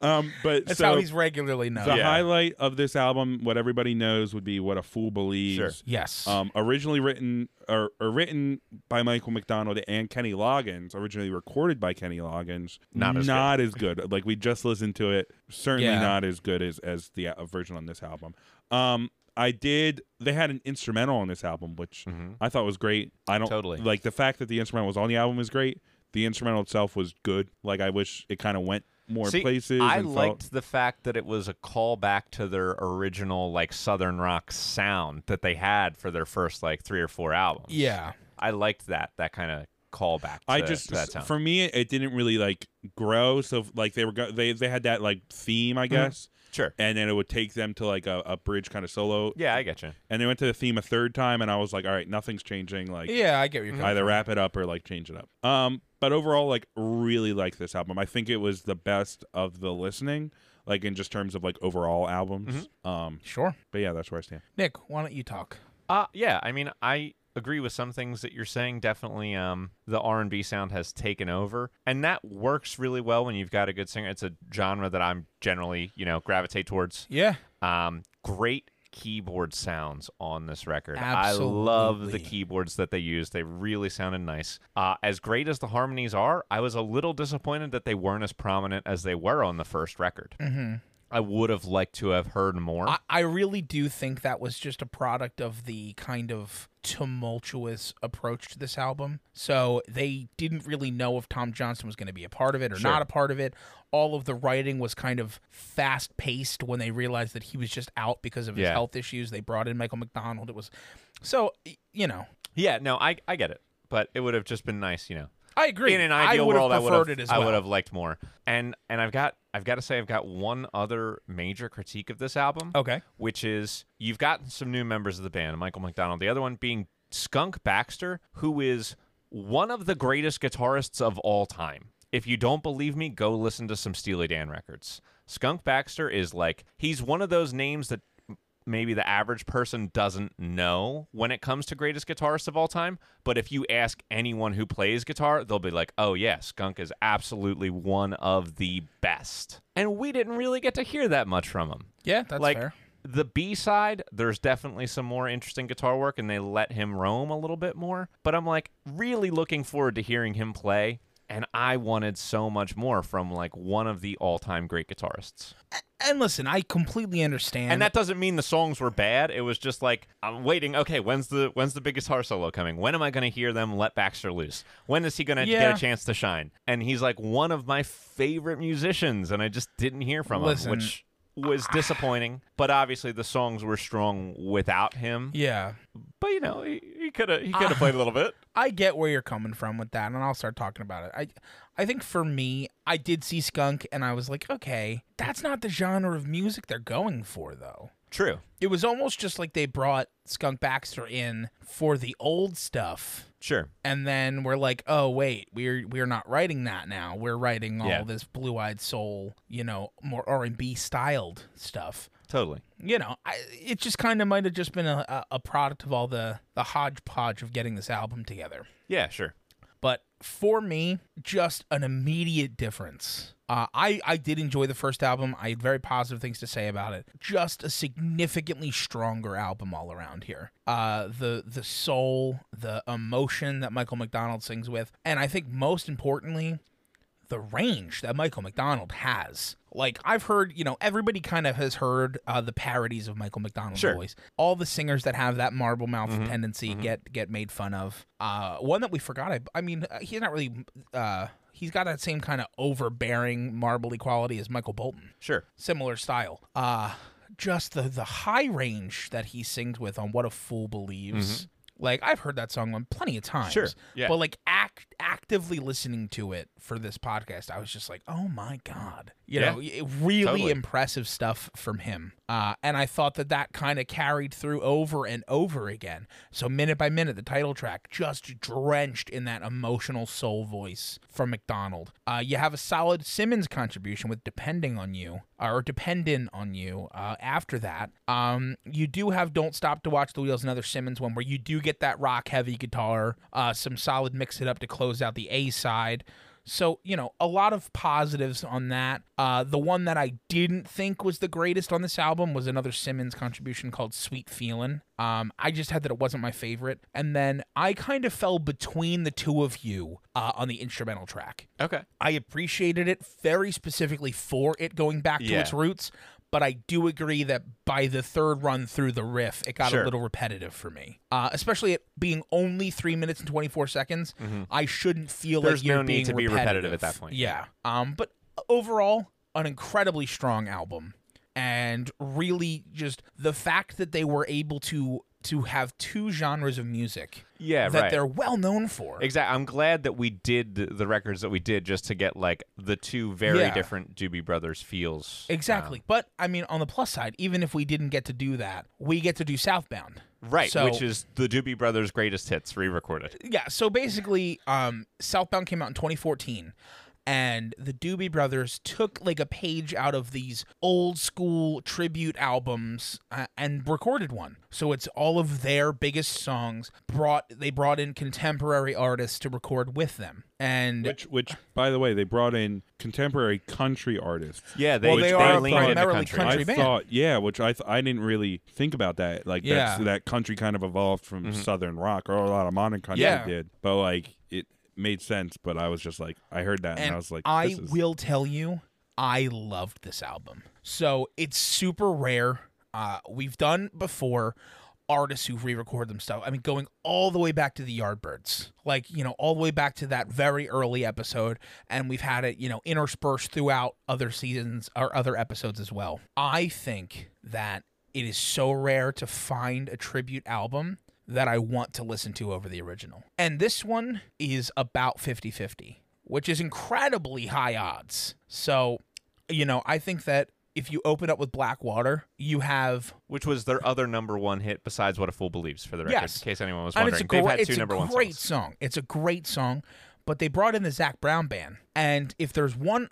[SPEAKER 3] Um, but
[SPEAKER 1] That's
[SPEAKER 3] so
[SPEAKER 1] how he's regularly known.
[SPEAKER 3] the
[SPEAKER 2] Yeah.
[SPEAKER 3] highlight of this album, what everybody knows, would be "What a Fool Believes."
[SPEAKER 2] Sure.
[SPEAKER 1] Yes.
[SPEAKER 3] Um, originally written or, or written by Michael McDonald and Kenny Loggins, originally recorded by Kenny Loggins.
[SPEAKER 2] Not as
[SPEAKER 3] as good. Like we just listened to it, certainly
[SPEAKER 1] Yeah.
[SPEAKER 3] not as good as as the uh, version on this album. Um, I did. They had an instrumental on this album, which
[SPEAKER 2] Mm-hmm.
[SPEAKER 3] I thought was great. I don't
[SPEAKER 2] Totally.
[SPEAKER 3] like the fact that the instrumental was on the album is great. The instrumental itself was good. Like I wish it kind of went more
[SPEAKER 2] See,
[SPEAKER 3] places.
[SPEAKER 2] I
[SPEAKER 3] and felt-
[SPEAKER 2] liked the fact that it was a callback to their original like southern rock sound that they had for their first like three or four albums.
[SPEAKER 1] yeah.
[SPEAKER 2] I liked that that kind of callback. To,
[SPEAKER 3] I just
[SPEAKER 2] to that sound.
[SPEAKER 3] for me it didn't really like grow. So like they were go- they they had that like theme
[SPEAKER 2] Mm-hmm.
[SPEAKER 3] I guess,
[SPEAKER 2] sure.
[SPEAKER 3] and then it would take them to like a, a bridge kind of solo.
[SPEAKER 2] Yeah, I get you.
[SPEAKER 3] and they went to the theme a third time, and I was like, all right, nothing's changing. Like
[SPEAKER 1] Yeah, I get what you're coming
[SPEAKER 3] either wrap it up or like change it up. Um, but overall, like really like this album. I think it was the best of the listening, like in just terms of like overall albums.
[SPEAKER 2] Mm-hmm.
[SPEAKER 3] Um,
[SPEAKER 1] Sure.
[SPEAKER 3] but yeah, that's where I stand.
[SPEAKER 1] Nick, why don't you talk?
[SPEAKER 2] Uh yeah, I mean I agree with some things that you're saying. Definitely um the R&B sound has taken over and that works really well when you've got a good singer. It's a genre that I'm generally, you know, gravitate towards.
[SPEAKER 1] Yeah.
[SPEAKER 2] Um great keyboard sounds on this record. I love the
[SPEAKER 1] Absolutely.
[SPEAKER 2] keyboards that they used. They really sounded nice. Uh, as great as the harmonies are, I was a little disappointed that they weren't as prominent as they were on the first record. I would have liked to have heard more.
[SPEAKER 1] Mm-hmm. I, I really do think that was just a product of the kind of tumultuous approach to this album. So they didn't really know if Tom Johnson was going to be a part of it or
[SPEAKER 2] Sure.
[SPEAKER 1] not a part of it. All of the writing was kind of fast paced when they realized that he was just out because of his
[SPEAKER 2] Yeah.
[SPEAKER 1] health issues. They brought in Michael McDonald. It was so, y- you know,
[SPEAKER 2] yeah, no, I I get it, but it would have just been nice, you know.
[SPEAKER 1] I agree.
[SPEAKER 2] In an
[SPEAKER 1] I
[SPEAKER 2] ideal
[SPEAKER 1] would
[SPEAKER 2] world, I
[SPEAKER 1] have
[SPEAKER 2] would
[SPEAKER 1] preferred
[SPEAKER 2] have
[SPEAKER 1] it as
[SPEAKER 2] I
[SPEAKER 1] well.
[SPEAKER 2] would have liked more. And and I've got I've got to say I've got one other major critique of this album.
[SPEAKER 1] Okay.
[SPEAKER 2] which is you've got some new members of the band, Michael McDonald. The other one being Skunk Baxter, who is one of the greatest guitarists of all time. If you don't believe me, go listen to some Steely Dan records. Skunk Baxter is like he's one of those names that m- maybe the average person doesn't know when it comes to greatest guitarists of all time, but if you ask anyone who plays guitar, they'll be like, "Oh yeah, Skunk is absolutely one of the best." And we didn't really get to hear that much from him
[SPEAKER 1] Yeah, that's
[SPEAKER 2] like
[SPEAKER 1] fair.
[SPEAKER 2] the B side, there's definitely some more interesting guitar work, and they let him roam a little bit more. But I'm like really looking forward to hearing him play, and I wanted so much more from like one of the all-time great guitarists.
[SPEAKER 1] And listen, I completely understand.
[SPEAKER 2] And that doesn't mean the songs were bad. It was just like I'm waiting. Okay, when's the when's the big guitar solo coming? When am I going to hear them let Baxter loose? When is he going to
[SPEAKER 1] Yeah.
[SPEAKER 2] get a chance to shine? And he's like one of my favorite musicians, and I just didn't hear from
[SPEAKER 1] Listen,
[SPEAKER 2] him, which was disappointing. But obviously the songs were strong without him.
[SPEAKER 1] yeah.
[SPEAKER 2] But you know he could have
[SPEAKER 1] Ah.
[SPEAKER 2] he could have played a little bit.
[SPEAKER 1] I get where you're coming from with that, and I'll start talking about it. I, I think for me, I did see Skunk, and I was like, okay, that's not the genre of music they're going for, though.
[SPEAKER 2] True.
[SPEAKER 1] It was almost just like they brought Skunk Baxter in for the old stuff,
[SPEAKER 2] Sure.
[SPEAKER 1] and then we're like, oh wait, we're we're not writing that now. We're writing all
[SPEAKER 2] Yeah.
[SPEAKER 1] this blue-eyed soul, you know, more R and B styled stuff
[SPEAKER 2] Totally.
[SPEAKER 1] you know, I, it just kind of might have just been a, a, a product of all the, the hodgepodge of getting this album together.
[SPEAKER 2] Yeah. Sure.
[SPEAKER 1] But for me, just an immediate difference. Uh, I, I did enjoy the first album. I had very positive things to say about it. Just a significantly stronger album all around here. Uh, the the soul, the emotion that Michael McDonald sings with, and I think most importantly, the range that Michael McDonald has. Like I've heard, you know, everybody kind of has heard uh, the parodies of Michael McDonald's
[SPEAKER 2] Sure.
[SPEAKER 1] voice. All the singers that have that marble mouth tendency get get made fun of. Uh, one that we forgot. I, I mean, uh, he's not really. Uh, he's got that same kind of overbearing marbly quality as Michael Bolton.
[SPEAKER 2] Sure.
[SPEAKER 1] Similar style. Uh, just the the high range that he sings with on "What a Fool Believes." Like I've heard that song on plenty of times.
[SPEAKER 2] Mm-hmm. Sure, yeah.
[SPEAKER 1] But like act actively listening to it for this podcast, I was just like, oh my god, you
[SPEAKER 2] Yeah.
[SPEAKER 1] know, it- really
[SPEAKER 2] Totally.
[SPEAKER 1] impressive stuff from him. Uh, and I thought that that kind of carried through over and over again. So minute by minute, the title track just drenched in that emotional soul voice from McDonald. Uh, you have a solid Simmons contribution with "Depending on You" uh, or "Dependent on You." Uh, after that, um, you do have "Don't Stop to Watch the Wheels," another Simmons one where you do get that rock heavy guitar, uh, some solid mix it up to close out the A side. So, you know, a lot of positives on that. Uh, the one that I didn't think was the greatest on this album was another Simmons contribution called Sweet Feelin'. Um, I just had that it wasn't my favorite. And then I kind of fell between the two of you uh, on the instrumental track.
[SPEAKER 2] Okay.
[SPEAKER 1] I appreciated it very specifically for it going back to
[SPEAKER 2] Yeah.
[SPEAKER 1] its roots, but I do agree that by the third run through the riff, it got a
[SPEAKER 2] Sure.
[SPEAKER 1] little repetitive for me. Uh, especially it being only three minutes and twenty four seconds, I shouldn't feel
[SPEAKER 2] Mm-hmm. There's
[SPEAKER 1] like you're
[SPEAKER 2] no need
[SPEAKER 1] being
[SPEAKER 2] to be
[SPEAKER 1] repetitive.
[SPEAKER 2] repetitive at that point.
[SPEAKER 1] Yeah. Um, but overall, an incredibly strong album, and really just the fact that they were able to to have two genres of music
[SPEAKER 2] Yeah.
[SPEAKER 1] that
[SPEAKER 2] right.
[SPEAKER 1] they're well known for.
[SPEAKER 2] Exactly. I'm glad that we did th- the records that we did just to get like the two very
[SPEAKER 1] Yeah.
[SPEAKER 2] different Doobie Brothers feels. um,
[SPEAKER 1] Exactly. but I mean, on the plus side, even if we didn't get to do that, we get to do Southbound.
[SPEAKER 2] Right,
[SPEAKER 1] So-
[SPEAKER 2] which is the Doobie Brothers' greatest hits re-recorded.
[SPEAKER 1] Yeah. So basically, um, Southbound came out in 2014. And the Doobie Brothers took like a page out of these old school tribute albums uh, and recorded one. So it's all of their biggest songs. Brought they brought in contemporary artists to record with them. And
[SPEAKER 3] Which, which, by the way, they brought in contemporary country artists.
[SPEAKER 2] Yeah, they
[SPEAKER 1] Well,
[SPEAKER 2] which
[SPEAKER 1] they are
[SPEAKER 2] leaned into
[SPEAKER 1] primarily
[SPEAKER 2] country.
[SPEAKER 1] country.
[SPEAKER 3] I
[SPEAKER 1] band.
[SPEAKER 3] thought, yeah, which I th- I didn't really think about that. Like that's
[SPEAKER 1] Yeah.
[SPEAKER 3] that country kind of evolved from southern rock, or a lot of modern country
[SPEAKER 1] Yeah.
[SPEAKER 3] did. But like it made sense. But I was just like, I heard that, and, I was like,
[SPEAKER 1] I
[SPEAKER 3] this is-
[SPEAKER 1] will tell you, I loved this album. So it's super rare. Uh, we've done before artists who re-record them stuff. I mean, going all the way back to the Yardbirds, like you know, all the way back to that very early episode, and we've had it, you know, interspersed throughout other seasons or other episodes as well. I think that it is so rare to find a tribute album that I want to listen to over the original, and this one is about 50-50, which is incredibly high odds. So, you know, I think that. If you open up with Blackwater, you have
[SPEAKER 2] which was their other number one hit besides "What a Fool Believes" for the record,
[SPEAKER 1] Yes.
[SPEAKER 2] in case anyone was
[SPEAKER 1] And
[SPEAKER 2] wondering.
[SPEAKER 1] it's a,
[SPEAKER 2] They've
[SPEAKER 1] gr-
[SPEAKER 2] had
[SPEAKER 1] it's
[SPEAKER 2] two
[SPEAKER 1] a
[SPEAKER 2] number one
[SPEAKER 1] great
[SPEAKER 2] songs.
[SPEAKER 1] song. It's a great song, but they brought in the Zach Brown band. And if there's one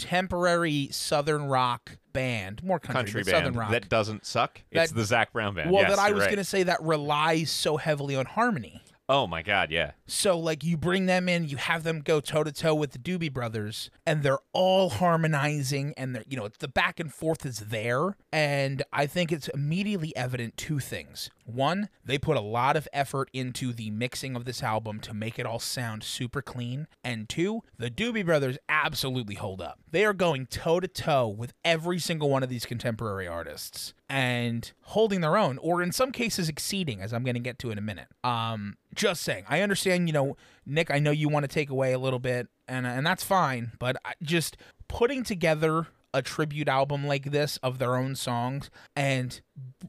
[SPEAKER 1] contemporary Southern rock band, more country,
[SPEAKER 2] country
[SPEAKER 1] but
[SPEAKER 2] band
[SPEAKER 1] Southern rock,
[SPEAKER 2] that doesn't suck. it's
[SPEAKER 1] That-
[SPEAKER 2] the Zach Brown band.
[SPEAKER 1] well,
[SPEAKER 2] Yes,
[SPEAKER 1] that I
[SPEAKER 2] you're
[SPEAKER 1] was
[SPEAKER 2] right.
[SPEAKER 1] going to say that relies so heavily on harmony.
[SPEAKER 2] Oh my god, yeah.
[SPEAKER 1] So, like, you bring them in, you have them go toe to toe with the Doobie Brothers, and they're all harmonizing, and they're, you know, it's the back and forth is there. And I think it's immediately evident two things. One, they put a lot of effort into the mixing of this album to make it all sound super clean. And two, the Doobie Brothers absolutely hold up. They are going toe to toe with every single one of these contemporary artists and holding their own, or in some cases exceeding, as I'm going to get to in a minute. Um, just saying, I understand. You know, Nick, I know you want to take away a little bit, and and that's fine. But I, just putting together a tribute album like this of their own songs, and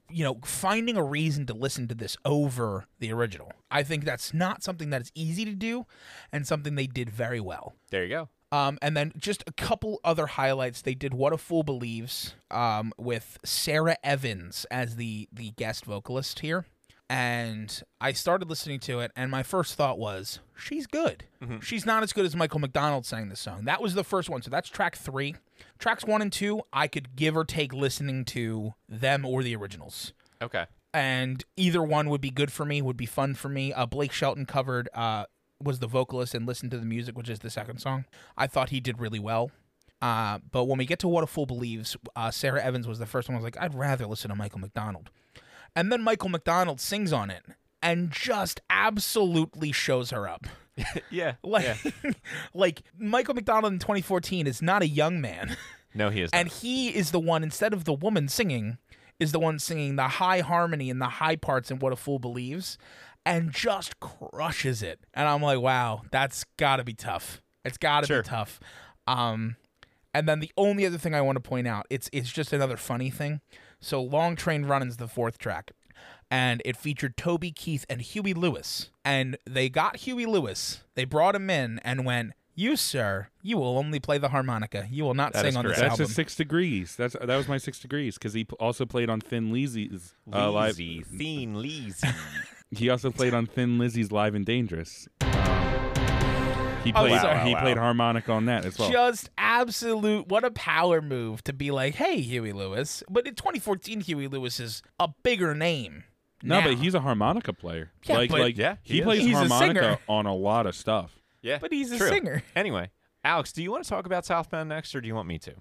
[SPEAKER 1] you know, finding a reason to listen to this over the original, I think that's not something that is easy to do, and something they did very well.
[SPEAKER 2] There you go.
[SPEAKER 1] Um, and then just a couple other highlights. They did "What a Fool Believes" um, with Sarah Evans as the the guest vocalist here, and I started listening to it, and my first thought was, "She's good. She's not as good as Michael McDonald sang this song." That was the first one, so that's track three. Tracks one and two, I could give or take listening to them or the originals
[SPEAKER 2] Okay.
[SPEAKER 1] [LAUGHS] and either one would be good for me, would be fun for me. Uh, Blake Shelton covered uh, was the vocalist and listened to the music, which is the second song. I thought he did really well. Uh, but when we get to What a Fool Believes, uh, Sarah Evans was the first one. I was like, I'd rather listen to Michael McDonald. And then Michael McDonald sings on it and just absolutely shows her up. [LAUGHS]
[SPEAKER 2] Yeah.
[SPEAKER 1] Like, [LAUGHS] like Michael McDonald in 2014 is not a young man.
[SPEAKER 2] No, he is.
[SPEAKER 1] And he is the one, instead of the woman singing, is the one singing the high harmony and the high parts in What a Fool Believes and just crushes it. And I'm like, wow, that's got to be tough. It's got to
[SPEAKER 2] Sure.
[SPEAKER 1] be tough. Um, and then the only other thing I want to point out, it's it's just another funny thing. So Long Train Run is the fourth track. And it featured Toby Keith and Huey Lewis. And they got Huey Lewis. They brought him in and went, You, sir, you will only play the harmonica. You will not
[SPEAKER 2] That
[SPEAKER 1] sing
[SPEAKER 2] is
[SPEAKER 1] on this
[SPEAKER 2] correct.
[SPEAKER 3] That's
[SPEAKER 1] album.
[SPEAKER 3] his six degrees. That's that was my six degrees because he p- also played on Thin Lizzy's uh, live.
[SPEAKER 2] Leezy, Thin Leezy.
[SPEAKER 3] He also played on Thin Lizzy's Live and Dangerous. He
[SPEAKER 1] Oh,
[SPEAKER 3] played.
[SPEAKER 1] sorry.
[SPEAKER 3] He
[SPEAKER 2] Wow, wow.
[SPEAKER 3] played harmonica on that as well.
[SPEAKER 1] Just absolute what a power move to be like, hey Huey Lewis. But in 2014, Huey Lewis is a bigger name.
[SPEAKER 3] no,
[SPEAKER 1] now.
[SPEAKER 3] but he's a harmonica player.
[SPEAKER 1] Yeah,
[SPEAKER 3] like,
[SPEAKER 1] but-
[SPEAKER 3] like
[SPEAKER 2] Yeah,
[SPEAKER 3] he,
[SPEAKER 2] he is.
[SPEAKER 3] plays
[SPEAKER 1] He's a singer.
[SPEAKER 3] harmonica on a lot of stuff.
[SPEAKER 2] yeah.
[SPEAKER 1] [LAUGHS] But he's a
[SPEAKER 2] true.
[SPEAKER 1] singer.
[SPEAKER 2] Anyway, Alex, do you want to talk about Southbound next, or do you want me to?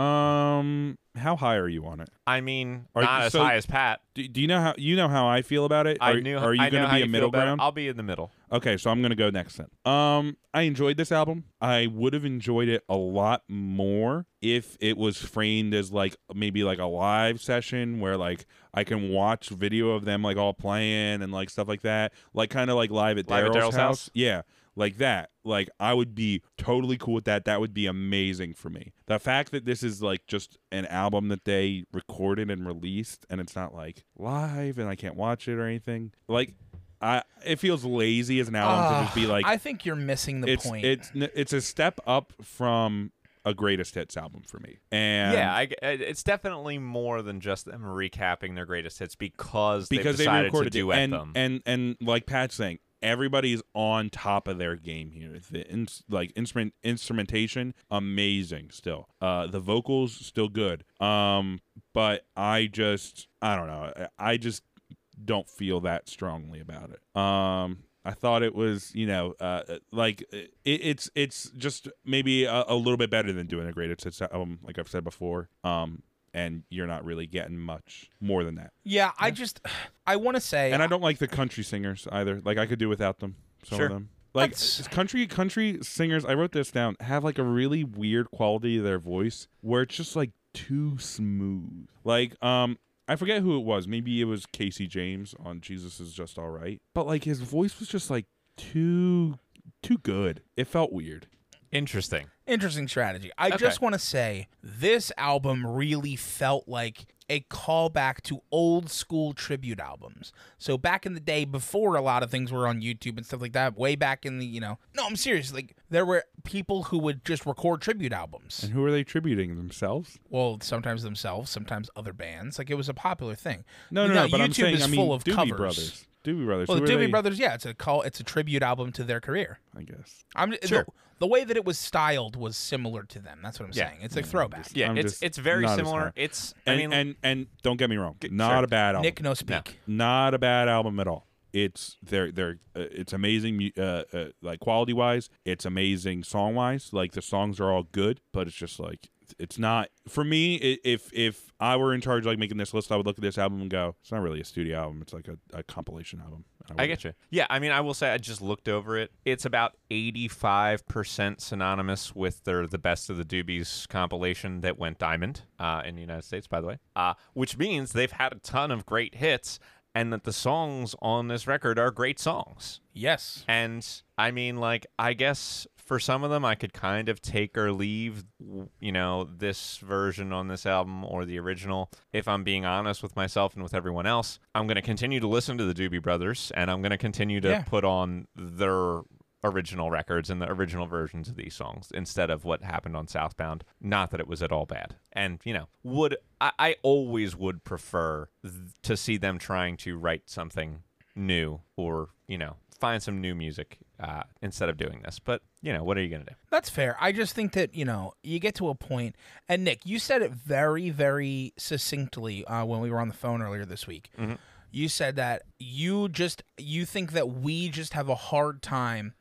[SPEAKER 3] Um, how high are you on it?
[SPEAKER 2] I mean,
[SPEAKER 3] Are
[SPEAKER 2] not
[SPEAKER 3] you-
[SPEAKER 2] as
[SPEAKER 3] so-
[SPEAKER 2] high as Pat.
[SPEAKER 3] Do, do you know how you know how I feel about it?
[SPEAKER 2] I
[SPEAKER 3] are,
[SPEAKER 2] knew.
[SPEAKER 3] Are you
[SPEAKER 2] I know
[SPEAKER 3] gonna
[SPEAKER 2] how
[SPEAKER 3] be a
[SPEAKER 2] feel
[SPEAKER 3] middle
[SPEAKER 2] about it.
[SPEAKER 3] ground?
[SPEAKER 2] I'll be in the middle.
[SPEAKER 3] Okay, so I'm gonna go next then. Um, I enjoyed this album. I would have enjoyed it a lot more if it was framed as like maybe like a live session where like I can watch video of them like all playing and like stuff like that, like kind of like live at
[SPEAKER 2] Live at
[SPEAKER 3] Daryl's
[SPEAKER 2] Daryl's
[SPEAKER 3] house.
[SPEAKER 2] house?
[SPEAKER 3] Yeah, like that. Like I would be totally cool with that. That would be amazing for me. The fact that this is like just an album that they recorded and released, and it's not like live and I can't watch it or anything. Like. I, it feels lazy as an album to just be
[SPEAKER 1] Ah,
[SPEAKER 3] like
[SPEAKER 1] I think you're missing the
[SPEAKER 3] it's
[SPEAKER 1] point.
[SPEAKER 3] it's n- it's a step up from a greatest hits album for me. And
[SPEAKER 2] yeah, I g I it's definitely more than just them recapping their greatest hits because they've
[SPEAKER 3] because they
[SPEAKER 2] decided
[SPEAKER 3] recorded
[SPEAKER 2] to
[SPEAKER 3] it,
[SPEAKER 2] duet
[SPEAKER 3] and,
[SPEAKER 2] them.
[SPEAKER 3] and and like Pat's saying, everybody's on top of their game here. The ins- like instrument instrumentation, amazing still. Uh, the vocals still good. Um, but I just I don't know. I I just don't feel that strongly about it. Um, I thought it was, you know, uh, like it, it's it's just maybe a, a little bit better than doing a greatest hits album, like I've said before. Um, and you're not really getting much more than that.
[SPEAKER 1] yeah, I just I want to say
[SPEAKER 3] And I don't like the country singers either. Like I could do without them. Some
[SPEAKER 2] Sure.
[SPEAKER 3] of them. like
[SPEAKER 1] That's-
[SPEAKER 3] country country singers i wrote this down have like a really weird quality to their voice where it's just like too smooth like um i forget who it was maybe it was casey james on jesus is just all right but like his voice was just like too too good it felt weird
[SPEAKER 2] Interesting.
[SPEAKER 1] Interesting strategy. I just want to say this album really felt like a callback to old school tribute albums. So back in the day, before a lot of things were on YouTube and stuff like that, way back in the you know, no, I'm serious. Like there were people who would just record tribute albums.
[SPEAKER 3] and who are they tributing themselves
[SPEAKER 1] Well, sometimes themselves, sometimes other bands. Like it was a popular thing.
[SPEAKER 3] no no
[SPEAKER 1] Now,
[SPEAKER 3] no but i'm
[SPEAKER 1] YouTube
[SPEAKER 3] saying
[SPEAKER 1] is
[SPEAKER 3] i mean
[SPEAKER 1] full of
[SPEAKER 3] doobie
[SPEAKER 1] covers.
[SPEAKER 3] brothers doobie brothers
[SPEAKER 1] Well,
[SPEAKER 3] who
[SPEAKER 1] the
[SPEAKER 3] are
[SPEAKER 1] Doobie
[SPEAKER 3] they-
[SPEAKER 1] Brothers, yeah, it's a call. It's a tribute album to their career.
[SPEAKER 3] i guess
[SPEAKER 1] I'm
[SPEAKER 2] Sure.
[SPEAKER 1] the, the way that it was styled was similar to them. That's what I'm
[SPEAKER 2] Yeah.
[SPEAKER 1] saying. It's a throwback.
[SPEAKER 2] Yeah,
[SPEAKER 3] I'm
[SPEAKER 2] it's
[SPEAKER 3] just
[SPEAKER 2] it's very
[SPEAKER 3] not as
[SPEAKER 2] similar.
[SPEAKER 3] high.
[SPEAKER 2] It's I
[SPEAKER 3] and
[SPEAKER 2] mean
[SPEAKER 3] and and don't get me wrong
[SPEAKER 2] G-
[SPEAKER 3] not
[SPEAKER 2] sure.
[SPEAKER 3] a bad album
[SPEAKER 1] Nick, no speak.
[SPEAKER 3] not a bad album at all. It's they're they're uh, it's amazing mu- uh, uh, like quality wise. It's amazing song wise. Like the songs are all good, but it's just like it's not for me. i- If if I were in charge, like making this list, I would look at this album and go, it's not really a studio album. It's like a, a compilation album.
[SPEAKER 2] I get you. Yeah, I mean, I will say I just looked over it. It's about 85% synonymous with their The Best of the Doobies compilation that went diamond uh, in the United States, by the way, uh, which means they've had a ton of great hits and that the songs on this record are great songs.
[SPEAKER 1] Yes.
[SPEAKER 2] And I mean, like, I guess for some of them, I could kind of take or leave, w- you know, this version on this album or the original. If I'm being honest with myself and with everyone else, I'm going to continue to listen to the Doobie Brothers and I'm going to continue to
[SPEAKER 1] Yeah.
[SPEAKER 2] put on their original records and the original versions of these songs instead of what happened on Southbound. Not that it was at all bad. And, you know, would I, I always would prefer th- to see them trying to write something new or, you know, find some new music uh, instead of doing this. But, you know, what are you going to do?
[SPEAKER 1] That's fair. I just think that, you know, you get to a point, and Nick, you said it very, very succinctly uh, when we were on the phone earlier this week.
[SPEAKER 2] Mm-hmm.
[SPEAKER 1] You said that you just, you think that we just have a hard time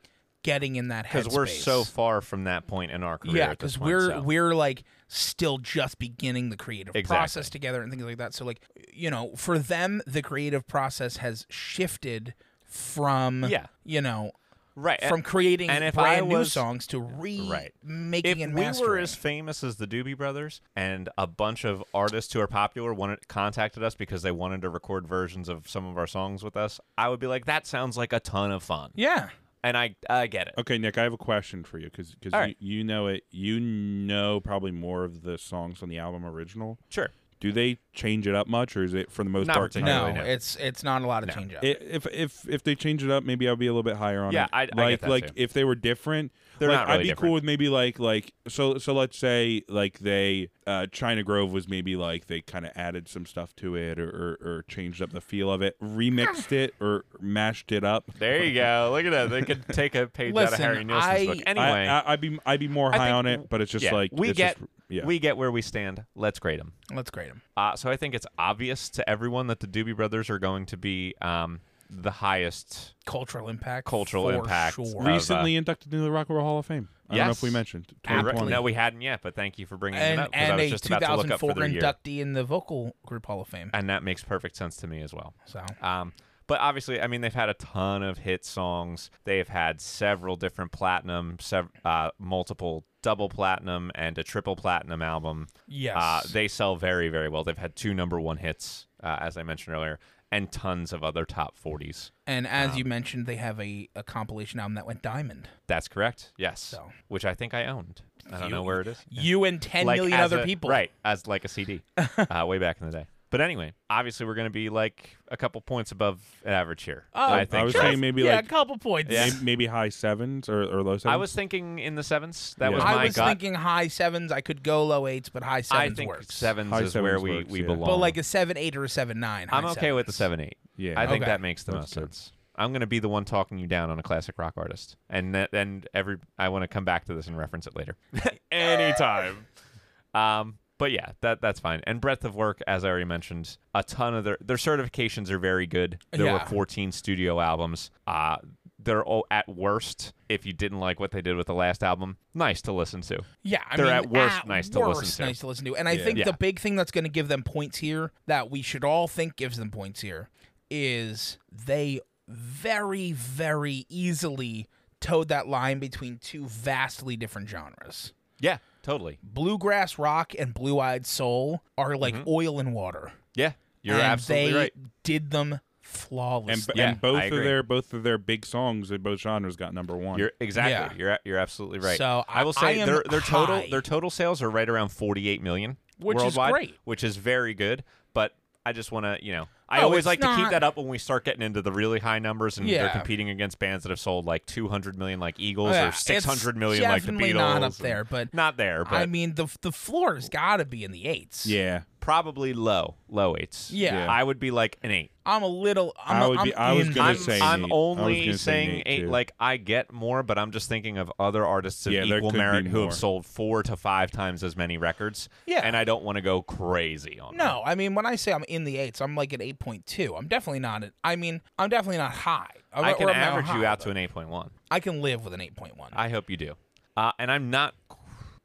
[SPEAKER 1] getting in that headspace.
[SPEAKER 2] Because we're so far from that point in our career.
[SPEAKER 1] Yeah,
[SPEAKER 2] because
[SPEAKER 1] we're we're like still just beginning the creative
[SPEAKER 2] Exactly.
[SPEAKER 1] process together and things like that. So like you know, for them, the creative process has shifted from
[SPEAKER 2] Yeah.
[SPEAKER 1] you know
[SPEAKER 2] right.
[SPEAKER 1] from creating
[SPEAKER 2] and if
[SPEAKER 1] brand
[SPEAKER 2] I
[SPEAKER 1] new
[SPEAKER 2] was-
[SPEAKER 1] songs to re
[SPEAKER 2] Right.
[SPEAKER 1] making
[SPEAKER 2] if
[SPEAKER 1] and
[SPEAKER 2] we
[SPEAKER 1] mastering.
[SPEAKER 2] were as famous as the Doobie Brothers, and a bunch of artists who are popular wanted contacted us because they wanted to record versions of some of our songs with us, I would be like, that sounds like a ton of fun,
[SPEAKER 1] yeah,
[SPEAKER 2] and I I get it.
[SPEAKER 3] Okay, Nick, I have a question for you because
[SPEAKER 2] All
[SPEAKER 3] you,
[SPEAKER 2] right.
[SPEAKER 3] you know it. You know probably more of the songs on the album original.
[SPEAKER 2] Sure,
[SPEAKER 3] Do they change it up much, or is it for the most
[SPEAKER 2] Not
[SPEAKER 3] part?
[SPEAKER 2] particularly.
[SPEAKER 1] no,
[SPEAKER 2] really know.
[SPEAKER 1] it's it's not a lot of change up.
[SPEAKER 3] I- if if if they change it up, maybe I'll be a little bit higher on
[SPEAKER 2] Yeah,
[SPEAKER 3] it.
[SPEAKER 2] I- I get
[SPEAKER 3] like
[SPEAKER 2] that
[SPEAKER 3] like
[SPEAKER 2] too.
[SPEAKER 3] if they were different,
[SPEAKER 2] They're
[SPEAKER 3] like,
[SPEAKER 2] not really
[SPEAKER 3] I'd be
[SPEAKER 2] different.
[SPEAKER 3] cool with maybe like like so so let's say like they uh China Grove was maybe like they kind of added some stuff to it or, or or changed up the feel of it, remixed it or mashed it up.
[SPEAKER 2] there you go. Look at that. They could take a page out of
[SPEAKER 1] Listen,
[SPEAKER 2] Harry Nilsson's
[SPEAKER 1] I-
[SPEAKER 2] book.
[SPEAKER 1] I-
[SPEAKER 2] Anyway,
[SPEAKER 3] I, I, I'd be I'd be more
[SPEAKER 2] I
[SPEAKER 3] high
[SPEAKER 2] think
[SPEAKER 3] on
[SPEAKER 2] w-
[SPEAKER 3] it, but it's just
[SPEAKER 2] yeah,
[SPEAKER 3] like
[SPEAKER 2] we
[SPEAKER 3] it's
[SPEAKER 2] get
[SPEAKER 3] just- yeah.
[SPEAKER 2] we get where we stand. Let's grade them.
[SPEAKER 1] Let's grade them.
[SPEAKER 2] Uh, so I think it's obvious to everyone that the Doobie Brothers are going to be um, the highest.
[SPEAKER 1] Cultural impact.
[SPEAKER 2] Cultural
[SPEAKER 1] for
[SPEAKER 2] impact.
[SPEAKER 1] Sure.
[SPEAKER 2] Re-
[SPEAKER 3] recently inducted into the Rock and Roll Hall of Fame. I don't know if we
[SPEAKER 2] uh, Yes.
[SPEAKER 3] mentioned
[SPEAKER 1] Aptly.
[SPEAKER 2] No, we hadn't yet, but thank you for bringing it
[SPEAKER 1] and
[SPEAKER 2] up. 'cause I
[SPEAKER 1] and
[SPEAKER 2] was
[SPEAKER 1] a
[SPEAKER 2] just about to look up
[SPEAKER 1] 2004
[SPEAKER 2] for the year.
[SPEAKER 1] inductee in the vocal group Hall of Fame.
[SPEAKER 2] and that makes perfect sense to me as well.
[SPEAKER 1] So
[SPEAKER 2] Um, but obviously, I mean, they've had a ton of hit songs. They've had several different platinum, sev- uh, multiple double platinum, and a triple platinum album.
[SPEAKER 1] yes,
[SPEAKER 2] Uh, they sell very, very well. They've had two number one hits, uh, as I mentioned earlier, and tons of other top 40s.
[SPEAKER 1] and as
[SPEAKER 2] um,
[SPEAKER 1] you mentioned, they have a, a compilation album that went diamond.
[SPEAKER 2] That's correct. Yes.
[SPEAKER 1] So-
[SPEAKER 2] Which I think I owned. I don't
[SPEAKER 1] You-
[SPEAKER 2] know where it is.
[SPEAKER 1] you and ten
[SPEAKER 2] Like
[SPEAKER 1] million
[SPEAKER 2] as
[SPEAKER 1] other
[SPEAKER 2] a-
[SPEAKER 1] people.
[SPEAKER 2] Right, as like
[SPEAKER 1] [LAUGHS]
[SPEAKER 2] a CD, uh, way back in the day. But anyway, obviously we're going to be like a couple points above average here.
[SPEAKER 1] Oh,
[SPEAKER 2] I think
[SPEAKER 3] I was
[SPEAKER 2] so.
[SPEAKER 3] saying maybe
[SPEAKER 1] yeah,
[SPEAKER 3] like
[SPEAKER 1] a couple points.
[SPEAKER 2] Yeah.
[SPEAKER 3] may- maybe high sevens or, or low sevens.
[SPEAKER 2] I was thinking in the sevens. That
[SPEAKER 3] Yeah.
[SPEAKER 2] was
[SPEAKER 3] I
[SPEAKER 2] my
[SPEAKER 1] I was
[SPEAKER 2] gut.
[SPEAKER 1] thinking high sevens. I could go low eights, but high
[SPEAKER 2] I
[SPEAKER 1] sevens
[SPEAKER 2] think
[SPEAKER 1] works.
[SPEAKER 2] sevens
[SPEAKER 3] High
[SPEAKER 2] is where
[SPEAKER 3] sevens
[SPEAKER 2] we,
[SPEAKER 3] works,
[SPEAKER 2] we
[SPEAKER 3] yeah.
[SPEAKER 2] belong.
[SPEAKER 1] but like a seven eight or a seven nine.
[SPEAKER 2] I'm okay with the seven eight.
[SPEAKER 3] Yeah.
[SPEAKER 2] I think
[SPEAKER 1] Okay.
[SPEAKER 2] that makes the most sense. I'm gonna be the one talking you down on a classic rock artist, and that, and every I want to come back to this and reference it
[SPEAKER 1] [LAUGHS]
[SPEAKER 2] later, [LAUGHS] anytime. Um, but yeah, that that's fine. And breadth of work, as I already mentioned, a ton of their their certifications are very good. There were
[SPEAKER 1] Yeah.
[SPEAKER 2] 14 studio albums. Uh, they're all at worst. If you didn't like what they did with the last album, nice to listen to.
[SPEAKER 1] Yeah, I
[SPEAKER 2] They're
[SPEAKER 1] mean,
[SPEAKER 2] at worst nice to listen
[SPEAKER 1] worst
[SPEAKER 2] to.
[SPEAKER 1] nice to listen to. And I think
[SPEAKER 2] Yeah.
[SPEAKER 1] the big thing that's going to give them points here, that we should all think gives them points here, is they very very easily towed that line between two vastly different genres.
[SPEAKER 2] Yeah, totally.
[SPEAKER 1] Bluegrass rock and blue eyed soul are like oil and water.
[SPEAKER 2] Yeah, Mm-hmm. you're
[SPEAKER 1] and
[SPEAKER 2] absolutely
[SPEAKER 1] they
[SPEAKER 2] right.
[SPEAKER 1] Did them
[SPEAKER 3] And,
[SPEAKER 1] flawlessly.
[SPEAKER 3] b-
[SPEAKER 2] Yeah,
[SPEAKER 3] and both
[SPEAKER 2] I
[SPEAKER 3] of
[SPEAKER 2] agree.
[SPEAKER 3] their both of their big songs in both genres got number one.
[SPEAKER 2] You're exactly.
[SPEAKER 1] Yeah.
[SPEAKER 2] You're a- you're absolutely right.
[SPEAKER 1] So,
[SPEAKER 2] I,
[SPEAKER 1] I-
[SPEAKER 2] will
[SPEAKER 1] I
[SPEAKER 2] say
[SPEAKER 1] am
[SPEAKER 2] their their total
[SPEAKER 1] high.
[SPEAKER 2] their total sales are right around 48 million
[SPEAKER 1] Which is
[SPEAKER 2] worldwide,
[SPEAKER 1] great.
[SPEAKER 2] which is very good. But I just want to you know I
[SPEAKER 1] Oh,
[SPEAKER 2] always
[SPEAKER 1] it's
[SPEAKER 2] like to keep
[SPEAKER 1] not-
[SPEAKER 2] that up when we start getting into the really high numbers and they're
[SPEAKER 1] Yeah.
[SPEAKER 2] competing against bands that have sold like 200 million like Eagles
[SPEAKER 1] Yeah,
[SPEAKER 2] or
[SPEAKER 1] it's
[SPEAKER 2] 600 million like the
[SPEAKER 1] definitely
[SPEAKER 2] Beatles.
[SPEAKER 1] not up
[SPEAKER 2] and-
[SPEAKER 1] there, but-
[SPEAKER 2] not there, but
[SPEAKER 1] I mean, the the floor's got to be in the eights.
[SPEAKER 3] yeah.
[SPEAKER 2] probably low low eights.
[SPEAKER 1] Yeah. Yeah.
[SPEAKER 2] I would be like an eight.
[SPEAKER 1] I'm a little. I'm
[SPEAKER 3] I
[SPEAKER 1] a-
[SPEAKER 3] would
[SPEAKER 1] I'm
[SPEAKER 3] be- I was
[SPEAKER 1] in
[SPEAKER 3] gonna
[SPEAKER 1] the-
[SPEAKER 3] say-
[SPEAKER 2] I'm
[SPEAKER 3] Nate. I was
[SPEAKER 2] only
[SPEAKER 3] gonna say
[SPEAKER 2] saying
[SPEAKER 3] Nate,
[SPEAKER 2] eight,
[SPEAKER 3] too.
[SPEAKER 2] like I get more, but I'm just thinking of other artists of
[SPEAKER 3] Yeah, there
[SPEAKER 2] equal
[SPEAKER 3] could
[SPEAKER 2] merit
[SPEAKER 3] be
[SPEAKER 2] who have
[SPEAKER 3] more.
[SPEAKER 2] sold four to five times as many records.
[SPEAKER 1] Yeah.
[SPEAKER 2] and I don't want to go crazy on. them.
[SPEAKER 1] No, I mean when I say I'm in the eights, I'm like at eight point two. I'm definitely not. At, I mean, I'm definitely not high. I'm
[SPEAKER 2] I
[SPEAKER 1] not-
[SPEAKER 2] can
[SPEAKER 1] or I'm not
[SPEAKER 2] average you
[SPEAKER 1] high,
[SPEAKER 2] out to
[SPEAKER 1] but
[SPEAKER 2] an eight point one.
[SPEAKER 1] I can live with an eight point one.
[SPEAKER 2] I hope you do. Uh, and I'm not.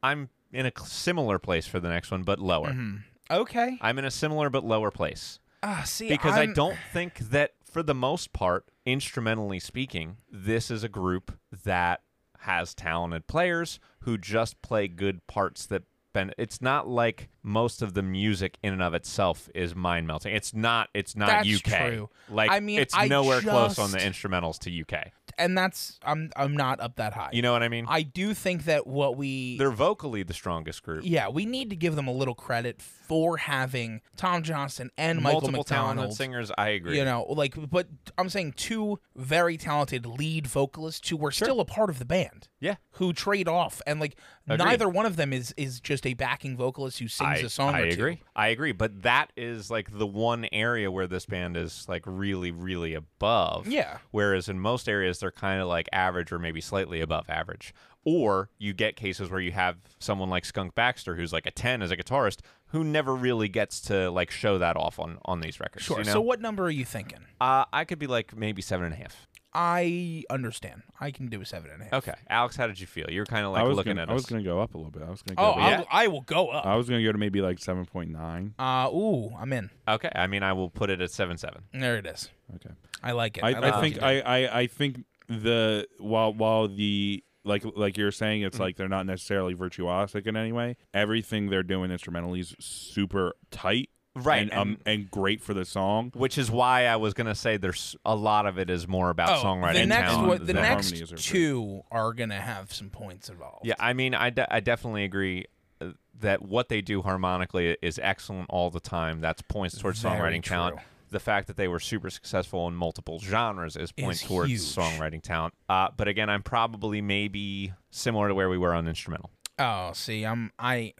[SPEAKER 2] I'm in a similar place for the next one, but lower.
[SPEAKER 3] Mm-hmm.
[SPEAKER 1] Okay.
[SPEAKER 2] I'm in a similar but lower place.
[SPEAKER 1] Ah, see,
[SPEAKER 2] because I'm...
[SPEAKER 1] I'm-
[SPEAKER 2] I do not think that, for the most part, instrumentally speaking, this is a group that has talented players who just play good parts that. Ben, it's not like most of the music in and of itself is mind melting. It's not. It's not
[SPEAKER 1] That's
[SPEAKER 2] UK.
[SPEAKER 1] true.
[SPEAKER 2] Like
[SPEAKER 1] I mean,
[SPEAKER 2] it's
[SPEAKER 1] I
[SPEAKER 2] nowhere close on the
[SPEAKER 1] just-
[SPEAKER 2] instrumentals to UK.
[SPEAKER 1] and that's I'm I'm not up that high.
[SPEAKER 2] You know what I mean?
[SPEAKER 1] I do think that what we
[SPEAKER 2] They're vocally the strongest group.
[SPEAKER 1] yeah we need to give them a little credit for having Tom Johnson and Michael
[SPEAKER 2] Multiple talented
[SPEAKER 1] McDonald.
[SPEAKER 2] singers. I agree.
[SPEAKER 1] You know, like, but I'm saying two very talented lead vocalists who were still a part of the band.
[SPEAKER 2] Yeah.
[SPEAKER 1] who trade off and like
[SPEAKER 2] Agreed.
[SPEAKER 1] neither one of them is is just a backing vocalist who sings a song
[SPEAKER 2] I
[SPEAKER 1] or two.
[SPEAKER 2] agree. I agree. But that is like the one area where this band is like really, really above.
[SPEAKER 1] Yeah.
[SPEAKER 2] Whereas in most areas they're kind of like average or maybe slightly above average. Or you get cases where you have someone like Skunk Baxter who's like a ten as a guitarist who never really gets to like show that off on on these records.
[SPEAKER 1] Sure.
[SPEAKER 2] you know?
[SPEAKER 1] So what number are you thinking?
[SPEAKER 2] uh, I could be like maybe seven and a half.
[SPEAKER 1] I understand. I can do a seven and a half.
[SPEAKER 2] Okay, Alex, how did you feel? You're kind of like
[SPEAKER 3] I was
[SPEAKER 2] looking
[SPEAKER 3] gonna,
[SPEAKER 2] at
[SPEAKER 3] I
[SPEAKER 2] us.
[SPEAKER 3] was gonna go up a little bit. I was gonna
[SPEAKER 1] Oh,
[SPEAKER 3] go
[SPEAKER 1] I'll,
[SPEAKER 3] to,
[SPEAKER 2] Yeah. Uh,
[SPEAKER 1] I will go up.
[SPEAKER 3] I was gonna go to maybe like seven point nine.
[SPEAKER 1] Uh, ooh, I'm in.
[SPEAKER 2] Okay, I mean I will put it at seven seven.
[SPEAKER 1] There it is.
[SPEAKER 3] Okay.
[SPEAKER 1] I like it.
[SPEAKER 3] I,
[SPEAKER 1] like
[SPEAKER 3] I
[SPEAKER 1] what you
[SPEAKER 3] think
[SPEAKER 1] did.
[SPEAKER 3] I, I, I think the while while the like like you're saying it's
[SPEAKER 2] Mm-hmm.
[SPEAKER 3] like they're not necessarily virtuosic in any way. Everything they're doing instrumentally is super tight,
[SPEAKER 2] Right,
[SPEAKER 3] And, um, and great for the song.
[SPEAKER 2] which is why I was gonna say there's a lot of it is more about
[SPEAKER 1] Oh,
[SPEAKER 2] songwriting
[SPEAKER 1] the next
[SPEAKER 2] talent.
[SPEAKER 1] one- the
[SPEAKER 2] than-
[SPEAKER 1] next
[SPEAKER 3] harmonies are pretty-
[SPEAKER 1] two are gonna have some points involved.
[SPEAKER 2] Yeah, I mean, I, de- I definitely agree uh, that what they do harmonically is excellent all the time. That's points towards
[SPEAKER 1] Very
[SPEAKER 2] songwriting talent.
[SPEAKER 1] true.
[SPEAKER 2] The fact that they were super successful in multiple genres is points
[SPEAKER 1] Is
[SPEAKER 2] towards
[SPEAKER 1] huge.
[SPEAKER 2] songwriting talent. Uh, but again, I'm probably maybe similar to where we were on instrumental.
[SPEAKER 1] Oh, see, I'm I.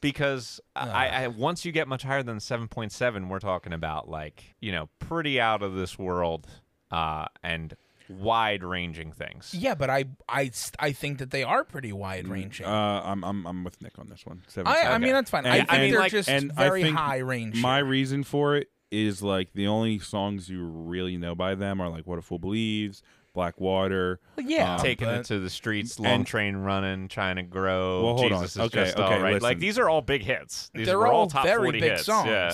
[SPEAKER 2] Because I, I once you get much higher than 7.7, we're talking about like, you know, pretty out of this world uh, and wide ranging things.
[SPEAKER 1] Yeah, but I I I think that they are pretty wide ranging.
[SPEAKER 3] Uh, I'm I'm I'm with Nick on this one. Seven.
[SPEAKER 1] I, I
[SPEAKER 2] okay.
[SPEAKER 1] mean that's fine. I
[SPEAKER 3] And-
[SPEAKER 1] think
[SPEAKER 2] I mean,
[SPEAKER 1] they're
[SPEAKER 2] like-
[SPEAKER 1] just
[SPEAKER 3] and I
[SPEAKER 1] very
[SPEAKER 3] think
[SPEAKER 1] high range.
[SPEAKER 3] My reason for it is like the only songs you really know by them are like "What a Fool Believes," "Black Water."
[SPEAKER 1] yeah,
[SPEAKER 2] taking
[SPEAKER 3] um,
[SPEAKER 1] but-
[SPEAKER 2] it to the streets, Long
[SPEAKER 3] and-
[SPEAKER 2] Train Running, China Grove,
[SPEAKER 3] Well, hold on.
[SPEAKER 2] Jesus is
[SPEAKER 3] Okay,
[SPEAKER 2] just
[SPEAKER 3] okay,
[SPEAKER 2] all right. Like
[SPEAKER 3] listen.
[SPEAKER 2] these are all big hits. These
[SPEAKER 1] they're
[SPEAKER 2] were all,
[SPEAKER 1] all
[SPEAKER 2] top
[SPEAKER 1] very
[SPEAKER 2] 40
[SPEAKER 1] big
[SPEAKER 2] hits.
[SPEAKER 1] songs.
[SPEAKER 2] Yeah.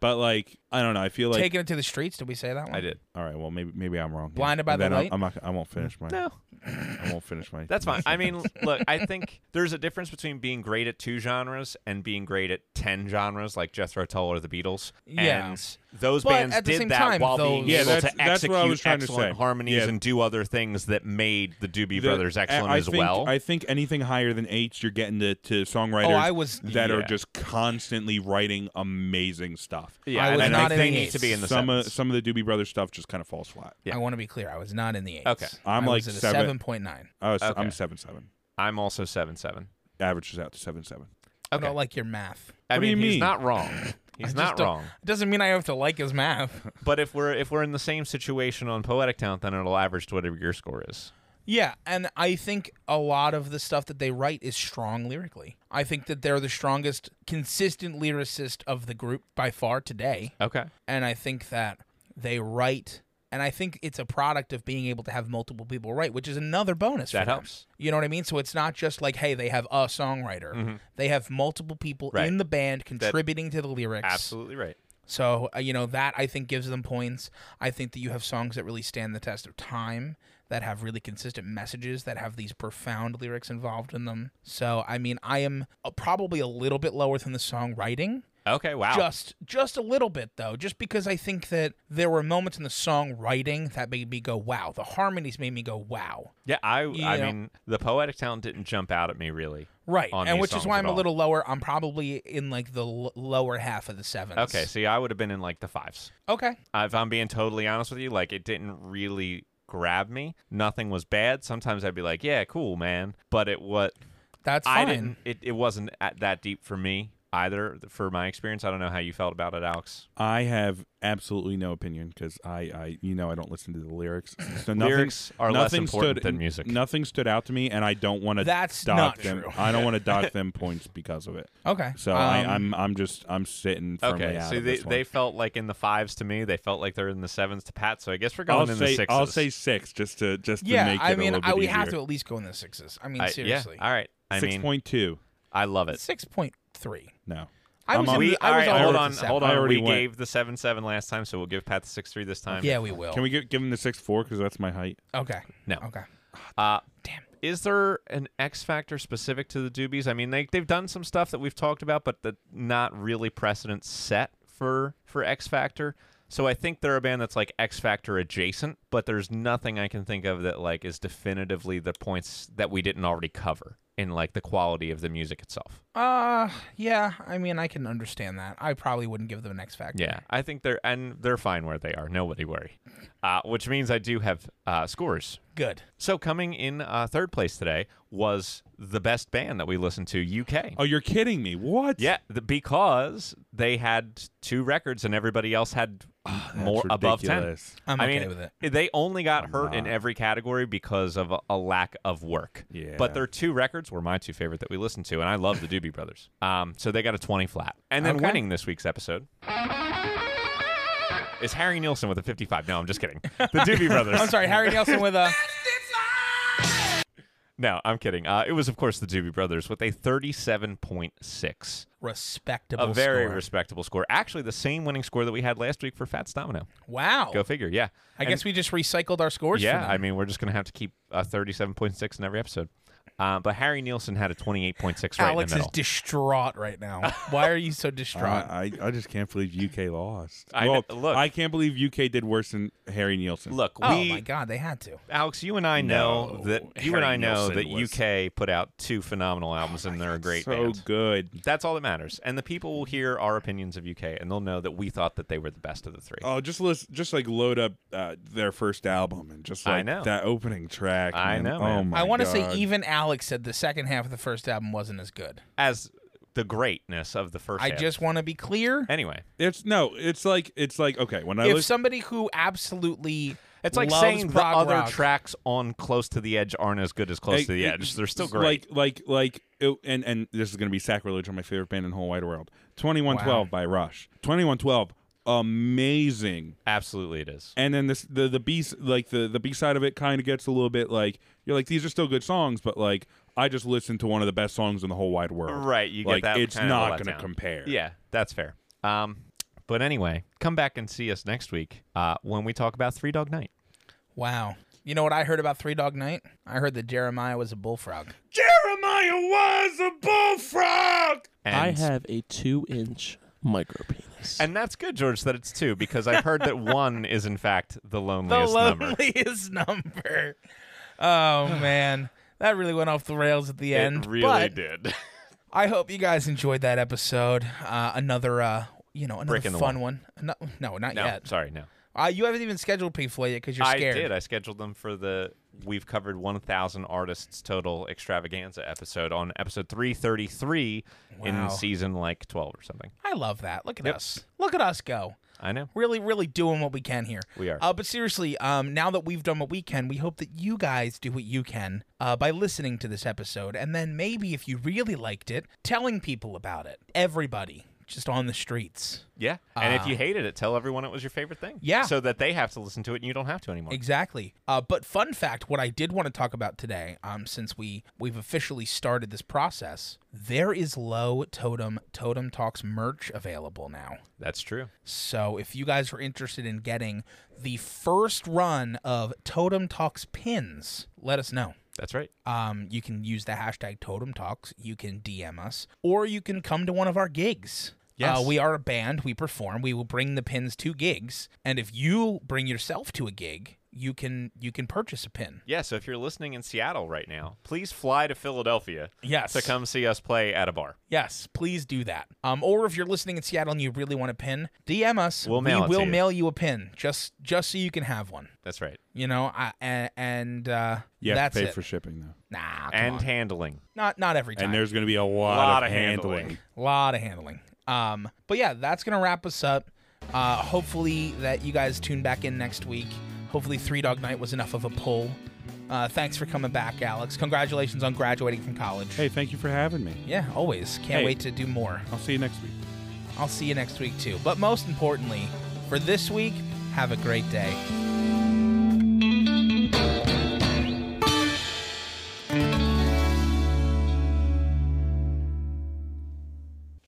[SPEAKER 3] But like I don't know. I feel like
[SPEAKER 1] Taking it to the streets. Did we say that one?
[SPEAKER 2] I did.
[SPEAKER 3] all right. Well, maybe maybe I'm wrong. here.
[SPEAKER 1] Blinded by the
[SPEAKER 3] Then I'm-
[SPEAKER 1] Light?
[SPEAKER 3] I'm not, I won't finish my.
[SPEAKER 2] No,
[SPEAKER 3] I won't finish
[SPEAKER 1] [LAUGHS]
[SPEAKER 3] my.
[SPEAKER 2] that's fine. I mean, look, I think there's a difference between being great at two genres and being great at 10 genres like Jethro Tull or the Beatles.
[SPEAKER 1] Yeah.
[SPEAKER 2] And those
[SPEAKER 1] But
[SPEAKER 2] bands
[SPEAKER 1] at the
[SPEAKER 2] did
[SPEAKER 1] same
[SPEAKER 2] that
[SPEAKER 1] time,
[SPEAKER 2] while
[SPEAKER 1] those-
[SPEAKER 2] being
[SPEAKER 1] Yeah,
[SPEAKER 2] able
[SPEAKER 3] that's-
[SPEAKER 2] to
[SPEAKER 3] that's
[SPEAKER 2] execute
[SPEAKER 3] what I was trying to
[SPEAKER 2] excellent
[SPEAKER 3] say.
[SPEAKER 2] harmonies
[SPEAKER 3] Yeah.
[SPEAKER 2] and do other things that made the Doobie
[SPEAKER 3] The-
[SPEAKER 2] Brothers excellent
[SPEAKER 3] I
[SPEAKER 2] as
[SPEAKER 3] think-
[SPEAKER 2] well.
[SPEAKER 3] I think anything higher than eights, you're getting to, to songwriters
[SPEAKER 1] Oh, I was-
[SPEAKER 3] that are
[SPEAKER 2] Yeah.
[SPEAKER 3] just constantly writing amazing stuff.
[SPEAKER 2] yeah,
[SPEAKER 1] I was
[SPEAKER 2] and
[SPEAKER 1] not
[SPEAKER 2] they,
[SPEAKER 1] in
[SPEAKER 2] they
[SPEAKER 1] the
[SPEAKER 2] need to be in the
[SPEAKER 3] some of,
[SPEAKER 2] sevens.
[SPEAKER 3] some of the Doobie Brothers stuff just kind of falls flat.
[SPEAKER 2] Yeah.
[SPEAKER 1] I want to be clear. I was not in the eights.
[SPEAKER 2] Okay.
[SPEAKER 3] I'm
[SPEAKER 1] I
[SPEAKER 3] like
[SPEAKER 1] was at a
[SPEAKER 3] seven-
[SPEAKER 1] seven point nine.
[SPEAKER 3] I was,
[SPEAKER 2] Okay.
[SPEAKER 3] Uh, I'm seven seven.
[SPEAKER 2] I'm also 7 7.
[SPEAKER 3] Averages out to seven seven.
[SPEAKER 1] I don't like your math.
[SPEAKER 2] I
[SPEAKER 3] What do
[SPEAKER 2] mean,
[SPEAKER 3] you
[SPEAKER 2] he's
[SPEAKER 3] mean?
[SPEAKER 2] not
[SPEAKER 3] [LAUGHS]
[SPEAKER 2] wrong. He's
[SPEAKER 1] I
[SPEAKER 2] not
[SPEAKER 1] just don't-
[SPEAKER 2] wrong.
[SPEAKER 1] It doesn't mean I have to like his
[SPEAKER 2] [LAUGHS]
[SPEAKER 1] math.
[SPEAKER 2] But if we're if we're in the same situation on poetic talent, then it'll average to whatever your score is.
[SPEAKER 1] yeah, and I think a lot of the stuff that they write is strong lyrically. I think that they're the strongest consistent lyricist of the group by far today.
[SPEAKER 2] Okay.
[SPEAKER 1] and I think that they write, and I think it's a product of being able to have multiple people write, which is another bonus. for
[SPEAKER 2] That
[SPEAKER 1] them.
[SPEAKER 2] helps.
[SPEAKER 1] You know what I mean? So it's not just like, hey, they have a songwriter. They have multiple people
[SPEAKER 2] Mm-hmm. Right.
[SPEAKER 1] in the band contributing to the lyrics.
[SPEAKER 2] Absolutely right.
[SPEAKER 1] So uh, you know that I think gives them points. I think that you have songs that really stand the test of time. that have really consistent messages that have these profound lyrics involved in them. So I mean, I am uh, probably a little bit lower than the songwriting.
[SPEAKER 2] Okay, wow.
[SPEAKER 1] Just just a little bit though, just because I think that there were moments in the songwriting that made me go wow. The harmonies made me go wow.
[SPEAKER 2] yeah, I I
[SPEAKER 1] Yeah.
[SPEAKER 2] mean, the poetic talent didn't jump out at me really.
[SPEAKER 1] Right.
[SPEAKER 2] on
[SPEAKER 1] and
[SPEAKER 2] these
[SPEAKER 1] which is
[SPEAKER 2] songs
[SPEAKER 1] why
[SPEAKER 2] at
[SPEAKER 1] I'm a
[SPEAKER 2] all.
[SPEAKER 1] little lower. I'm probably in like the l- lower half of the sevens.
[SPEAKER 2] Okay, see, I would have been in like the fives.
[SPEAKER 1] Okay.
[SPEAKER 2] Uh, if I'm being totally honest with you, like it didn't really grab me. Nothing was bad. Sometimes I'd be like, "Yeah, cool, man," but it what
[SPEAKER 1] That's
[SPEAKER 2] I
[SPEAKER 1] fine.
[SPEAKER 2] didn't. It, it wasn't at that deep for me either. For my experience, I don't know how you felt about it, Alex.
[SPEAKER 3] I have absolutely no opinion because I, I, you know, I don't listen to the lyrics.
[SPEAKER 2] [LAUGHS]
[SPEAKER 3] So nothing,
[SPEAKER 2] Lyrics are less
[SPEAKER 3] nothing
[SPEAKER 2] important
[SPEAKER 3] stood,
[SPEAKER 2] than music.
[SPEAKER 3] Nothing stood out to me, and I don't want to.
[SPEAKER 1] That's
[SPEAKER 3] dock
[SPEAKER 1] not
[SPEAKER 3] them.
[SPEAKER 1] true.
[SPEAKER 3] I
[SPEAKER 1] [LAUGHS]
[SPEAKER 3] don't want to dock them points because of it.
[SPEAKER 1] Okay.
[SPEAKER 3] So I,
[SPEAKER 1] Um,
[SPEAKER 3] I'm, I'm just, I'm sitting firmly
[SPEAKER 2] Okay,
[SPEAKER 3] out
[SPEAKER 2] so
[SPEAKER 3] of
[SPEAKER 2] they,
[SPEAKER 3] this one.
[SPEAKER 2] they felt like in the fives to me. They felt like they're in the sevens to Pat. So I guess we're going
[SPEAKER 3] I'll
[SPEAKER 2] in
[SPEAKER 3] say,
[SPEAKER 2] the sixes.
[SPEAKER 3] I'll say six just to just to
[SPEAKER 1] yeah,
[SPEAKER 3] make
[SPEAKER 1] I
[SPEAKER 3] it a
[SPEAKER 1] mean,
[SPEAKER 3] little bit
[SPEAKER 1] I, we
[SPEAKER 3] easier.
[SPEAKER 1] have to at least go in the sixes. I mean,
[SPEAKER 2] I-
[SPEAKER 1] seriously.
[SPEAKER 2] Yeah, all right. I
[SPEAKER 3] Six
[SPEAKER 2] mean,
[SPEAKER 3] point two.
[SPEAKER 2] I love it.
[SPEAKER 1] Six point three.
[SPEAKER 3] No,
[SPEAKER 1] I
[SPEAKER 3] I'm
[SPEAKER 1] was,
[SPEAKER 3] on-
[SPEAKER 1] in
[SPEAKER 2] We
[SPEAKER 1] the, I was
[SPEAKER 2] Um, all right,
[SPEAKER 1] all
[SPEAKER 2] hold
[SPEAKER 1] over
[SPEAKER 2] on,
[SPEAKER 1] the seven.
[SPEAKER 2] hold
[SPEAKER 3] I
[SPEAKER 2] on.
[SPEAKER 3] already
[SPEAKER 2] We
[SPEAKER 3] went.
[SPEAKER 2] gave the seven seven last time, so we'll give Pat the six three this time.
[SPEAKER 1] Yeah, we will.
[SPEAKER 3] can we get, give him the six four because that's my height?
[SPEAKER 1] Okay.
[SPEAKER 2] No.
[SPEAKER 1] Okay.
[SPEAKER 2] Uh,
[SPEAKER 1] Damn.
[SPEAKER 2] Is there an X factor specific to the Doobies? I mean, they they've done some stuff that we've talked about, but that not really precedent set for for X Factor. So I think they're a band that's like X Factor adjacent, but there's nothing I can think of that like is definitively the points that we didn't already cover in like the quality of the music itself.
[SPEAKER 1] Uh, yeah. I mean, I can understand that. I probably wouldn't give them an X factor.
[SPEAKER 2] Yeah, I think they're and they're fine where they are. Nobody worry. Uh, which means I do have uh, scores
[SPEAKER 1] Good.
[SPEAKER 2] So coming in uh, third place today was the best band that we listened to, UK.
[SPEAKER 3] Oh, you're kidding me! What?
[SPEAKER 2] Yeah, the, because they had two records and everybody else had uh,
[SPEAKER 3] That's
[SPEAKER 2] more above ten.
[SPEAKER 3] ridiculous.
[SPEAKER 1] I'm
[SPEAKER 2] I
[SPEAKER 1] okay
[SPEAKER 2] mean,
[SPEAKER 1] with it.
[SPEAKER 2] They only got hurt in
[SPEAKER 3] not.
[SPEAKER 2] every category because of a, a lack of work.
[SPEAKER 3] Yeah.
[SPEAKER 2] But their two records were my two favorite that we listened to, and I love the Doobie Brothers. Um, so they got a 20 flat. And then
[SPEAKER 1] Okay.
[SPEAKER 2] winning this week's episode is Harry Nielsen with a 55. No, I'm just kidding. The Doobie
[SPEAKER 3] [LAUGHS]
[SPEAKER 2] Brothers.
[SPEAKER 1] I'm sorry, Harry Nelson with
[SPEAKER 2] [LAUGHS]
[SPEAKER 1] a.
[SPEAKER 2] No, I'm kidding. Uh, it was, of course, the Doobie Brothers with a 37.6.
[SPEAKER 1] respectable
[SPEAKER 2] A very
[SPEAKER 1] score.
[SPEAKER 2] respectable score. Actually, the same winning score that we had last week for Fats Domino.
[SPEAKER 1] wow.
[SPEAKER 2] Go figure. Yeah.
[SPEAKER 1] I guess we just recycled our scores. for
[SPEAKER 2] Yeah,
[SPEAKER 1] them.
[SPEAKER 2] I mean, we're just going to have to keep uh, 37.6 in every episode. Um, but Harry Nielsen had a 28.6
[SPEAKER 1] Alex
[SPEAKER 2] right in the
[SPEAKER 1] is
[SPEAKER 2] middle. Uh,
[SPEAKER 1] distraught right
[SPEAKER 2] [LAUGHS]
[SPEAKER 1] now. Why are you so distraught?
[SPEAKER 3] Uh, I, I, I just can't believe UK lost.
[SPEAKER 2] I
[SPEAKER 3] well,
[SPEAKER 2] kn- look.
[SPEAKER 3] I can't believe UK did worse than Harry Nielsen.
[SPEAKER 2] Look,
[SPEAKER 1] oh
[SPEAKER 2] we,
[SPEAKER 1] my God, they had to.
[SPEAKER 2] Alex, you and I know
[SPEAKER 3] No,
[SPEAKER 2] that you and
[SPEAKER 3] Harry
[SPEAKER 2] I know
[SPEAKER 3] Nielsen
[SPEAKER 2] that
[SPEAKER 3] was-
[SPEAKER 2] UK put out two phenomenal albums
[SPEAKER 1] Oh
[SPEAKER 2] and they're a great
[SPEAKER 3] so
[SPEAKER 2] band. [LAUGHS]
[SPEAKER 3] good.
[SPEAKER 2] That's all that matters. And the people will hear our opinions of UK and they'll know that we thought that they were the best of the three.
[SPEAKER 3] Oh, just list, just like load up uh, their first album and just
[SPEAKER 2] I
[SPEAKER 3] like
[SPEAKER 2] know.
[SPEAKER 3] that opening track.
[SPEAKER 2] I
[SPEAKER 3] man.
[SPEAKER 2] know,
[SPEAKER 3] Oh
[SPEAKER 2] man.
[SPEAKER 3] my
[SPEAKER 1] I want to
[SPEAKER 3] God.
[SPEAKER 1] say e-, even Alex said the second half of the first album wasn't as good.
[SPEAKER 2] As the greatness of the first
[SPEAKER 1] I
[SPEAKER 2] half.
[SPEAKER 1] just want to be clear.
[SPEAKER 2] Anyway,
[SPEAKER 3] it's no. It's like it's like okay. When I
[SPEAKER 1] if
[SPEAKER 3] listen,
[SPEAKER 1] somebody who absolutely
[SPEAKER 2] It's like
[SPEAKER 1] loves
[SPEAKER 2] saying the
[SPEAKER 1] prog
[SPEAKER 2] other
[SPEAKER 1] rock-
[SPEAKER 2] tracks on Close to the Edge aren't as good as Close
[SPEAKER 3] Hey,
[SPEAKER 2] to the
[SPEAKER 3] it-
[SPEAKER 2] Edge. They're still
[SPEAKER 3] it's
[SPEAKER 2] great.
[SPEAKER 3] Like like like it, and and this is gonna be sacrilege on my favorite band in the whole wide world. Twenty one twelve by Rush. Twenty one twelve, amazing.
[SPEAKER 2] Absolutely, it is.
[SPEAKER 3] And then this the the B like the the B side of it kind of gets a little bit like you're like these are still good songs, but like I just listened to one of the best songs in the whole wide world.
[SPEAKER 2] Right, you get
[SPEAKER 3] like,
[SPEAKER 2] that.
[SPEAKER 3] It's
[SPEAKER 2] kind of
[SPEAKER 3] not gonna
[SPEAKER 2] letdown.
[SPEAKER 3] compare.
[SPEAKER 2] Yeah, that's fair. Um, but anyway, come back and see us next week uh, when we talk about Three Dog Night.
[SPEAKER 1] Wow. You know what I heard about Three Dog Night? I heard that Jeremiah was a bullfrog.
[SPEAKER 3] Jeremiah was a bullfrog.
[SPEAKER 2] And,
[SPEAKER 4] I have a two inch micro penis.
[SPEAKER 2] and that's good, George, that it's two because I've heard that one is in fact the
[SPEAKER 1] The
[SPEAKER 2] loneliest [LAUGHS] number.
[SPEAKER 1] loneliest number. [LAUGHS] Oh man, that really went off the rails at the end.
[SPEAKER 2] it really
[SPEAKER 1] but
[SPEAKER 2] did.
[SPEAKER 1] I hope you guys enjoyed that episode. Uh, another, uh, you know, another
[SPEAKER 2] Brick in the
[SPEAKER 1] fun one. No, no, not
[SPEAKER 2] No,
[SPEAKER 1] yet.
[SPEAKER 2] sorry, no.
[SPEAKER 1] Uh, you haven't even scheduled Pink Floyd yet because you're
[SPEAKER 2] I
[SPEAKER 1] scared.
[SPEAKER 2] did. I scheduled them for the we've covered 1,000 artists total extravaganza episode on episode 333
[SPEAKER 1] Wow.
[SPEAKER 2] in season like 12 or something.
[SPEAKER 1] I love that. Look at us. Look at us go.
[SPEAKER 2] I know.
[SPEAKER 1] Really, really doing what we can here.
[SPEAKER 2] We are.
[SPEAKER 1] Uh, but seriously, um, now that we've done what we can, we hope that you guys do what you can uh, by listening to this episode. And then maybe if you really liked it, telling people about it. Everybody. just on the streets.
[SPEAKER 2] Yeah. And if you hated it, tell everyone it was your favorite thing.
[SPEAKER 1] Ah. Yeah.
[SPEAKER 2] So that they have to listen to it and you don't have to anymore.
[SPEAKER 1] Exactly. Uh, but fun fact, what I did want to talk about today, um, since we we've officially started this process, there is low totem totem talks merch available now.
[SPEAKER 2] That's true.
[SPEAKER 1] So if you guys are interested in getting the first run of Totem Talks pins, let us know.
[SPEAKER 2] That's right.
[SPEAKER 1] Um, you can use the hashtag Totem Talks. You can DM us, or you can come to one of our gigs.
[SPEAKER 2] Yes.
[SPEAKER 1] Uh, we are a band. We perform. We will bring the pins to gigs, and if you bring yourself to a gig, you can you can purchase a pin.
[SPEAKER 2] Yeah. So if you're listening in Seattle right now, please fly to Philadelphia
[SPEAKER 1] Yes.
[SPEAKER 2] to come see us play at a bar.
[SPEAKER 1] Yes, please do that. Um, or if you're listening in Seattle and you really want a pin, DM us.
[SPEAKER 2] We'll mail
[SPEAKER 1] we
[SPEAKER 2] it
[SPEAKER 1] will
[SPEAKER 2] to you.
[SPEAKER 1] mail you a pin just just so you can have one.
[SPEAKER 2] That's right.
[SPEAKER 1] You know, I, and, and uh,
[SPEAKER 3] You have
[SPEAKER 1] that's
[SPEAKER 3] to pay
[SPEAKER 1] it.
[SPEAKER 3] for shipping though,
[SPEAKER 1] nah, come
[SPEAKER 2] And
[SPEAKER 1] on.
[SPEAKER 2] handling.
[SPEAKER 1] not not every time.
[SPEAKER 3] and there's going to be a lot,
[SPEAKER 2] Lot
[SPEAKER 3] of,
[SPEAKER 2] of
[SPEAKER 3] handling.
[SPEAKER 2] handling.
[SPEAKER 1] lot of handling. Um, but yeah, that's gonna wrap us up. Uh, hopefully that you guys tune back in next week. Hopefully Three Dog Night was enough of a pull. Uh, thanks for coming back, Alex. Congratulations on graduating from college.
[SPEAKER 3] Hey, thank you for having me.
[SPEAKER 1] Yeah, always. Can't
[SPEAKER 3] Hey.
[SPEAKER 1] wait to do more.
[SPEAKER 3] I'll see you next week.
[SPEAKER 1] I'll see you next week too. But most importantly, for this week, have a great day.